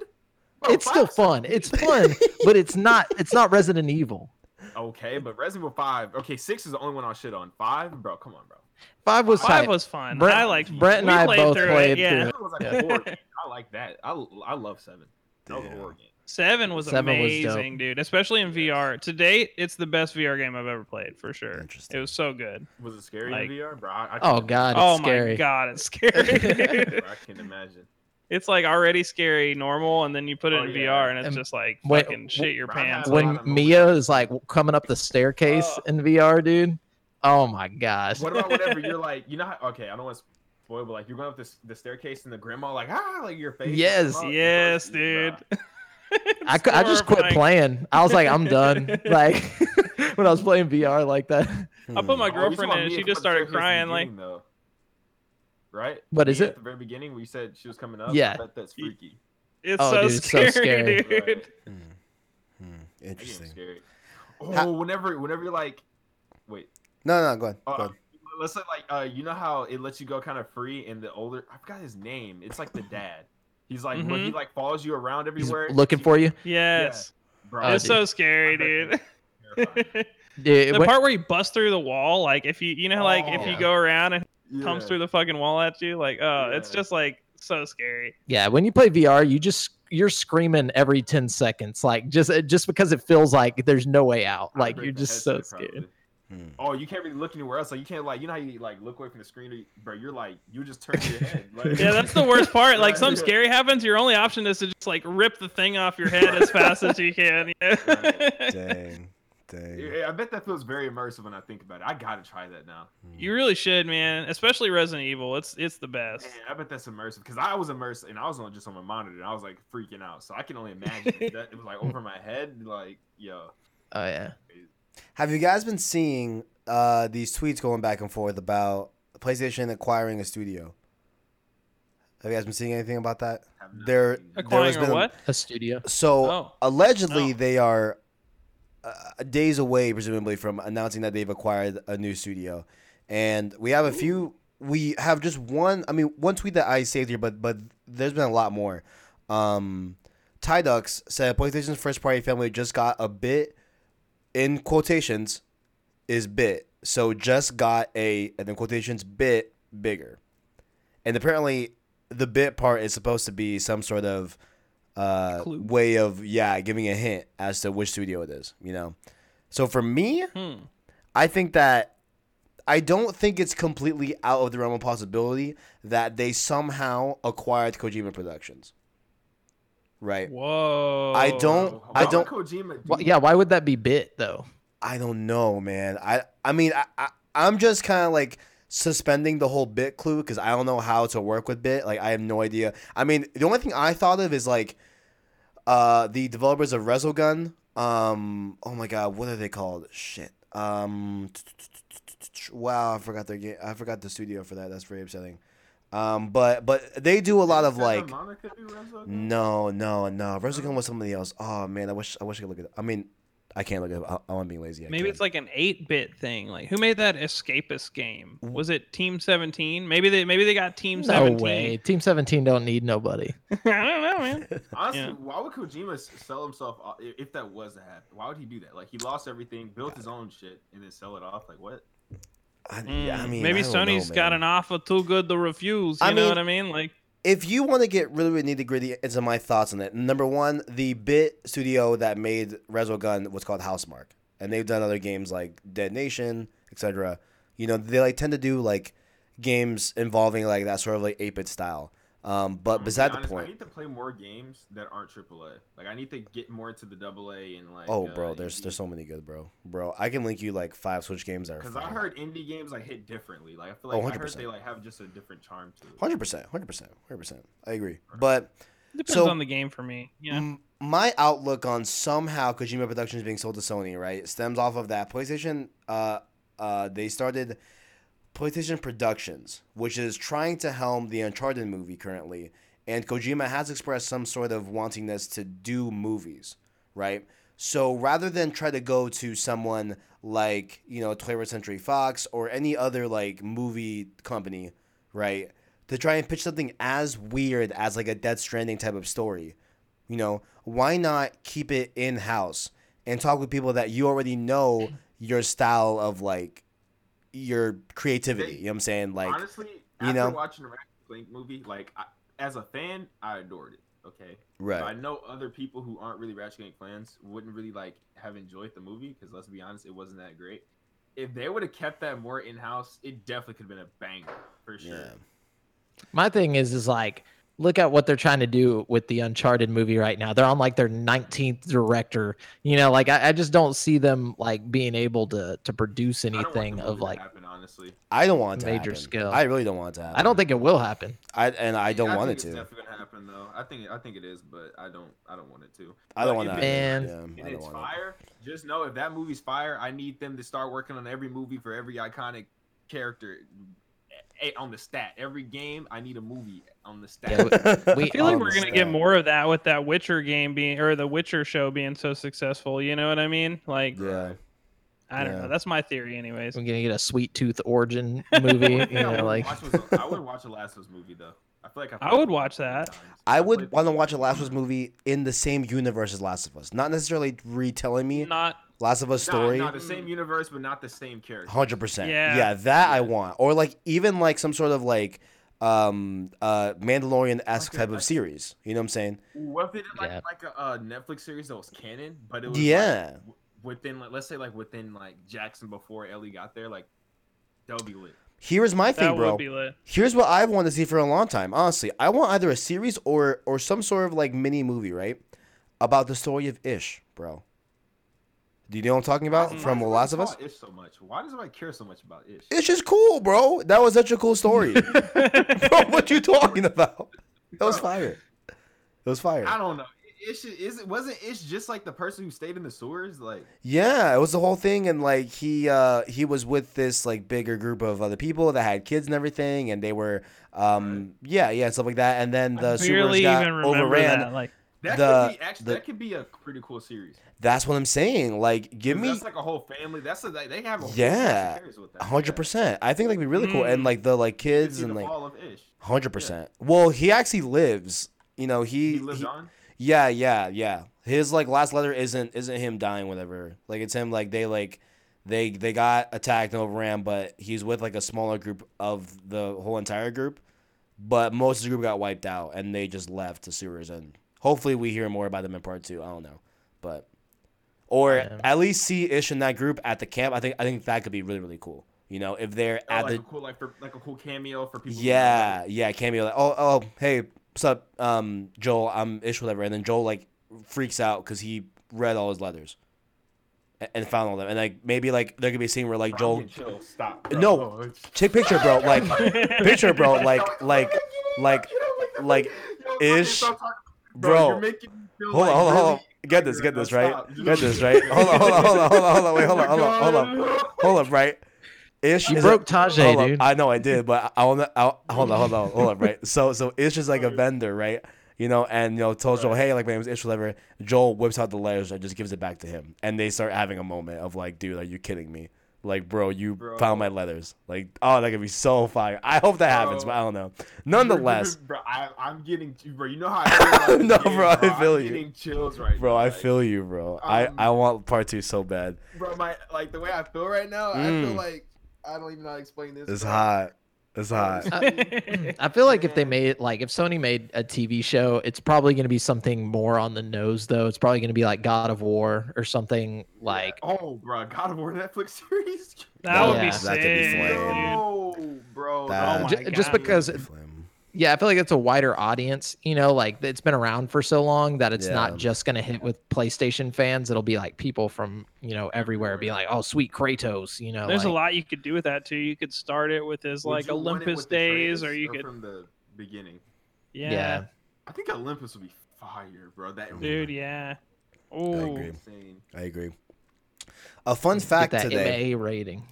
B: Bro,
D: It's
B: five
D: still
B: is something
D: fun. It's fun, but it's not. It's not Resident Evil.
B: okay, but Resident Evil Five, okay, six is the only one I'll shit on. Five, bro, come on, bro.
D: Five was
C: Five
D: tight.
C: was fun.
D: Brett-
C: I liked
D: Brett and
C: we
D: I both
C: through
D: played
C: it. Yeah,
D: through
B: Seven was like a horror game. I like that. I, I love seven. That was a
A: Damn.
B: horror game.
C: seven was
D: Seven was dope.
C: amazing, dude. Especially in VR. To date, it's the best VR game I've ever played for sure.
A: Interesting.
C: It was so good.
B: Was it scary
C: Like-
B: in VR, bro? I, I
D: oh
B: couldn't-
D: god, it's
C: oh
D: scary.
C: my god, it's scary.
B: bro, I can't imagine.
C: it's like already scary normal, and then you put it
B: Oh,
C: in
B: yeah.
C: VR, and it's
D: And
C: just like
D: when-
C: fucking shit your
B: when I
C: pants.
B: had-
C: Like,
D: When
B: I'm
D: Mia is like coming up the staircase
C: Oh.
D: in VR, dude. Oh my gosh.
B: Uh. What about whenever you're like, you know, how, okay, I don't want to spoil, but like you're going up this the staircase and the grandma like ah, like your face.
D: Yes,
B: come out,
C: yes,
B: it's horrible,
C: dude.
B: bro.
D: I, cou- I just quit
C: Horrifying.
D: playing. I was like, I'm done. like when I was playing VR like that.
A: Hmm,
C: I put
B: Oh,
C: my
B: you talking
C: girlfriend
B: about
C: in, and
B: me
C: she
B: at the
C: just started
B: staircase in the
C: crying. Like,
B: beginning, though. Right?
D: What is
B: Me
D: it?
B: At the very beginning, where you said she was coming up.
D: Yeah.
B: I bet that's freaky.
C: it's
D: Oh,
C: so
D: dude, it's so
C: scary,
D: scary.
C: dude.
B: Right. That game's
A: hmm, Interesting.
B: scary. Oh,
A: Ha-
B: whenever, whenever you're like, wait,
A: No, no, go ahead. Go
B: uh,
A: ahead.
B: let's say like, uh, you know how it lets you go kind of free, and the older, I forgot his name. It's like the dad. He's like, when he like follows you around
D: He's
B: everywhere.
D: looking for you.
C: Yes,
B: Bro,
D: Oh,
C: it's so scary, dude.
B: Terrifying.
D: Dude,
C: the
D: when-
C: part where you bust through the wall, like if you you know like if
B: Oh.
C: you go around and it comes
B: Yeah.
C: through the fucking wall at you, like oh, it's
B: Yeah.
C: just like so scary.
D: yeah, when you play VR, you just you're screaming every 10 seconds like just
E: uh,
D: just because it feels like there's no way out.
B: I'd
D: Like
B: break
D: you're
B: the
D: just so
B: headset,
D: scared.
B: probably.
A: Hmm.
B: Oh, you can't really look anywhere else. Like you can't like you know how you like look away from the screen, or you- bro. You're like you just turn your head. Like,
C: Yeah, that's the worst part. Like
B: Right.
C: something scary happens, your only option is to just like rip the thing off your head as fast as you can. You know?
B: Right.
A: Dang. Dang.
B: Yeah, I bet that feels very immersive when I think about it. I gotta try that now.
A: Hmm.
C: you really should, man. Especially Resident Evil. It's it's the best.
B: Man, I bet that's immersive because I was immersed and I was on just on my monitor and I was like freaking out. So I can only imagine that it was like over my head. Like yo,
D: Oh yeah.
A: Have you guys been seeing uh, these tweets going back and forth about PlayStation acquiring a studio? Have you guys been seeing anything about that?
B: have not
A: There-
B: seen that.
C: Acquiring
A: has
C: or
A: been a-
C: what?
D: A studio.
A: So
C: Oh.
A: allegedly,
C: No.
A: they are uh, days away, presumably, from announcing that they've acquired a new studio. And we have a few. We have just one. I mean, one tweet that I saved here, but but there's been a lot more. Um, Tidux said PlayStation's first party family just got a bit in quotations is bit. So just got a and in quotations bit bigger. And apparently the bit part is supposed to be some sort of uh
C: Clue.
A: way of yeah, giving a hint as to which studio it is, you know. So for me,
C: Hmm.
A: I think that I don't think it's completely out of the realm of possibility that they somehow acquired Kojima Productions. Right.
C: Whoa.
A: I don't-
B: Bro,
A: I
B: why would
A: don't-
B: Kojima. do
D: Wh-
B: that?
D: yeah, why would that be bit though?
A: I don't know, man. I I mean, I, I I'm just kind of like suspending the whole bit clue because I don't know how to work with bit. Like, I have no idea. I mean, the only thing I thought of is like, uh, the developers of Resogun. Um, oh my god, what are they called? Shit. Um, wow, I forgot their game. I forgot the studio for that. That's very upsetting. Um, but but they do a lot of
B: Santa
A: like.
B: Monica do Resident Evil?
A: No, no, no. Resogun was somebody else. Oh man, I wish I wish I could look at. I mean, I can't look at. I, I'm being lazy. I
C: Maybe
A: can't.
C: it's like an eight-bit thing. Like, who made that escapist game? Was it Team Seventeen? Maybe they maybe they got Team
D: No
C: Seventeen.
D: way. Team 17 don't need nobody.
C: I don't know, man.
B: Honestly,
C: Yeah.
B: why would Kojima s- sell himself off, i- if that was to happen? Why would he do that? Like he lost everything, built his own shit, and then sell it off. Like what?
A: I,
C: Mm,
A: I mean,
C: maybe
A: I don't know,
C: Sony's got
A: man.
C: an offer too good to refuse. You
A: I
C: know
A: mean-
C: what I mean? Like,
A: If you want to get really, really nitty gritty into my thoughts on it, number one, the Bit Studio that made Resogun was called Housemark, and they've done other games like Dead Nation, etc. You know, they like tend to do like games involving like that sort of like eight bit style. Um, but
B: I'm gonna
A: beside
B: be
A: the
B: honest, I
A: point,
B: need Mm, to play more games that aren't AAA. Like I need to get more into the AA and like. uh,
A: oh bro, there's there's so many good, bro, bro. I can link you like five Switch games that are.
B: Because I
A: fire.
B: heard indie games like hit differently. Like I feel
A: Oh,
B: like I heard
A: 100%.
B: they like have just a different charm to it.
A: Hundred percent, hundred percent, hundred percent. I agree. But
C: depends
A: So-
C: on the game for me. You know?
A: m- my outlook on somehow Kojima Productions being sold to Sony, right, stems off of that. PlayStation, uh, uh, they started PlayStation Productions, which is trying to helm the Uncharted movie currently, and Kojima has expressed some sort of wantingness to do movies, right? So rather than try to go to someone like you know 21st Century Fox or any other like movie company, right, to try and pitch something as weird as like a Dead Stranding type of story, you know, why not keep it in house and talk with people that you already know your style of like your creativity. you know what I'm saying? Like
B: Honestly,
A: you
B: after
A: know?
B: watching the Ratchet and Clank movie, like I, as a fan, I adored it. Okay, But I
A: right.
B: know other people who aren't really Ratchet and Clank fans wouldn't really like have enjoyed the movie because let's be honest, it wasn't that great. If they would have kept that more in house, it definitely could have been a banger for sure.
A: Yeah.
E: My thing is, is like, look at what they're trying to do with the Uncharted movie right now. They're on like their 19th director. You know, like I, I just don't see them like being able to to produce
B: I don't want the
E: anything
B: movie
E: of
B: to
E: like.
B: happen, honestly.
A: I don't want it to
E: Major
A: happen.
E: skill.
A: I really don't want it to happen.
E: I don't think it will happen.
A: I and I don't
B: I
A: want
B: think
A: it
B: It's
A: to.
B: definitely gonna happen though. I think I think it is, but I don't I don't want it to.
A: I don't
B: But
A: want
B: if
A: that.
B: it-
E: Man.
A: Yeah,
B: and
A: I don't
B: it's
A: want it.
B: fire, just know if that movie's fire, I need them to start working on every movie for every iconic character eh, on the stat. Every game, I need a movie on the stat.
E: Yeah,
C: I
E: We
C: feel like
E: all
C: we're gonna
E: understand.
C: get more of that with that Witcher game being or the Witcher show being so successful. You know what I mean? Like
A: Yeah.
C: I don't
A: yeah.
C: know. That's my theory, anyways.
E: We're gonna get a Sweet Tooth origin movie. you
B: Yeah, I
E: know,
B: would
E: like
B: watch those- I would watch the Last of Us movie though. I feel like I,
C: I would watch that.
A: I would want to watch a Last of Us movie in the same universe as Last of Us, not necessarily retelling me
C: Not
A: Last of Us story.
B: Not, the same universe, but not the same character.
A: Hundred percent.
C: Yeah.
A: Yeah, that I want. Or like even like some sort of like um uh Mandalorian esque
B: Okay,
A: type of
B: I-
A: series. You know what I'm saying?
B: What if they did like,
E: Yeah.
B: like a uh, Netflix series that was canon, but it was like,
A: Yeah.
B: w- within like, let's say like within like Jackson before Ellie got there, like that would be lit.
A: Here is my
C: that
A: thing,
C: would
A: bro.
C: be lit.
A: Here's what I've wanted to see for a long time. Honestly, I want either a series or or some sort of like mini movie, right? About the story of Ish, bro. Do you know what I'm talking about?
B: Mm. Why does
A: From The
B: everybody
A: Last of
B: call
A: Us?
B: Ish so much. Why does everybody care so much about Ish?
A: Ish is cool, bro. That was such a cool story. bro, what you talking about? That was
B: Bro.
A: fire. That was fire.
B: I don't know. Ish is it wasn't Ish just like the person who stayed in the sewers? Like
A: Yeah, it was the whole thing, and like he uh he was with this like bigger group of other people that had kids and everything, and they were um yeah yeah and stuff like that, and then the
C: I
A: sewers
C: barely
A: got
C: even remember
A: overran.
C: that. Like
B: that
A: The-
B: could be actually
A: the-
B: that could be a pretty cool series.
A: That's what I'm saying. Like, give
B: 'Cause
A: me
B: that's like a whole family. That's a, they they have a whole
A: Yeah. hundred
B: hundred
A: percent. I think that'd be really cool, and
C: Mm.
A: like the like kids
B: the
A: and like
B: fall of Ish.
A: hundred percent. Well, he actually lives. You know, he,
B: He lives
A: he-
B: on.
A: yeah yeah yeah. His like last letter isn't isn't him dying whatever. Like it's him like they like. They, they got attacked and overran, but he's with like a smaller group of the whole entire group. but most of the group got wiped out and they just left the sewers and hopefully we hear more about them in part two i don't know but or
E: Yeah.
A: at least see ish in that group at the camp i think i think that could be really really cool you know if they're
B: Oh,
A: at
B: like
A: the
B: a cool like for like a cool cameo for people. who
A: yeah
B: don't
A: yeah cameo like oh oh hey what's up um joel i'm ish whatever and then joel like freaks out because he read all his letters and, and found all them and like maybe like there could be a scene where
B: know.
A: like
B: Bro,
A: joel
B: I'm getting chill. Stop.
A: No.
B: Oh, it's-
A: take picture bro like picture bro like like like like Ish, bro.
B: Hold on,
A: Hold on, hold on, hold on. Get this, get this, right? Get this, right? Hold on, hold on, hold on, hold on, hold on, wait, hold on, hold on,
B: Oh
A: hold on, hold up, right? Ish,
E: you
A: is
E: broke
A: a- hold
E: Tajay,
A: up.
E: dude.
A: I know I did, but I, I wanna, I, hold on, hold on, hold up, right? So, so Ish is like a vendor, right? You know, and you know, tells Joel, hey, like my name is Ish, whatever. Joel whips out the letters and just gives it back to him, and they start having a moment of like, dude, are you kidding me? Like, bro, you
B: Bro.
A: found my letters. Like, oh, that could be so fire. I hope that happens,
B: Bro.
A: but I don't know. Nonetheless,
B: bro, I, I'm getting, bro. You know how I feel. about
A: No,
B: the game,
A: bro, I feel
B: I'm
A: you.
B: Getting chills right
A: bro,
B: now.
A: I
B: like,
A: feel you, bro. I,
B: um,
A: I want part two so bad.
B: bro. My like the way I feel right now. I feel
A: Mm.
B: like I don't even know how to explain this.
A: It's
B: but-
A: hot. It's hot.
E: I feel like if they
B: Man.
E: made it, like if Sony made a TV show, it's probably going to be something more on the nose though. It's probably going to be like God of War or something like
B: oh, bro, God of War Netflix series.
C: that would
E: Yeah.
C: be
A: That
C: sick.
A: could be flame.
C: dude.
B: No, bro.
A: That-
B: no,
E: Ju-
C: my
E: just
C: God.
E: because yeah, I feel like it's a wider audience, you know, like it's been around for so long that it's
A: Yeah.
E: not just going to hit with PlayStation fans. It'll be like people from, you know, everywhere being like, "Oh, sweet Kratos," you know.
C: There's a
E: like-
C: lot you could do with that too. You could start it with his
B: Would
C: like
B: you want it
C: Olympus
B: with the
C: days,
B: trailers
C: or you could,
B: from the beginning.
C: yeah,
E: Yeah.
B: I think Olympus would be fire, bro. That
C: dude, yeah. Oh,
B: would be
A: agree.
B: insane.
A: I agree. A fun
E: get
A: fact
E: that
A: today
E: MA rating.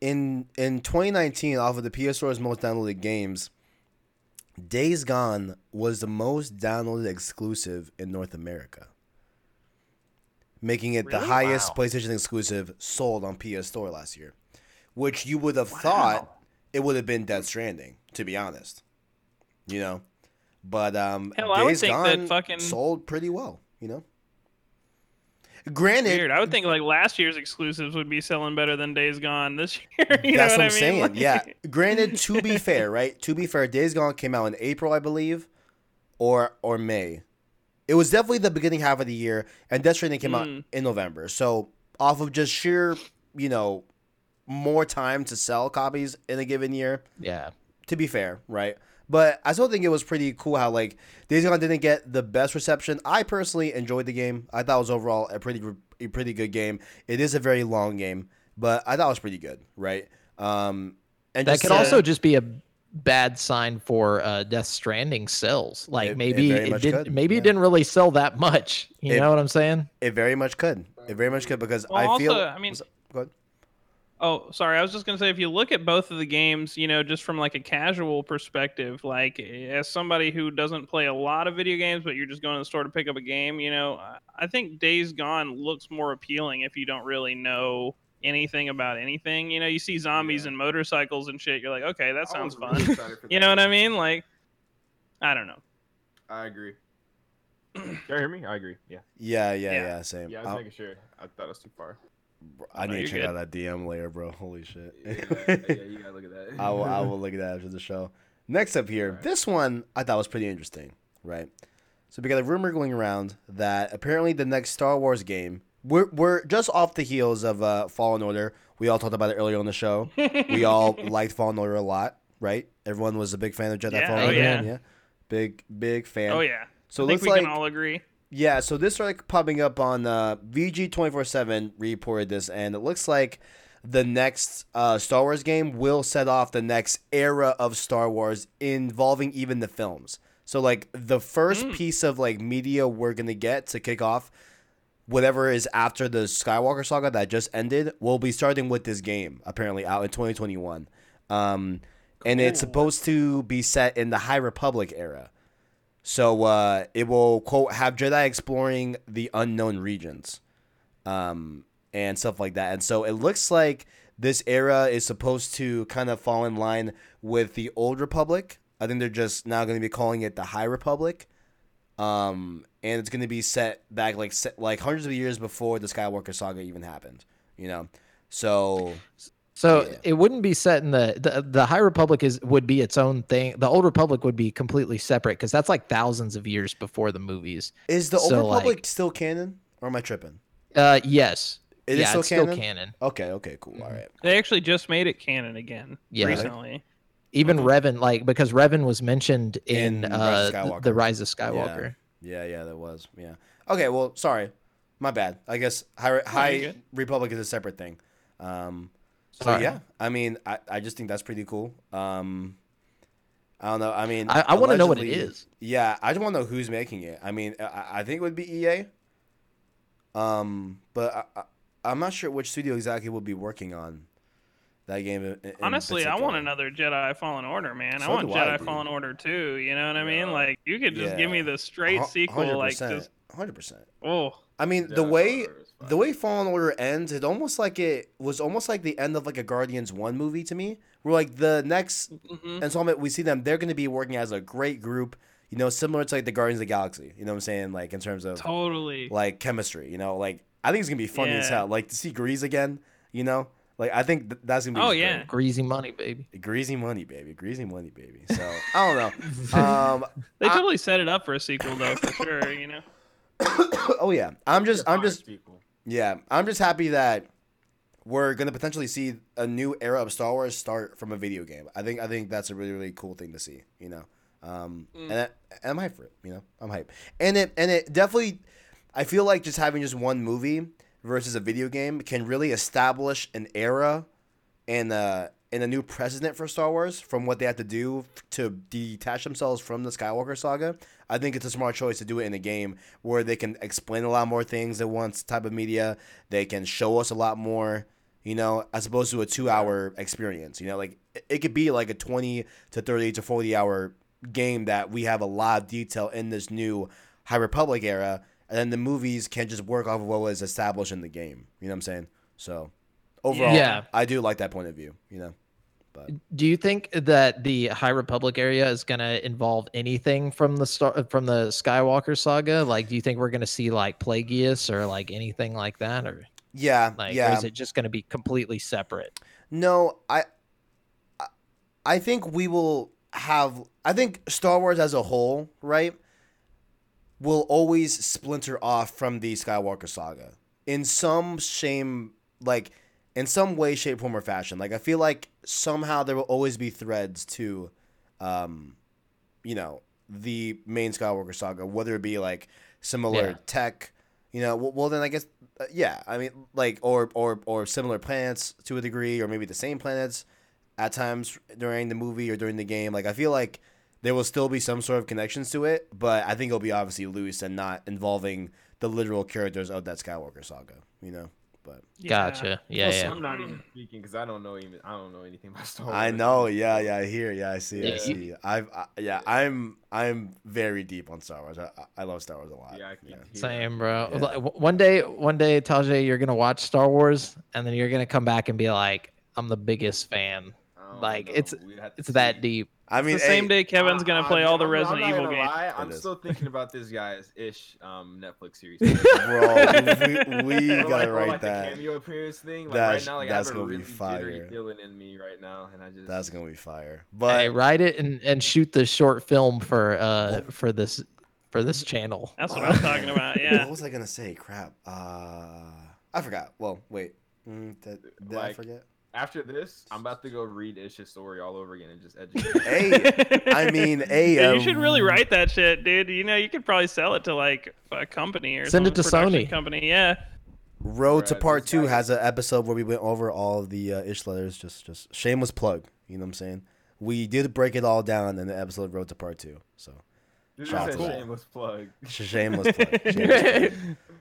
A: in in 2019, off of the PS4's most downloaded games, Days Gone was the most downloaded exclusive in North America, making it the
B: Really?
A: highest
E: Wow.
A: PlayStation exclusive sold on PS Store last year. Which you would have thought it would have been Death Stranding, to be honest. You know, but um,
C: Hell, I would
A: Days
C: think that
A: Gone
C: fucking-
A: sold pretty well. You know. Granted,
C: Weird. I would think like last year's exclusives would be selling better than Days Gone this year. you
A: That's what
C: know
A: I'm
C: what, I mean?
A: saying.
C: Like-
A: yeah. Granted, to be fair, right? To be fair, Days Gone came out in April, I believe, or or May. It was definitely the beginning half of the year, and Death Stranding came out
C: Mm.
A: in November. So off of just sheer, you know, more time to sell copies in a given year.
D: Yeah.
A: To be fair, right? But I still think it was pretty cool how like Days Gone didn't get the best reception. I personally enjoyed the game. I thought it was overall a pretty a pretty good game. It is a very long game, but I thought it was pretty good, right? Um, and
D: That
A: just uh,
D: could
A: to-
D: also just be a bad sign for uh, Death Stranding sells. Like
A: It- it
D: maybe
A: very
D: it,
A: much
D: didn't.
A: could,
D: Maybe
A: yeah.
D: it didn't really sell that much. You
A: It-
D: know what I'm saying?
A: it very much could. It very much could because
C: Well,
A: I
C: also,
A: feel.
C: I mean,
A: Go ahead.
C: Oh, sorry. I was just gonna say, if you look at both of the games, you know, just from like a casual perspective, like as somebody who doesn't play a lot of video games, but you're just going to the store to pick up a game, you know, I- I think Days Gone looks more appealing if you don't really know anything about anything. You know, you see zombies
B: Yeah.
C: and motorcycles and shit. You're like, okay, that sounds fun.
B: fun.
C: you know what I mean? Like, I don't know.
B: I agree. Can you hear me? I agree. Yeah.
A: yeah, yeah, yeah,
C: Yeah.
A: Same.
B: Yeah, I was
A: I'll-
B: making sure. I thought I was too far.
A: I
C: No,
A: need to
C: you're
A: check out that DM layer, bro. Holy shit.
B: Yeah, yeah, you gotta look at that.
A: I will. I will look at that after the show. Next up here,
B: Alright.
A: this one I thought was pretty interesting, right? So we got a rumor going around that apparently the next Star Wars game, we're, we're just off the heels of uh, Fallen Order. We all talked about it earlier on the show. we all liked Fallen Order a lot, right? Everyone was a big fan of Jedi
C: Yeah,
A: Fallen
D: oh
A: Order.
C: yeah.
A: big big fan.
C: oh yeah.
A: So
C: I
A: it
C: think
A: looks
C: we
A: like
C: can all agree.
A: yeah, so this started popping up on uh, VG twenty four seven reported this, and it looks like the next uh, Star Wars game will set off the next era of Star Wars, involving even the films. So like the first
C: Mm.
A: piece of like media we're gonna get to kick off whatever is after the Skywalker saga that just ended will be starting with this game apparently out in 2021. Um, and it's
C: Cool.
A: supposed to be set in the High Republic era. So uh, it will quote have Jedi exploring the unknown regions, um, and stuff like that. And so it looks like this era is supposed to kind of fall in line with the Old Republic. I think they're just now going to be calling it the High Republic um, and it's going to be set back like set, like hundreds of years before the Skywalker saga even happened. You know, so
D: So
A: Yeah.
D: it wouldn't be set in the, the the High Republic is would be its own thing. The Old Republic would be completely separate because that's like thousands of years before the movies.
A: is the Old
D: So,
A: Republic
D: like-
A: still canon, or am I tripping?
D: Uh, yes,
A: It is
D: yeah,
A: still
D: it's
A: canon.
D: still canon.
A: Okay, okay, cool. All right.
C: They actually just made it canon again
D: Yeah. Really?
C: recently.
D: Even Revan, like because Revan was mentioned in,
A: In
D: uh,
A: Rise of
D: th-
A: Skywalker.
D: the Rise of Skywalker.
A: Yeah, yeah, that was yeah. Okay, well, sorry, my bad. I guess High, High
C: you're good.
A: Republic is a separate thing. Um, so
D: Sorry.
A: yeah, I mean, I, I just think that's pretty cool. Um, I don't know. I mean,
D: I, I want to know what it
A: allegedly-
D: is.
A: Yeah, I just want to know who's making it. I mean, I, I think it would be EA. Um, but I, I, I'm not sure which studio exactly would be working on that game. in- in
C: Honestly, I want
A: particular.
C: another Jedi Fallen Order, man.
A: So
C: I want
A: do I,
C: Jedi
A: dude.
C: Fallen Order 2, you know what I mean?
B: Yeah.
C: Like you could just give me
A: Yeah.
C: the straight
A: Hu-
C: sequel like
A: 100%,
C: just
A: 100%.
C: oh,
A: I mean,
B: Yeah,
A: the
B: I
A: way
B: thought it was
A: the
B: fine.
A: way Fallen Order ends, it almost like it was almost like the end of like a Guardians One movie to me. Where like the next
C: mhm.
A: installment we see them, they're going to be working as a great group. You know, similar to like the Guardians of the Galaxy. You know what I'm saying? Like in terms of
C: totally.
A: like chemistry. You know, like I think it's gonna be funny as
C: Yeah.
A: hell. Like to see Grease again. You know, like I think th- that's gonna be.
C: Oh,
A: great.
C: yeah.
D: Greasy money, baby.
A: greasy money, baby, greasy money, baby. So I don't know. Um,
C: they
A: I-
C: totally set it up for a sequel though, for sure, you know.
A: oh yeah, I'm just, I'm
B: Fine,
A: just,
B: people.
A: yeah, I'm just happy that we're gonna potentially see a new era of Star Wars start from a video game. I think, I think that's a really, really cool thing to see. You know, um, and, I, and I'm hyped for it. You know, I'm hyped, and it, and it definitely, I feel like just having just one movie versus a video game can really establish an era and uh and a new precedent for Star Wars from what they have to do f- to detach themselves from the Skywalker saga. I think it's a smart choice to do it in a game where they can explain a lot more things at once type of media. They can show us a lot more, you know, as opposed to a 2-hour experience, you know, like it- it could be like a 20 to 30 to 40 hour game that we have a lot of detail in this new High Republic era and then the movies can just work off of what was established in the game, you know what I'm saying? So overall
D: Yeah.
A: I do like that point of view, you know. But
E: Do you think that the High Republic area is going to involve anything from the star from the Skywalker saga? Like, do you think we're going to see like Plagueis or like anything like that, or
A: yeah,
E: like,
A: yeah.
E: or is it just going to be completely separate?
A: No, I, I- I think we will have. I think Star Wars as a whole, right, will always splinter off from the Skywalker saga in some shame, like in some way, shape, form, or fashion. Like I feel like somehow there will always be threads to, um, you know, the main Skywalker saga, whether it be like similar
E: Yeah.
A: tech, you know. Well, well then I guess uh, yeah i mean like or or or similar planets to a degree or maybe the same planets at times during the movie or during the game like i feel like there will still be some sort of connections to it but i think it'll be obviously loose and not involving the literal characters of that skywalker saga you know
E: Gotcha. Yeah,
C: Well,
E: yeah.
B: I'm not even speaking because I don't know even I don't know anything about Star Wars.
A: i know yeah yeah i hear yeah i see
E: Yeah.
A: i see i've I, yeah i'm i'm very deep on star wars i, I- I love star wars a lot
B: Yeah, I can hear
E: Same, bro.
A: Yeah.
E: Like, w- One day, one day, Tajay, you're gonna watch Star Wars, and then you're gonna come back and be like, "I'm the biggest fan."
B: I don't
E: Like,
B: know.
E: it's-
B: We'd have to
E: It's that
B: see.
E: deep.
A: i mean
C: it's the same
A: hey,
C: day Kevin's gonna
B: I-
C: play all the
B: I'm- I'm
C: Resident
B: not
C: Evil
B: gonna
C: games.
B: lie, I'm
A: It is.
B: still thinking about this guy's ish um, Netflix series.
A: bro we, we
B: Or like-
A: gotta
B: or
A: write
B: like The
A: that
B: cameo appearance thing. Like
A: That's-
B: right now, like
A: that's
B: I have a
A: gonna be
B: really jittery
A: fire.
B: feeling in me right now, and I just
A: that's gonna be fire
E: But
A: but
E: write it and, and shoot the short film for uh for this for this channel.
C: That's what I was talking about. Yeah.
A: What was I gonna say? Crap. Uh, I forgot. Well, wait. Mm, did did I
B: Like-
A: forget?
B: after this, I'm about to go read Ish's story all over again and just educate.
A: Hey, I mean, hey.
C: Dude, you
A: uh,
C: should really write that shit, dude. You know, you could probably sell it to like a company or
E: Send it
C: some
E: to
C: production
E: Sony.
C: Company, yeah.
A: Road to
B: Bruh,
A: Part
B: this
A: Two
B: guy-
A: has an episode where we went over all the uh, ish letters. Just, just shameless plug. You know what I'm saying? We did break it all down in the episode Road to Part Two. So
B: This is
A: Shout out
B: a
A: to that.
B: shameless plug.
A: sh- shameless plug. Shameless plug.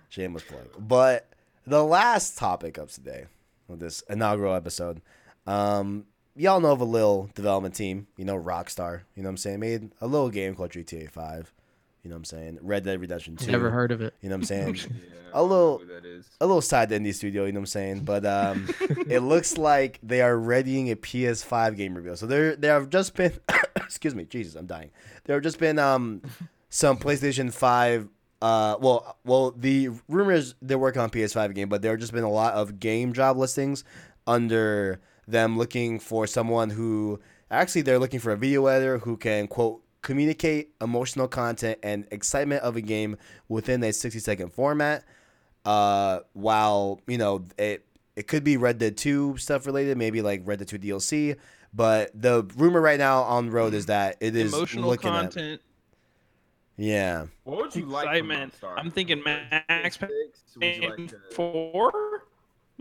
A: Shameless plug. But the last topic of today, of this inaugural episode, um, y'all know of a little development team, you know, Rockstar, you know what I'm saying? Made a little game called GTA 5, you know what I'm saying? Red Dead Redemption 2.
E: Never heard of it.
A: You know what I'm saying?
B: Yeah, I
A: A little-
B: don't know who that is.
A: a little side to indie studio, you know what I'm saying? But um, it looks like they are readying a PS5 game reveal. So there, there have just been, excuse me, Jesus, I'm dying. There have just been um, some PlayStation 5. Uh, well, well, the rumors they're working on PS5 game, but there have just been a lot of game job listings under them looking for someone who actually they're looking for a video editor who can quote communicate emotional content and excitement of a game within a 60 second format uh, while you know it it could be Red Dead Two stuff related, maybe like Red Dead Two DLC. But the rumor right now on the road is that it is
C: Hmm. Emotional
A: looking at
C: content.
A: yeah.
B: What would you like? from
C: Excitement.
B: Rockstar?
C: I'm thinking
B: Would you
C: Max
B: like six? Would you like uh,
C: And
B: to-
C: four?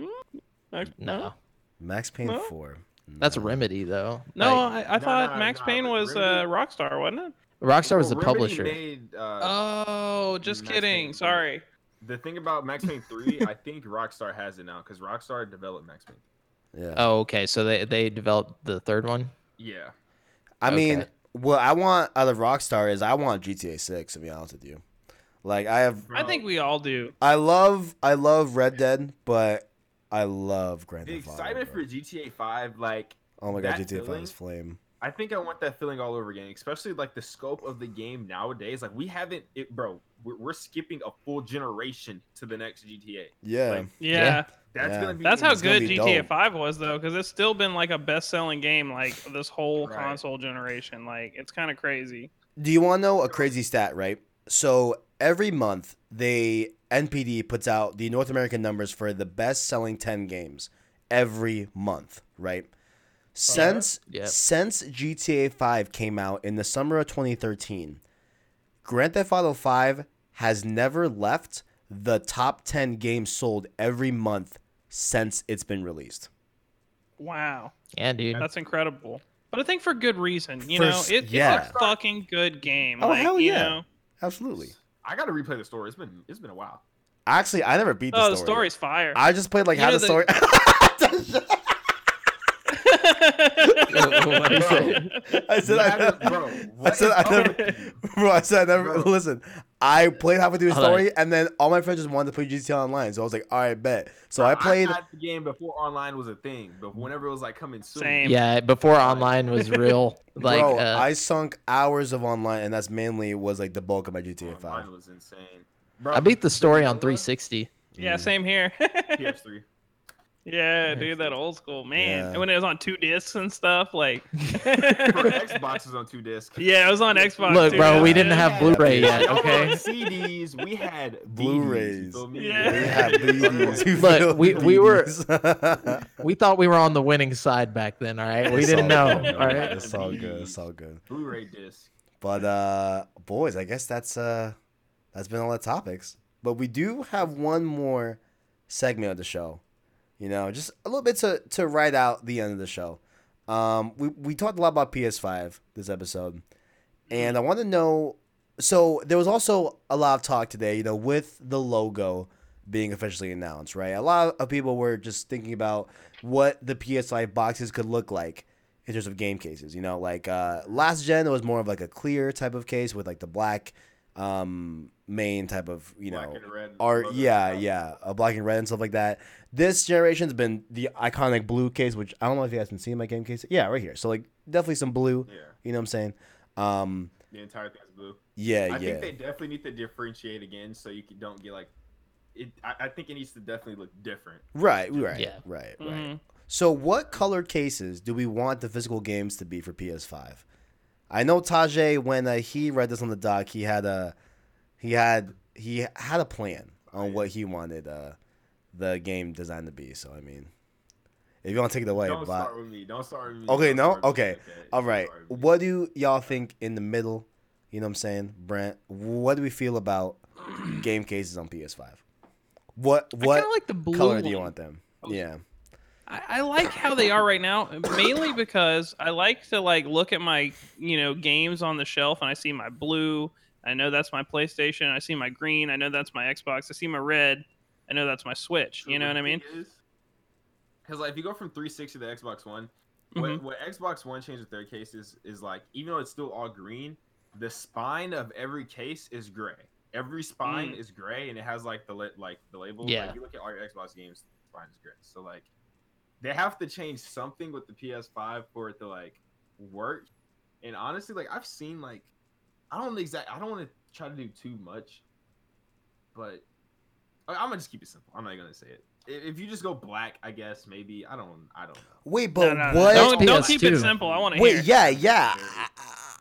C: Hmm? I-
E: No,
A: Max Payne
C: Well,
A: Four.
E: that's
A: No.
E: Remedy though.
C: No,
E: Like,
C: I, I
B: No,
C: thought
B: no,
C: Max
B: no,
C: Payne
B: like
C: was uh,
B: Remedy-
C: Rockstar, wasn't it?
E: Rockstar was the
B: Well, uh, Remedy
E: publisher.
B: made, uh,
C: Oh, just
B: Max
C: kidding.
B: Payne.
C: Sorry.
B: the thing about Max Payne 3, I think Rockstar has it now because Rockstar developed Max Payne.
A: Yeah.
E: Oh, okay. So they they developed the third one.
B: Yeah.
A: I mean,
E: okay.
A: what I want out of Rockstar is I want GTA Six. To be honest with you, like I have,
C: I think we all do.
A: I love, I love Red Dead, but I love Grand
B: the
A: Theft Auto.
B: excitement
A: bro.
B: for GTA 5, like,
A: oh my god,
B: that
A: GTA Five is
B: feeling-
A: flame.
B: I think I want that feeling all over again, especially like the scope of the game nowadays. Like, we haven't, it, bro, we're, we're skipping a full generation to the next GTA.
A: Yeah,
B: Like,
C: Yeah.
E: Yeah.
B: That's
A: Yeah.
B: going to be.
C: That's how
A: It's gonna
C: good
A: be
C: GTA
A: dope.
C: 5 was though cuz it's still been like a best-selling game like this whole
B: Right.
C: console generation. Like it's kind of crazy.
A: Do you want to know a crazy stat, right? So every month, they NPD puts out the North American numbers for the best selling 10 games every month, right? Since
E: Yeah.
A: since GTA 5 came out in the summer of 2013, Grand Theft Auto 5 has never left the top 10 games sold every month since it's been released.
C: Wow.
E: Yeah, dude.
C: That's incredible. But I think for good reason, you
A: For
C: know,
A: s-
C: it,
A: yeah.
C: it's a fucking good game.
A: Oh,
C: like,
A: hell
C: you
A: yeah.
C: know-
A: Absolutely.
B: I got to replay the story. It's been, it's been a while.
A: Actually, I never beat the
C: Oh,
A: story.
C: the story's fire.
A: I just played like
C: You
A: how
C: know
A: the story.
E: what is
B: Bro,
E: it?
A: I said
B: you
A: I
B: haven't- bro,
A: I
B: what
A: said
B: is
A: I
B: up
A: never,
B: with you?
A: bro. I said I never.
B: Bro.
A: Listen, I played halfway through the
D: Hold on.
A: story, and then all my friends just wanted to play GTA Online, so I was like, all right, bet. So
B: Bro,
A: I played.
B: got the game before online was a thing, but whenever it was like coming soon,
C: Same.
D: Yeah, before online was real. Like
A: bro,
D: uh,
A: I sunk hours of online, and that's mainly was like the bulk of my GTA Five.
B: online was insane. Bro,
D: I beat the story on
B: Zelda,
D: 360.
C: Yeah,
A: Mm.
C: same here.
B: PS3.
C: yeah, dude, that old school man.
A: Yeah.
C: And When it was on two discs and stuff, like.
B: Bro, Xbox is on two discs.
C: Yeah, it was on Xbox.
D: Look,
C: too,
D: bro, we
C: yeah.
D: didn't have Blu-ray
B: Yeah,
D: yet.
B: y'all were on
D: Okay.
B: CDs. We had
A: Blu-rays.
B: DVDs, feel me?
C: Yeah.
A: We had DVDs. You
D: Look,
A: feel
D: we- we were-
A: DVDs?
D: We thought we were on the winning side back then. All right, we
A: It's
D: didn't know.
A: all good,
D: All
A: man.
D: right.
A: It's all good. It's all good.
B: Blu-ray disc.
A: But uh boys, I guess that's uh that's been all the topics. But we do have one more segment of the show. You know, just a little bit to to write out the end of the show. Um we we talked a lot about PS5 this episode. And I want to know so there was also a lot of talk today, you know, with the logo being officially announced, right? A lot of people were just thinking about what the PS5 boxes could look like in terms of game cases. You know, like uh, last gen, it was more of like a clear type of case with like the black um, main type of you know
B: black and red
A: art.
B: logo.
A: Yeah, yeah, a black and red and stuff like that. This generation's been the iconic blue case, which I don't know if you guys can see in my game case. Yeah, right here. So like definitely some blue.
B: Yeah,
A: You know what I'm saying? Um,
B: the entire thing's blue.
A: yeah,
B: I
A: Uh, yeah.
B: think they definitely need to differentiate again, so you can, don't get like. It, I, I think it needs to definitely look different.
A: Right, right,
D: Yeah.
A: right, right.
B: Mm-hmm.
C: Mhm.
A: So, what color cases do we want the physical games to be for PS5? I know Tajay when uh, he read this on the doc, he had a he had he had a plan
B: Oh,
A: on what he wanted uh, the game design to be. So, I mean, if you want to take it away,
B: don't
A: but
B: start with me. Don't start with me.
A: Okay,
B: Don't
A: no?
B: start with me
A: Okay.
B: like that.
A: all
B: Don't
A: right,
B: start with me.
A: what do y'all think in the middle? You know what I'm saying, Brent? What do we feel about game cases on PS5? What
C: I
A: what
C: kind of like the blue
A: color do you
C: one.
A: want them? Yeah.
C: I, I like how they are right now, mainly because I like to like look at my you know games on the shelf and I see my blue. I know that's my PlayStation. I see my green. I know that's my Xbox. I see my red. I know that's my Switch. You know what I mean?
B: Because like if you go from 360 to Xbox One, what,
C: Mm-hmm.
B: what Xbox One changed with their cases is like even though it's still all green, the spine of every case is gray. Every spine
C: Mm.
B: is gray, and it has like the la- like the label.
D: Yeah.
B: Like, you look at all your Xbox games, the spine is gray. So like, they have to change something with the PS5 for it to like work. And honestly, like I've seen like I don't exact. I don't want to try to do too much, but I- I'm gonna just keep it simple. I'm not gonna say it. I- If you just go black, I guess maybe I don't. I don't know.
A: Wait,
C: No,
A: but
C: no, no.
A: what?
C: Don't, don't
D: That's
C: keep it
D: PS2.
C: simple. I want to hear.
A: Wait, yeah, yeah. I-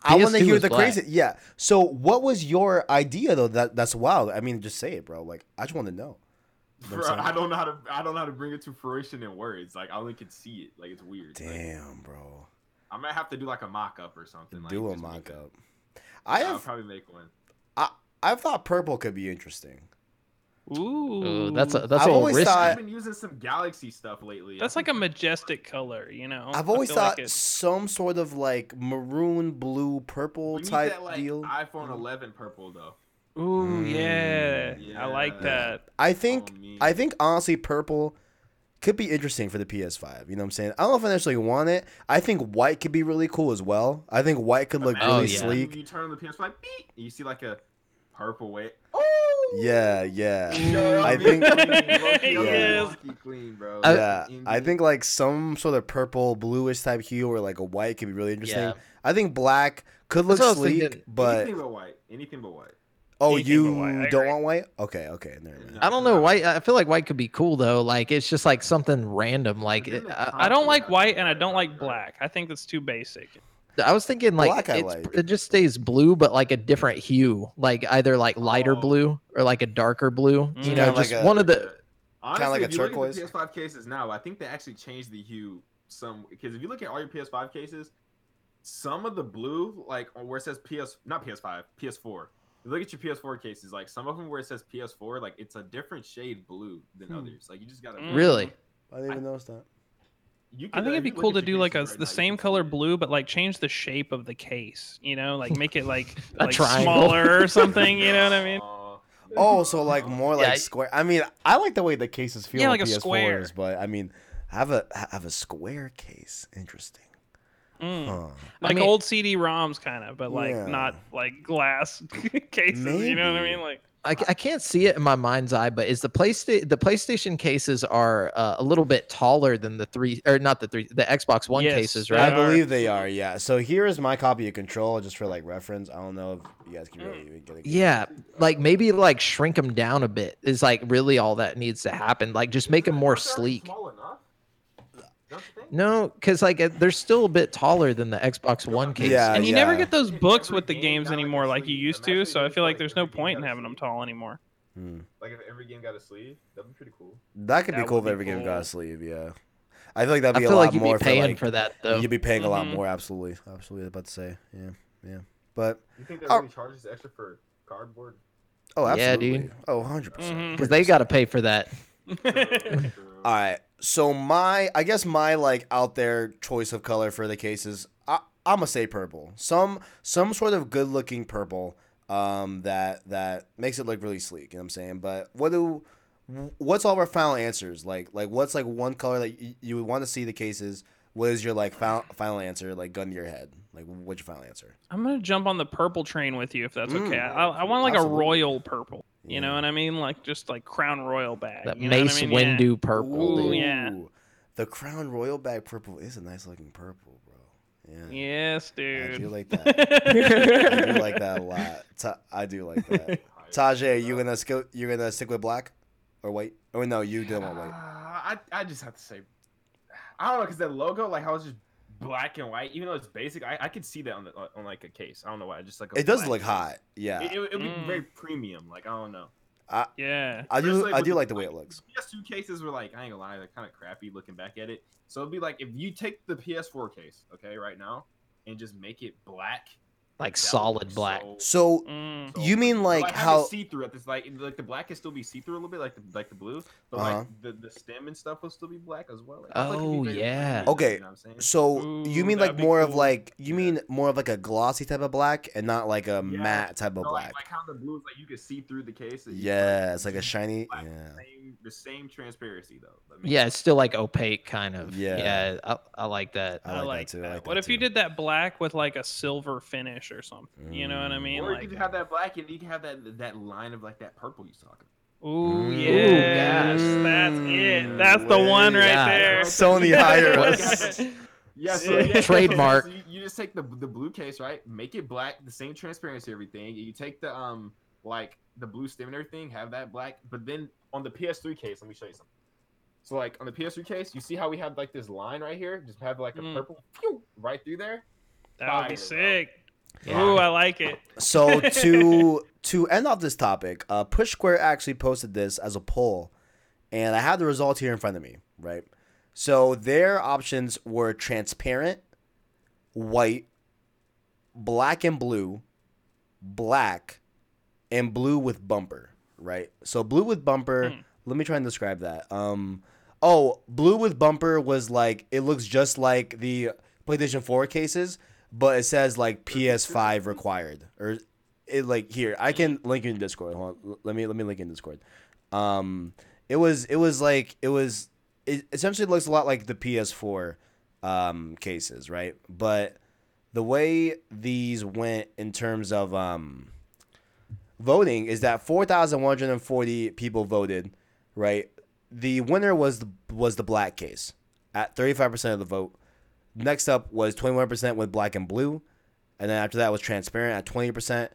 A: I, want to
D: PS2
A: hear
D: was
A: the
D: black.
A: crazy. Yeah. So, what was your idea though? That that's wild. I mean, just say it, bro. Like, I just want to know. You know
B: Bro,
A: what I'm
B: I
A: saying?
B: don't know how to. I don't know how to bring it to fruition in words. Like I only can see it. Like it's weird. Like,
A: Damn, bro.
B: I might have to do like a mock up or something. Like,
A: Do a
B: just make
A: mock up. I
B: I'll
A: have
B: probably make one.
A: I thought purple could be interesting.
C: Ooh,
D: Ooh, that's a that's
A: I've
D: a little
A: always
D: risky.
A: thought- I-
B: I've been using some galaxy stuff lately.
C: that's like a majestic color. You know?
A: I've
C: I
A: always
C: feel
A: thought
C: like it-
A: some sort of like maroon, blue, purple
B: we need
A: type
B: that, like,
A: deal.
B: iPhone 11 purple though.
C: Ooh, yeah.
B: Mm.
C: I like
B: Yeah.
C: that.
A: I think
C: um,
B: on me.
A: I think honestly, purple could be interesting for the PS5. You know what I'm saying? I don't know if I necessarily want it. I think white could be really cool as well. I think white could look
B: Imagine
D: Oh,
A: really
D: yeah.
A: sleek.
B: You turn on the PS5, beep, and you see like a purple wave.
D: Oh!
A: Yeah, yeah.
B: Yo,
A: I
B: me
A: think-
B: clean, low-key, yo,
A: Yes.
B: low-key clean, bro.
D: Uh,
A: yeah, I
C: Mm-hmm.
B: Indeed.
A: think like some sort of purple, bluish type hue or like a white could be really interesting.
D: Yeah.
A: I think black could look
D: That's what I was
A: sleek,
D: thinking.
A: but
B: anything but white. Anything but white.
A: oh,
C: Anything
A: you
C: but white, I
A: don't
C: agree.
A: want white? Okay, okay, never mind.
B: No.
D: I don't know. White. I feel like white could be cool though. Like it's just like something random. Like
B: Isn't
D: it,
B: it
D: I,
C: I don't like
B: Yeah.
C: white and I don't like black. I think that's too basic.
D: I was thinking like,
A: Black I
D: it's,
A: like.
D: it just stays blue, but like a different hue. Like either like lighter
B: Oh.
D: blue or like a darker blue. You
C: Mm.
D: know,
A: Yeah, like
D: just
A: a-
D: one of the.
B: Honestly,
A: like
B: if
A: a
B: you
A: turquoise.
B: Look at the PS5 cases now. I think they actually changed the hue some because if you look at all your PS5 cases, some of the blue, like on where it says PS, not PS5, PS4. If you look at your PS4 cases, like some of them where it says PS4, like it's a different shade blue than
A: Hmm.
B: others. Like you just gotta
C: Mm.
D: Really?
A: I didn't even notice that.
B: You
C: I
B: can-
C: think
B: if
C: it'd be
B: you look
C: cool
B: at
C: to
B: your
C: do like a
B: cases right now,
C: the
B: you
C: same
B: can see
C: color
B: it.
C: blue, but like change the shape of the case. You know, like make it like
D: A
C: like
D: triangle.
C: smaller or something. You know what I mean?
B: Aw.
A: Oh, so like more like
D: I-
A: square. I mean, I like the way the cases feel
C: Yeah,
A: on
C: like a
A: PS4s,
C: square.
A: but I mean, have a have a square case. Interesting.
C: Mm.
A: Huh.
C: Like
E: mean-
C: old CD-ROMs, kind of, but like
A: Yeah.
C: not like glass cases. You know what I
A: Maybe.
C: mean? Like
E: I, ca- I can't see it in my mind's eye, but is the PlayStation the PlayStation cases are uh, a little bit taller than the three or not the three the Xbox One
C: Yes,
E: cases,
C: they
E: right?
A: I
C: are.
A: believe they are, yeah. So here is my copy of Control, just for like reference. I don't know if you guys
C: Hmm.
A: can really even get it.
E: Yeah, like maybe like shrink them down a bit is like really all that needs to happen. Like just make them more sleek.
B: Small enough. Don't you think?
E: No, because like it- they're still a bit taller than the Xbox One case.
A: Yeah,
C: and you never
A: yeah.
C: get those
B: Yeah,
C: books
B: every
C: with the
B: game
C: games
B: got, like, a
C: anymore like you
B: sleeve.
C: used
B: Imagine
C: to.
B: if
C: So I
B: there's,
C: feel like
B: like,
C: there's
B: every
C: no
B: game
C: point in
B: got a
C: having them
B: sleeve.
C: tall anymore.
A: Hmm.
B: Like if every game got a sleeve, that'd be pretty cool.
A: That could be
C: That
A: cool if
C: would be
A: every game got
C: cool.
A: a sleeve, yeah. I feel like that'd
E: I
A: be a
E: feel
A: lot
E: like you'd
A: more
E: be paying
A: for, like,
E: for that though.
A: You'd be paying a lot
C: Mhm.
A: more, absolutely. Absolutely, I was about to say. Yeah, yeah. But,
B: You think they're
A: Oh.
B: gonna charge us extra for cardboard?
A: oh,
E: Yeah,
A: absolutely.
E: dude.
A: Oh, 100%. percent
C: Mhm.
E: Because they got to pay for that.
A: All right. So my, I guess my like out there choice of color for the cases, I, I'm gonna say purple. Some some sort of good looking purple, um, that that makes it look really sleek. You know what I'm saying? But what do, what's all of our final answers? Like like what's like one color that you, you would want to see the cases? What is your like final, final answer? Like gun to your head. Like what's your final answer?
C: I'm gonna jump on the purple train with you if that's
A: Mm.
C: okay. I, I want like
A: Absolutely.
C: a royal purple. You know
A: Yeah.
C: what I mean? Like just like crown royal bag.
E: That
C: you know what I
E: Mace
C: mean? Yeah.
E: Windu purple.
C: Ooh,
E: dude.
C: yeah.
A: Ooh. The Crown Royal bag purple is a nice looking purple, bro. Yeah.
C: Yes, dude.
A: I do like that. I do like that a lot. Ta- I do like that. Tajay, are you gonna sk- you gonna stick with black or white? Oh no, you didn't want white.
B: I Ah, I just have to say, I don't know because that logo, like how it's just black and white, even though it's basic, I, I could see that on the, on like a case. I don't know why, just like a
A: It does
B: black
A: look
B: case.
A: hot. Yeah,
B: It, it, would be
C: Mm.
B: very premium. Like I don't know.
C: Yeah.
A: I do.
B: Especially
A: I
B: with
A: do
B: the
A: like the way it looks.
B: PS2 cases were like I ain't gonna lie, they're kind of crappy looking back at it. So it'd be like if you take the PS4 case, okay, right now, and just make it black,
E: Like
B: that would
E: solid
B: look
E: black.
B: so-
A: So
C: Mm.
B: so
A: You mean,
B: pretty. But,
A: like,
B: have it
A: how-
B: see-through at this like like the black can still be see-through a little bit like the, like the blue but
A: Uh-huh.
B: like the, the stem and stuff will still be black as well Like, I feel like it'd be
E: Oh,
B: very
E: yeah.
B: premium,
A: Okay,
B: you know what I'm saying?
A: so you
C: Ooh,
A: mean
C: that'd
A: like
C: be
A: more of
C: cool.
A: like you
B: Yeah.
A: mean more of like a glossy type of black and not like a
B: Yeah.
A: matte type of
B: So,
A: black.
B: like, like how the blue is like you can see through the case and you can,
A: yeah, it's like a shiny.
B: black.
A: Yeah.
B: same, the same transparency though That makes
E: Yeah, it's still like opaque kind of.
A: Yeah.
E: Yeah, I, I like that.
A: I like, that too. I like
C: what
A: that
C: if you
A: too.
C: did that black with like a silver finish or something? You know what I
A: Mm.
C: mean?
B: or
C: Like,
B: you can have that black and you can have that that line of like that purple you talking
C: ooh,
A: Mm.
C: yes,
E: Ooh,
A: yes.
C: that's
A: Mm.
C: it. That's the one right
E: Yeah.
C: there.
A: Sony hired us.
B: Yeah,
C: Shit.
B: so, yeah, so-
E: Trademark.
B: so you, you just take the the blue case, right? Make it black, the same transparency, everything. You take the um like the blue stem and everything, have that black. But then on the PS3 case, let me show you something. So like on the PS3 case, you see how we have like this line right here? Just have like a
C: Mm.
B: purple phew, right through there.
C: That would
B: Fire,
C: be
B: bro.
C: sick.
E: Yeah.
C: Ooh, I like it.
A: So to to end off this topic, uh, Push Square actually posted this as a poll, and I have the results here in front of me. Right, so their options were transparent, white, black and blue, black, and blue with bumper. Right, so blue with bumper.
C: Hmm.
A: Let me try and describe that. Um, oh, blue with bumper was like it looks just like the PlayStation Four cases, but it says like PS5 required or it like here I can link you in Discord. Hold on. L- Let me let me link you in Discord. Um, it was it was like it was it essentially looks a lot like the PS4 um cases, right? But the way these went in terms of um voting is that 4,140 people voted, right? The winner was the, was the black case at 35% of the vote. Next up was 21% with black and blue, and then after that was transparent at 20%,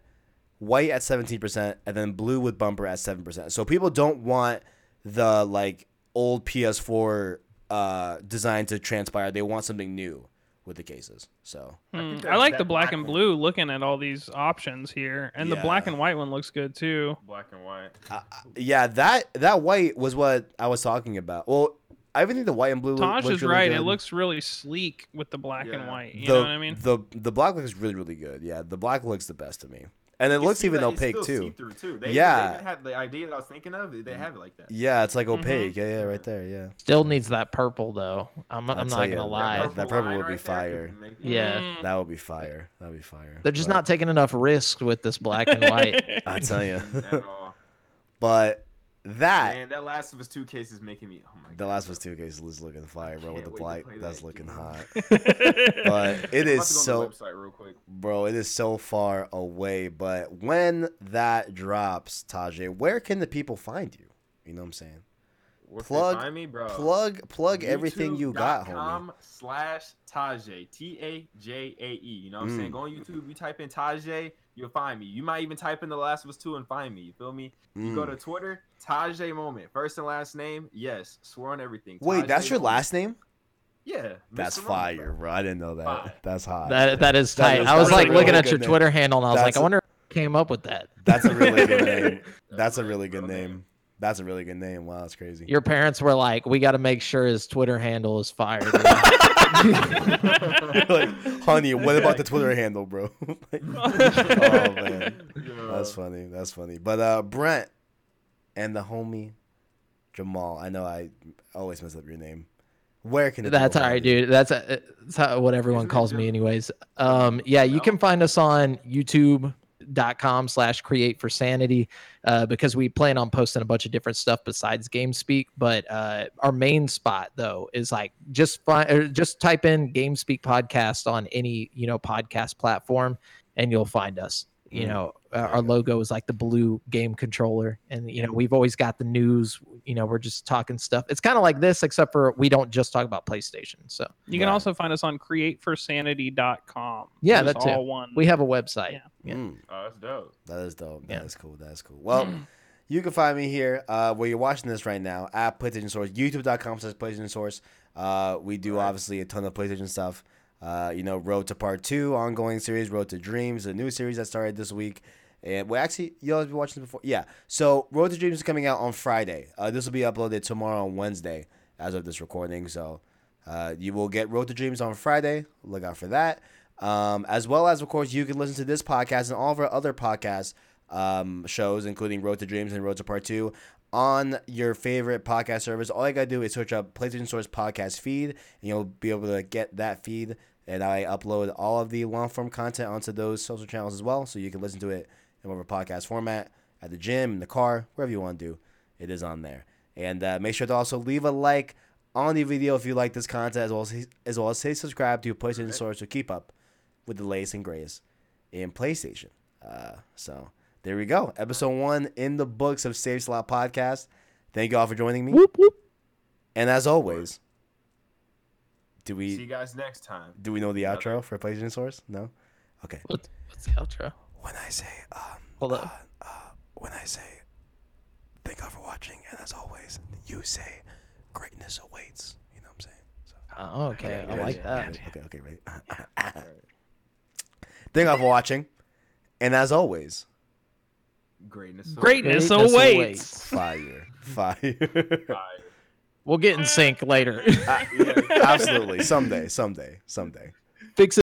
A: white at 17%, and then blue with bumper at 7%. So people don't want the like old PS4 uh design to transpire. They want something new with the cases. So,
B: I think
C: Hmm.
B: that-
C: I like
B: that
C: the black
B: black
C: and
B: one-
C: blue looking at all these options here. And the black
A: Yeah.
C: and white one looks good too.
B: Black and white.
A: I, I- yeah, that that white was what I was talking about. Well, I even think the white and blue.
C: Tosh
A: looks
C: is
A: really
C: right. It
A: good.
C: looks really sleek with the black and
B: Yeah.
C: white. You
A: the,
C: know what I mean?
A: The the black looks really really good. Yeah, the black looks the best to me, and it
B: You
A: looks
B: see
A: even
B: that it's
A: opaque
B: still
A: too.
B: see-through, too. They,
A: Yeah. Mm.
B: They even had the idea that I was thinking of. They have it like that.
A: Yeah, it's like
B: Mm-hmm.
A: opaque. Yeah, yeah, right there. Yeah,
E: Still needs that purple though. I'm,
A: I'll
E: I'm
A: tell
E: not
A: you,
E: gonna
A: that
E: lie.
A: purple- that probably
B: line
A: would be
B: there could make-
E: Yeah.
B: Mm-hmm.
C: Mm.
A: that would be fire. That would be fire.
E: They're just
A: But-
E: not taking enough risks with this black and white.
A: I tell you.
B: At all.
A: but That
B: Man, that Last of Us Two case is making me. Oh my god.
A: the last was two case is looking fire, bro. With
B: can't
A: the
B: wait
A: blight,
B: to play
A: that's
B: that
A: looking
B: game.
A: hot, but
C: but
A: it
B: I'm about
A: is
B: to go on
A: so
B: The website real quick.
A: Bro, it is so far away, but when that drops, Tajay, where can the people find you? You know what I'm saying?
B: Where can they
A: Plug-
B: find me, bro.
A: Plug plug everything you got, homie.
B: YouTube.com slash Tajay. T A J A E. You know what I'm saying?
A: Mm.
B: Go on YouTube, you type in Tajay, you'll find me. You might even type in The Last of Us 2 and find me. You feel me? You go
A: Mm.
B: to Twitter, Tajay Moment. First and last name, yes. Swear on everything.
A: Wait,
B: Tajay
A: that's your
B: Moment.
A: last name?
B: Yeah.
A: That's
B: Mr. Moment,
A: fire, bro. I didn't know
B: Fire.
A: that. That's hot.
E: That that is
A: That
E: tight.
A: is-
E: I was
C: that's a
E: like
C: really
E: looking at
A: good
E: your
A: name.
E: Twitter handle and I was
A: That's
E: like, I
A: a-
E: wonder who came up with that.
A: That's a really good name.
B: bro.
A: That's a
B: my
A: really good
B: real
A: name. That's a really good name. Wow, that's crazy.
E: Your parents were like, we got to make sure his Twitter handle is fired.
A: like, honey, what about the Twitter handle, bro? Like, oh man. That's
B: Yeah.
A: funny. That's funny. But uh Brent and the homie Jamal. I know I always mess up your name. Where can the
E: That's
A: people
E: all
A: find
E: right,
A: you?
E: dude. That's, uh that's how, what everyone
B: Isn't it
E: calls me,
B: just-
E: anyways. Um, yeah, you can find us on YouTube.com slash create for sanity uh, because we plan on posting a bunch of different stuff besides gamespeak but uh, our main spot though is like just find or just type in gamespeak podcast on any you know podcast platform and you'll find us you
A: Mm.
E: know
A: There
E: uh, our
A: you
E: our
A: go.
E: logo is like the blue game controller and you know we've always got the news you know we're just talking stuff it's kind of like this except for we don't just talk about playstation so
C: you can
A: Right.
C: also find us on createforsanity.com.
E: Yeah,
C: Just
E: that's it.
C: all one.
E: we have a website
C: Yeah.
E: Mm-hmm. Yeah.
A: Mm,
B: Oh, that's dope.
A: that is dope. That is
E: Yeah.
A: cool. That is cool. Well, you can find me here uh, where you're watching this right now at PlayStation Source, youtube.com slash PlayStation Source. Uh, we do
B: Right.
A: obviously a ton of PlayStation stuff. Uh, you know, Road to Part 2, ongoing series, Road to Dreams, a new series that started this week. And well, actually, y'all have been watching this before. Yeah. So, Road to Dreams is coming out on Friday. Uh, this will be uploaded tomorrow on Wednesday as of this recording. So, uh, you will get Road to Dreams on Friday. Look out for that. Um, as well as, of course, you can listen to this podcast and all of our other podcasts um, shows, including Road to Dreams and Road to Part 2, on your favorite podcast service. All you got to do is search up PlayStation Source Podcast feed, and you'll be able to get that feed. And I upload all of the long form content onto those social channels as well, so you can listen to it in whatever podcast format, at the gym, in the car, wherever you want to do. It is on there. And uh, make sure to also leave a like on the video if you like this content, as well as, as, well as say subscribe to PlayStation Source to keep up with the latest and greatest in PlayStation. Uh, so there we go. Episode one in the books of Save Slot Podcast. Thank you all for joining me.
E: whoop whoop
A: And as always, do
B: See you
A: we
B: guys next time.
A: do we know the outro for PlayStation Source? No. Okay.
E: what's, what's the outro
A: When I say um,
E: hold up
A: when I say thank God for watching, and as always, you say greatness awaits. You know what I'm saying? So,
E: Oh, okay, I
A: ready?
E: like that.
A: Okay, okay, ready? thank God for watching, and as always,
B: Greatness.
C: Greatness
E: Greatness
C: awaits.
A: fire, fire.
B: Bye.
E: We'll get in sync later.
B: Yeah.
A: Absolutely, someday, someday, someday.
E: Fix